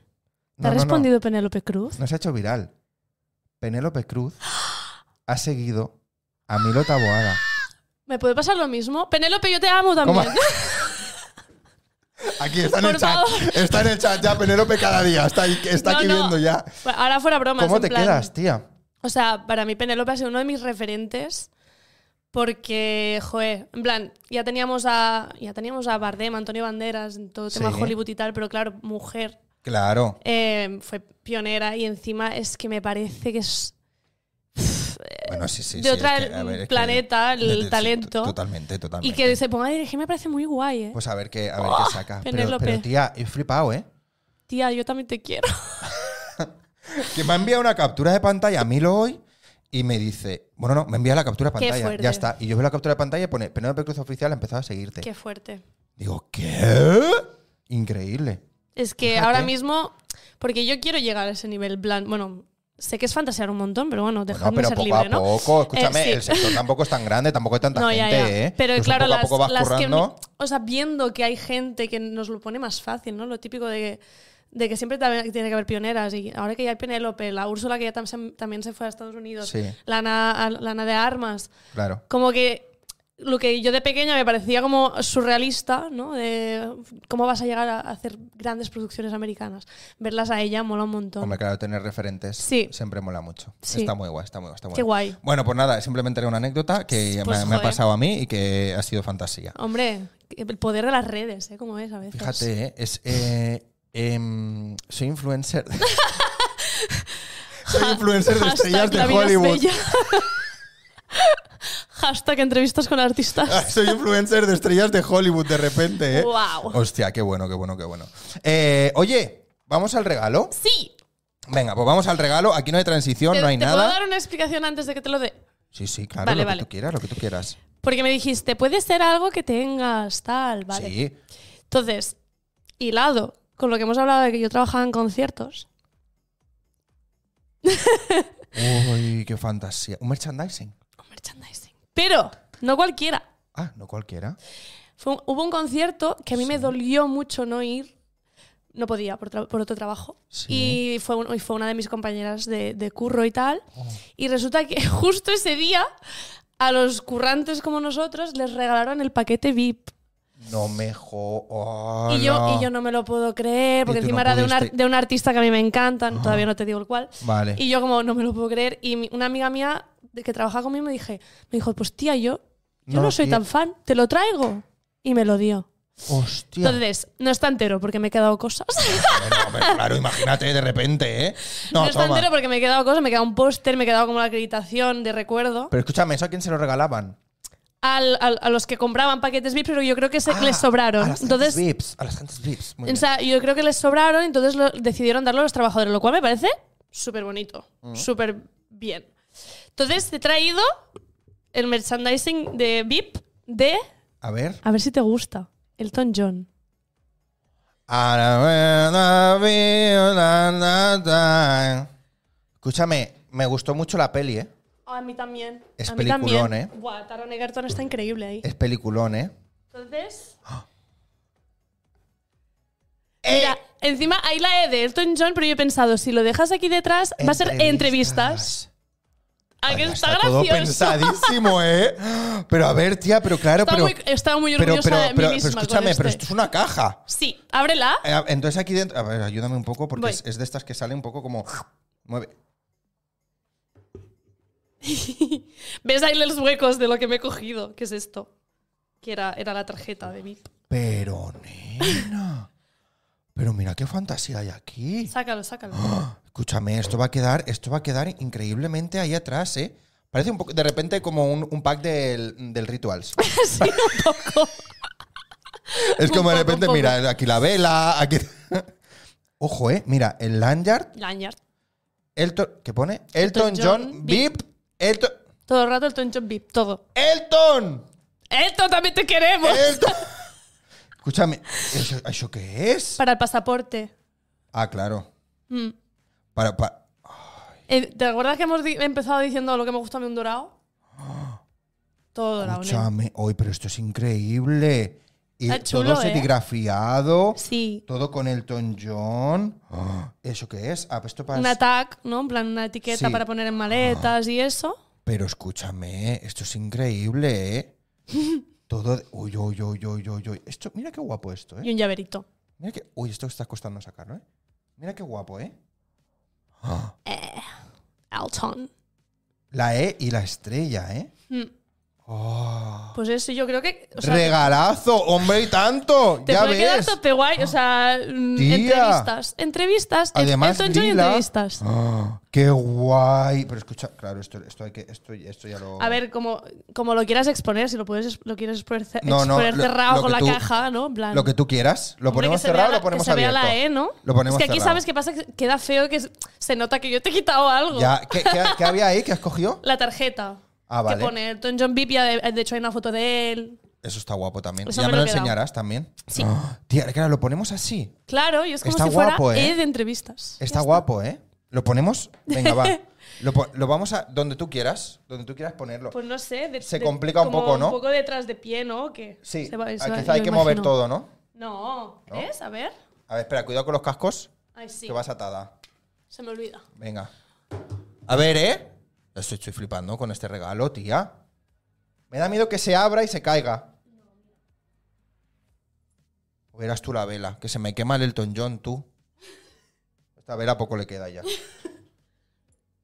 ¿Te
No,
ha
no, no.
respondido Penélope Cruz?
No se ha hecho viral. Penélope Cruz ha seguido a Milo Taboada.
¿Me puede pasar lo mismo? Penélope, yo te amo también.
¿Cómo? Aquí está en
Por
el chat.
favor.
Está en el chat ya, Penélope cada día. Está, ahí- está
No,
aquí
no.
viendo ya.
Bueno, <laughs> Ahora fuera bromas.
¿Cómo
en
te
plan-
quedas, tía?
O sea, para mí Penélope ha sido uno de mis referentes Porque, joder, en plan, ya teníamos a, ya teníamos a Bardem, Antonio Banderas, en todo el tema
Sí.
Hollywood y tal, pero claro, mujer
Claro.
eh, fue pionera y encima es que me parece que es
Bueno, sí, sí.
eh,
sí,
de
es
otra
que, a ver, es que-
planeta, el
de- de- sí,
talento.
Totalmente, totalmente.
y que se ponga a dirigir me parece muy guay, ¿eh?
Pues a ver qué, a ver qué sacas. Pero,
Penélope.
pero, tía, he flipado, ¿eh?
Tía, yo también te quiero.
Que me ha enviado una captura de pantalla a Milo hoy y me dice, bueno, no, me envía la captura de
Qué
pantalla.
fuerte.
Ya está. Y yo veo la captura de pantalla y pone, Penélope Cruz Oficial ha empezado a seguirte.
Qué fuerte.
Digo, ¿qué? Increíble.
Es que
Fíjate.
ahora mismo, porque yo quiero llegar a ese nivel, en plan, bueno, sé que es fantasear un montón, pero bueno,
Bueno,
dejadme
pero
ser
poco
libre,
a
¿no?
poco, escúchame,
Eh, sí.
el sector tampoco es tan grande, tampoco hay tanta
No, ya,
gente,
ya.
¿eh?
Pero
Entonces,
claro,
poco
las,
a poco vas
las que.
currando.
O sea, viendo que hay gente que nos lo pone más fácil, ¿no? Lo típico de, de que siempre también tiene que haber pioneras. Y ahora que ya hay Penélope, la Úrsula que ya tam- se- también se fue a Estados Unidos,
Sí.
la, Ana, a- la Ana de Armas,
Claro.
como que. Lo que yo de pequeña me parecía como surrealista, ¿no? De cómo vas a llegar a hacer grandes producciones americanas. Verlas a ella mola un montón.
Hombre, claro, tener referentes
Sí.
siempre mola mucho.
Sí.
Está muy guay, está muy guay, está muy
Qué guay.
Bueno, pues nada, simplemente era una anécdota que
Pues,
me, me ha
joder.
pasado a mí y que ha sido fantasía.
Hombre, el poder de las redes, ¿eh? Como es a veces.
Fíjate, ¿eh? es, eh, em, soy
<laughs>
influencer. soy influencer de estrellas de
la vida
Hollywood.
estrella. <laughs> Hashtag entrevistas con artistas.
Soy influencer de estrellas de Hollywood de repente, ¿eh?
Guau.
Hostia, qué bueno, qué bueno, qué bueno. Eh, oye, ¿vamos al regalo?
Sí.
Venga, pues vamos al regalo. Aquí no hay transición, no hay
te
nada.
puedo dar una explicación antes de que te lo dé.
Sí, sí, claro,
Vale,
lo
vale.
que tú quieras, lo que tú quieras.
Porque me dijiste, puede ser algo que tengas, tal, vale.
Sí.
Entonces, hilado con lo que hemos hablado de que yo trabajaba en conciertos.
Uy, qué fantasía. Un merchandising.
Un merchandising. Pero, no cualquiera.
Ah, no cualquiera.
Fue un- hubo un concierto que a mí me dolió mucho no ir. No podía por, tra- por otro trabajo.
Sí. Oh.
Y, fue un- y fue una de mis compañeras de, de curro y tal. Y resulta que <laughs> justo ese día a los currantes como nosotros les regalaron el paquete VIP.
No me jo...
Y yo, y yo no me lo puedo creer, porque
tú
encima
no
era de un, ar-
pudiste. Ah.
de un artista que a mí me encantan, todavía no te digo el cual.
Vale.
Y yo como no me lo puedo creer. Y mi- una amiga mía de- que trabaja conmigo me, dije, me dijo, pues tía, yo,
No
yo no,
lo
soy
tie-
tan fan, te lo traigo. Y me lo dio.
Hostia.
Entonces, no está entero porque me he quedado cosas.
Bueno, hombre, claro, imagínate de repente, ¿eh?
<laughs> No,
No,
está
toma.
entero porque me he quedado cosas, me he quedado un póster, me he quedado como la acreditación de recuerdo.
Pero escúchame, ¿eso a quién se lo regalaban?
Al, al- a los que compraban paquetes VIP, pero yo creo que se,
Ah,
les sobraron.
A las
entonces,
gentes VIPs. A las gentes VIPs. Muy
o
bien.
sea, yo creo que les sobraron, entonces lo- decidieron darlo a los trabajadores, lo cual me parece súper bonito,
Mm.
súper bien. Entonces, te he traído el merchandising de VIP de,
A ver.
a ver si te gusta, Elton John.
Escúchame, me gustó mucho la peli, ¿eh?
A mí también.
Es
a mí
peliculón,
también.
¿eh?
Buah, Taron Egerton está increíble ahí.
Es peliculón, ¿eh?
Entonces.
<gasps> Eh.
Mira, encima hay la E de Elton John, pero yo he pensado, si lo dejas aquí detrás, va a ser entrevistas. Ah, que
Vaya,
está,
todo
gracioso. <laughs>
pensadísimo, ¿eh? Pero a ver, tía, pero claro,
Estaba
pero,
muy, estaba muy
pero,
orgullosa
pero,
de mí
pero- pero
misma con
escúchame, pero
este.
esto es una caja.
Sí, ábrela.
Eh, Entonces aquí dentro, a ver, ayúdame un poco porque
Voy.
es, es de estas que sale un poco como mueve.
¿Ves ahí los huecos de lo que me he cogido? ¿Qué es esto? Que era, era la tarjeta de VIP.
Pero nena, pero mira qué fantasía hay aquí.
Sácalo,
<gasps>
sácalo. <laughs>
Escúchame, esto va a quedar, esto va a quedar increíblemente ahí atrás, ¿eh? Parece un poco, de repente como un, un pack del, del Rituals.
sí, un poco.
Es
Un
como de
poco,
repente,
un poco.
mira, aquí la vela, aquí. Ojo, eh. Mira, el lanyard,
Lanyard.
Elton. ¿Qué pone? Elton,
Elton
John,
John,
Vip, Elton.
Todo el rato Elton John VIP, todo.
¡Elton!
¡Elton, también te queremos!
¡Elton! Escúchame, ¿eso, eso qué es?
Para el pasaporte.
Ah, claro.
Mm.
Para, para-
Eh, ¿Te acuerdas que hemos di- empezado diciendo lo que me gusta a mí un dorado? Todo dorado. nena.
Escúchame, hoy, pero esto es increíble. Y
Está chulo,
todo
¿eh?
serigrafiado,
Sí.
todo con Elton John. <gasps> Ah, ¿Eso qué es? Ah, pues esto para-
Un tag, ¿no? En plan, una etiqueta
Sí.
para poner en maletas y eso.
Pero escúchame, esto es increíble, ¿eh?
<laughs>
Todo. de- Uy, uy, uy, uy, uy, uy. Esto, mira qué guapo esto,
Y
¿eh?
un llaverito.
Mira que, uy, esto está costando sacarlo, ¿eh? Mira qué guapo, ¿eh?
Alton.
La E y la estrella, ¿eh?
Pues eso, yo creo que. Hmm. o sea,
Regalazo, hombre y tanto.
Te
ya
puede quedar
ves.
tope guay, o sea, mm,
Tía.
entrevistas. Entrevistas, el-
Además,
el toncho y
lila.
entrevistas.
Ah, qué guay. Pero escucha, claro, esto, esto hay que, esto, esto ya lo.
A ver, como, como lo quieras exponer, si lo puedes es- lo quieres exponer, ce-
No, no,
exponer
lo-
cerrado
lo
con
que
la
tú-
caja, ¿no? En plan,
Lo que tú quieras. Lo
hombre,
ponemos
que se vea
cerrado,
la-
lo ponemos
que se vea
abierto.
la E, ¿no?
Lo ponemos
Es que aquí
cerrado.
sabes qué pasa, que queda feo que s- se nota que yo te he quitado algo.
Ya, ¿qué, qué, qué había ahí? ¿Qué has cogido?
La tarjeta.
Ah, vale.
Que pone Elton John Beep y ade- de hecho hay una foto de él.
Eso está guapo también.
Eso
ya
me
me,
lo
lo
he quedado.
enseñarás también.
Sí.
Ah, tía, claro, lo ponemos así.
Claro, y es como
Está
si fuera
guapo, ¿eh?
E de entrevistas.
Está guapo, ¿eh? Lo ponemos. Venga,
<laughs>
va. Lo, po- lo vamos a. Donde tú quieras. Donde tú quieras ponerlo.
Pues no sé. de-
Se
de-
complica un
como
poco, ¿no?
Un poco detrás de pie, ¿no? Que
sí.
se va- se
ah,
va-
quizá hay
lo
que mover
imagino.
todo, ¿no?
No, ¿ves? A ver.
A ver, espera, cuidado con los cascos.
Ay, sí.
Que vas atada.
Se me olvida.
Venga. A ver, ¿eh? Estoy, estoy flipando con este regalo, tía. Me da miedo que se abra y se caiga. Verás tú la vela, que se me quema el Elton John, tú. Esta vela poco le queda ya.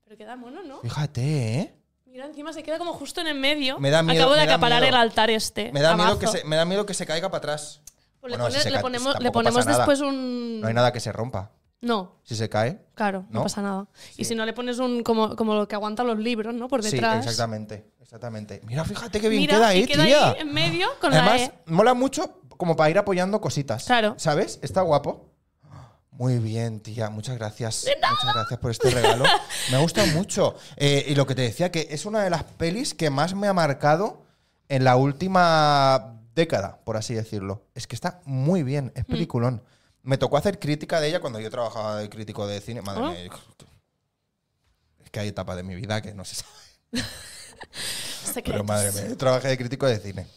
Pero queda mono, ¿no?
Fíjate, ¿eh?
Mira, encima se queda como justo en el medio.
Me da miedo,
Acabo de
me da
acaparar
miedo.
el altar este.
Me da, miedo
amazo.
que se, me da miedo que se caiga para atrás.
Pues le,
Bueno,
pone-
si se
le
cae,
ponemos, le
tampoco
ponemos
pasa nada.
después un.
No hay nada que se rompa.
No,
Si se cae.
claro, no,
¿No?
pasa nada. Y si no le pones un como, como lo que aguanta los libros, ¿no? Por
Sí,
detrás.
exactamente. Exactamente. Mira, fíjate qué bien
Mira,
queda ahí,
y queda
tía.
ahí en medio con
Además,
la E.
mola mucho como para ir apoyando cositas.
Claro.
¿Sabes? Está guapo. Muy bien, tía. Muchas gracias. Muchas gracias por este regalo. me ha gustado mucho. Eh, y lo que te decía, que es una de las pelis que más me ha marcado en la última década, por así decirlo. Es que está muy bien.
Mm.
Es peliculón. Me tocó hacer crítica de ella cuando yo trabajaba de crítico de cine. Madre
Ah.
mía. Es que hay etapas de mi vida que no se sabe.
Secretos.
Pero madre mía, yo trabajé de crítico de cine.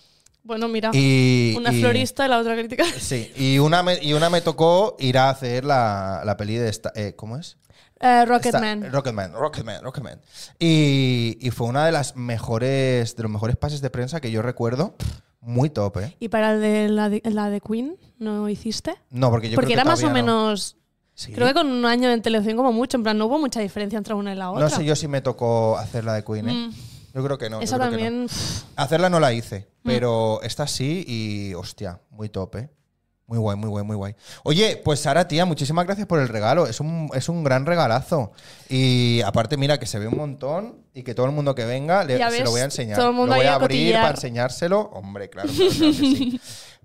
Bueno, mira.
Y,
Ah, una
y-
florista y la otra crítica.
Sí, y una me, y una me tocó ir a hacer la, la peli de esta, eh, ¿cómo es?
<laughs> Eh,
Esta-
Rocketman.
Rocketman, Rocketman, Rocketman. Y, y fue una de las mejores, de los mejores pases de prensa que yo recuerdo. Muy top, ¿eh?
¿Y para el de la, de la de Queen no hiciste?
No, porque yo
Porque
creo que
era más o
todavía no.
menos.
Sí.
Creo que con un año en Telecinco como mucho. En plan, no hubo mucha diferencia entre una y la otra.
No sé yo si me tocó hacer la de Queen, ¿eh?
Mm.
Yo creo que no. yo
Esa
creo que no.
también. pff,
Hacerla no la hice,
Mm.
pero esta sí y hostia, muy top, ¿eh? Muy guay, muy guay, muy guay. Oye, pues Sara, tía, muchísimas gracias por el regalo. Es un, es un gran regalazo. Y aparte, mira, que se ve un montón y que todo el mundo que venga le-
Ya
se
ves,
lo voy a enseñar.
todo el mundo
lo voy
ahí
a
a
abrir
cotillar.
para enseñárselo. Hombre, claro, claro, claro que
<laughs>
sí.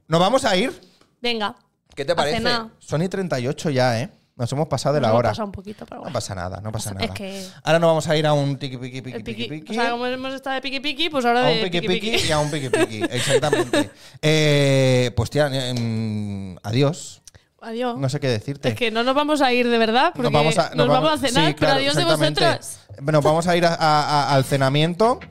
Nos vamos a ir.
Venga.
¿Qué te
A
parece?
cenar.
Son y 38 ya, ¿eh? Nos hemos pasado de
Nos
la
hemos
hora.
pasado un poquito, pero
No
bueno.
pasa nada, no pasa
Es
nada.
que-
Ahora nos vamos a ir a un tiqui piqui piqui
El piqui-
piqui piqui.
O sea, como hemos estado de piqui piqui, pues ahora
A
de
un piqui
piqui
piqui
piqui.
y a un piqui piqui, exactamente. Eh, pues tía, em, adiós.
<laughs> Adiós.
No sé qué decirte.
Oh. Es que no nos vamos a ir de verdad, porque nos vamos a, cenar,
sí, claro,
pero adiós de
exactamente.
vosotros.
Nos vamos a ir a- a- a- al cenamiento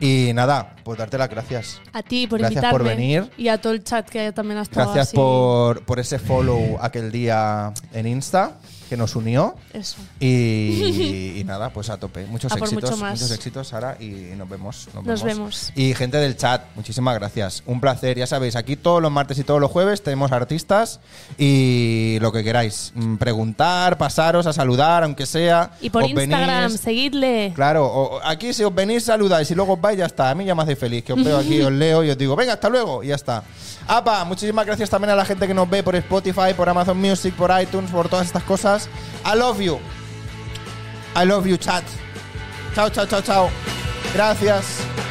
y nada, pues darte las gracias.
A ti por
Gracias
invitarme.
por venir.
Y a todo el chat que también has estado
Gracias
así.
por, por ese follow aquel día en Insta que nos unió.
Eso. <laughs>
Y, y nada, pues a tope. Muchos
A por
éxitos,
mucho más.
muchos éxitos, Sara, y nos vemos, nos vemos.
Nos vemos.
Y gente del chat, muchísimas gracias. Un placer, ya sabéis, aquí todos los martes y todos los jueves tenemos artistas y lo que queráis. Mm, Preguntar, pasaros a saludar, aunque sea.
Y por
Os
Instagram,
venís-
seguidle.
Claro, o- o aquí si os venís saludáis y luego os vais, ya está. A mí ya me hacéis feliz, que os veo aquí, os leo y os digo, venga, hasta luego, y ya está. Apa, muchísimas gracias también a la gente que nos ve por Spotify, por Amazon Music, por iTunes, por todas estas cosas. I love you. I love you, chat. Chao, chao, chao, chao. Gracias.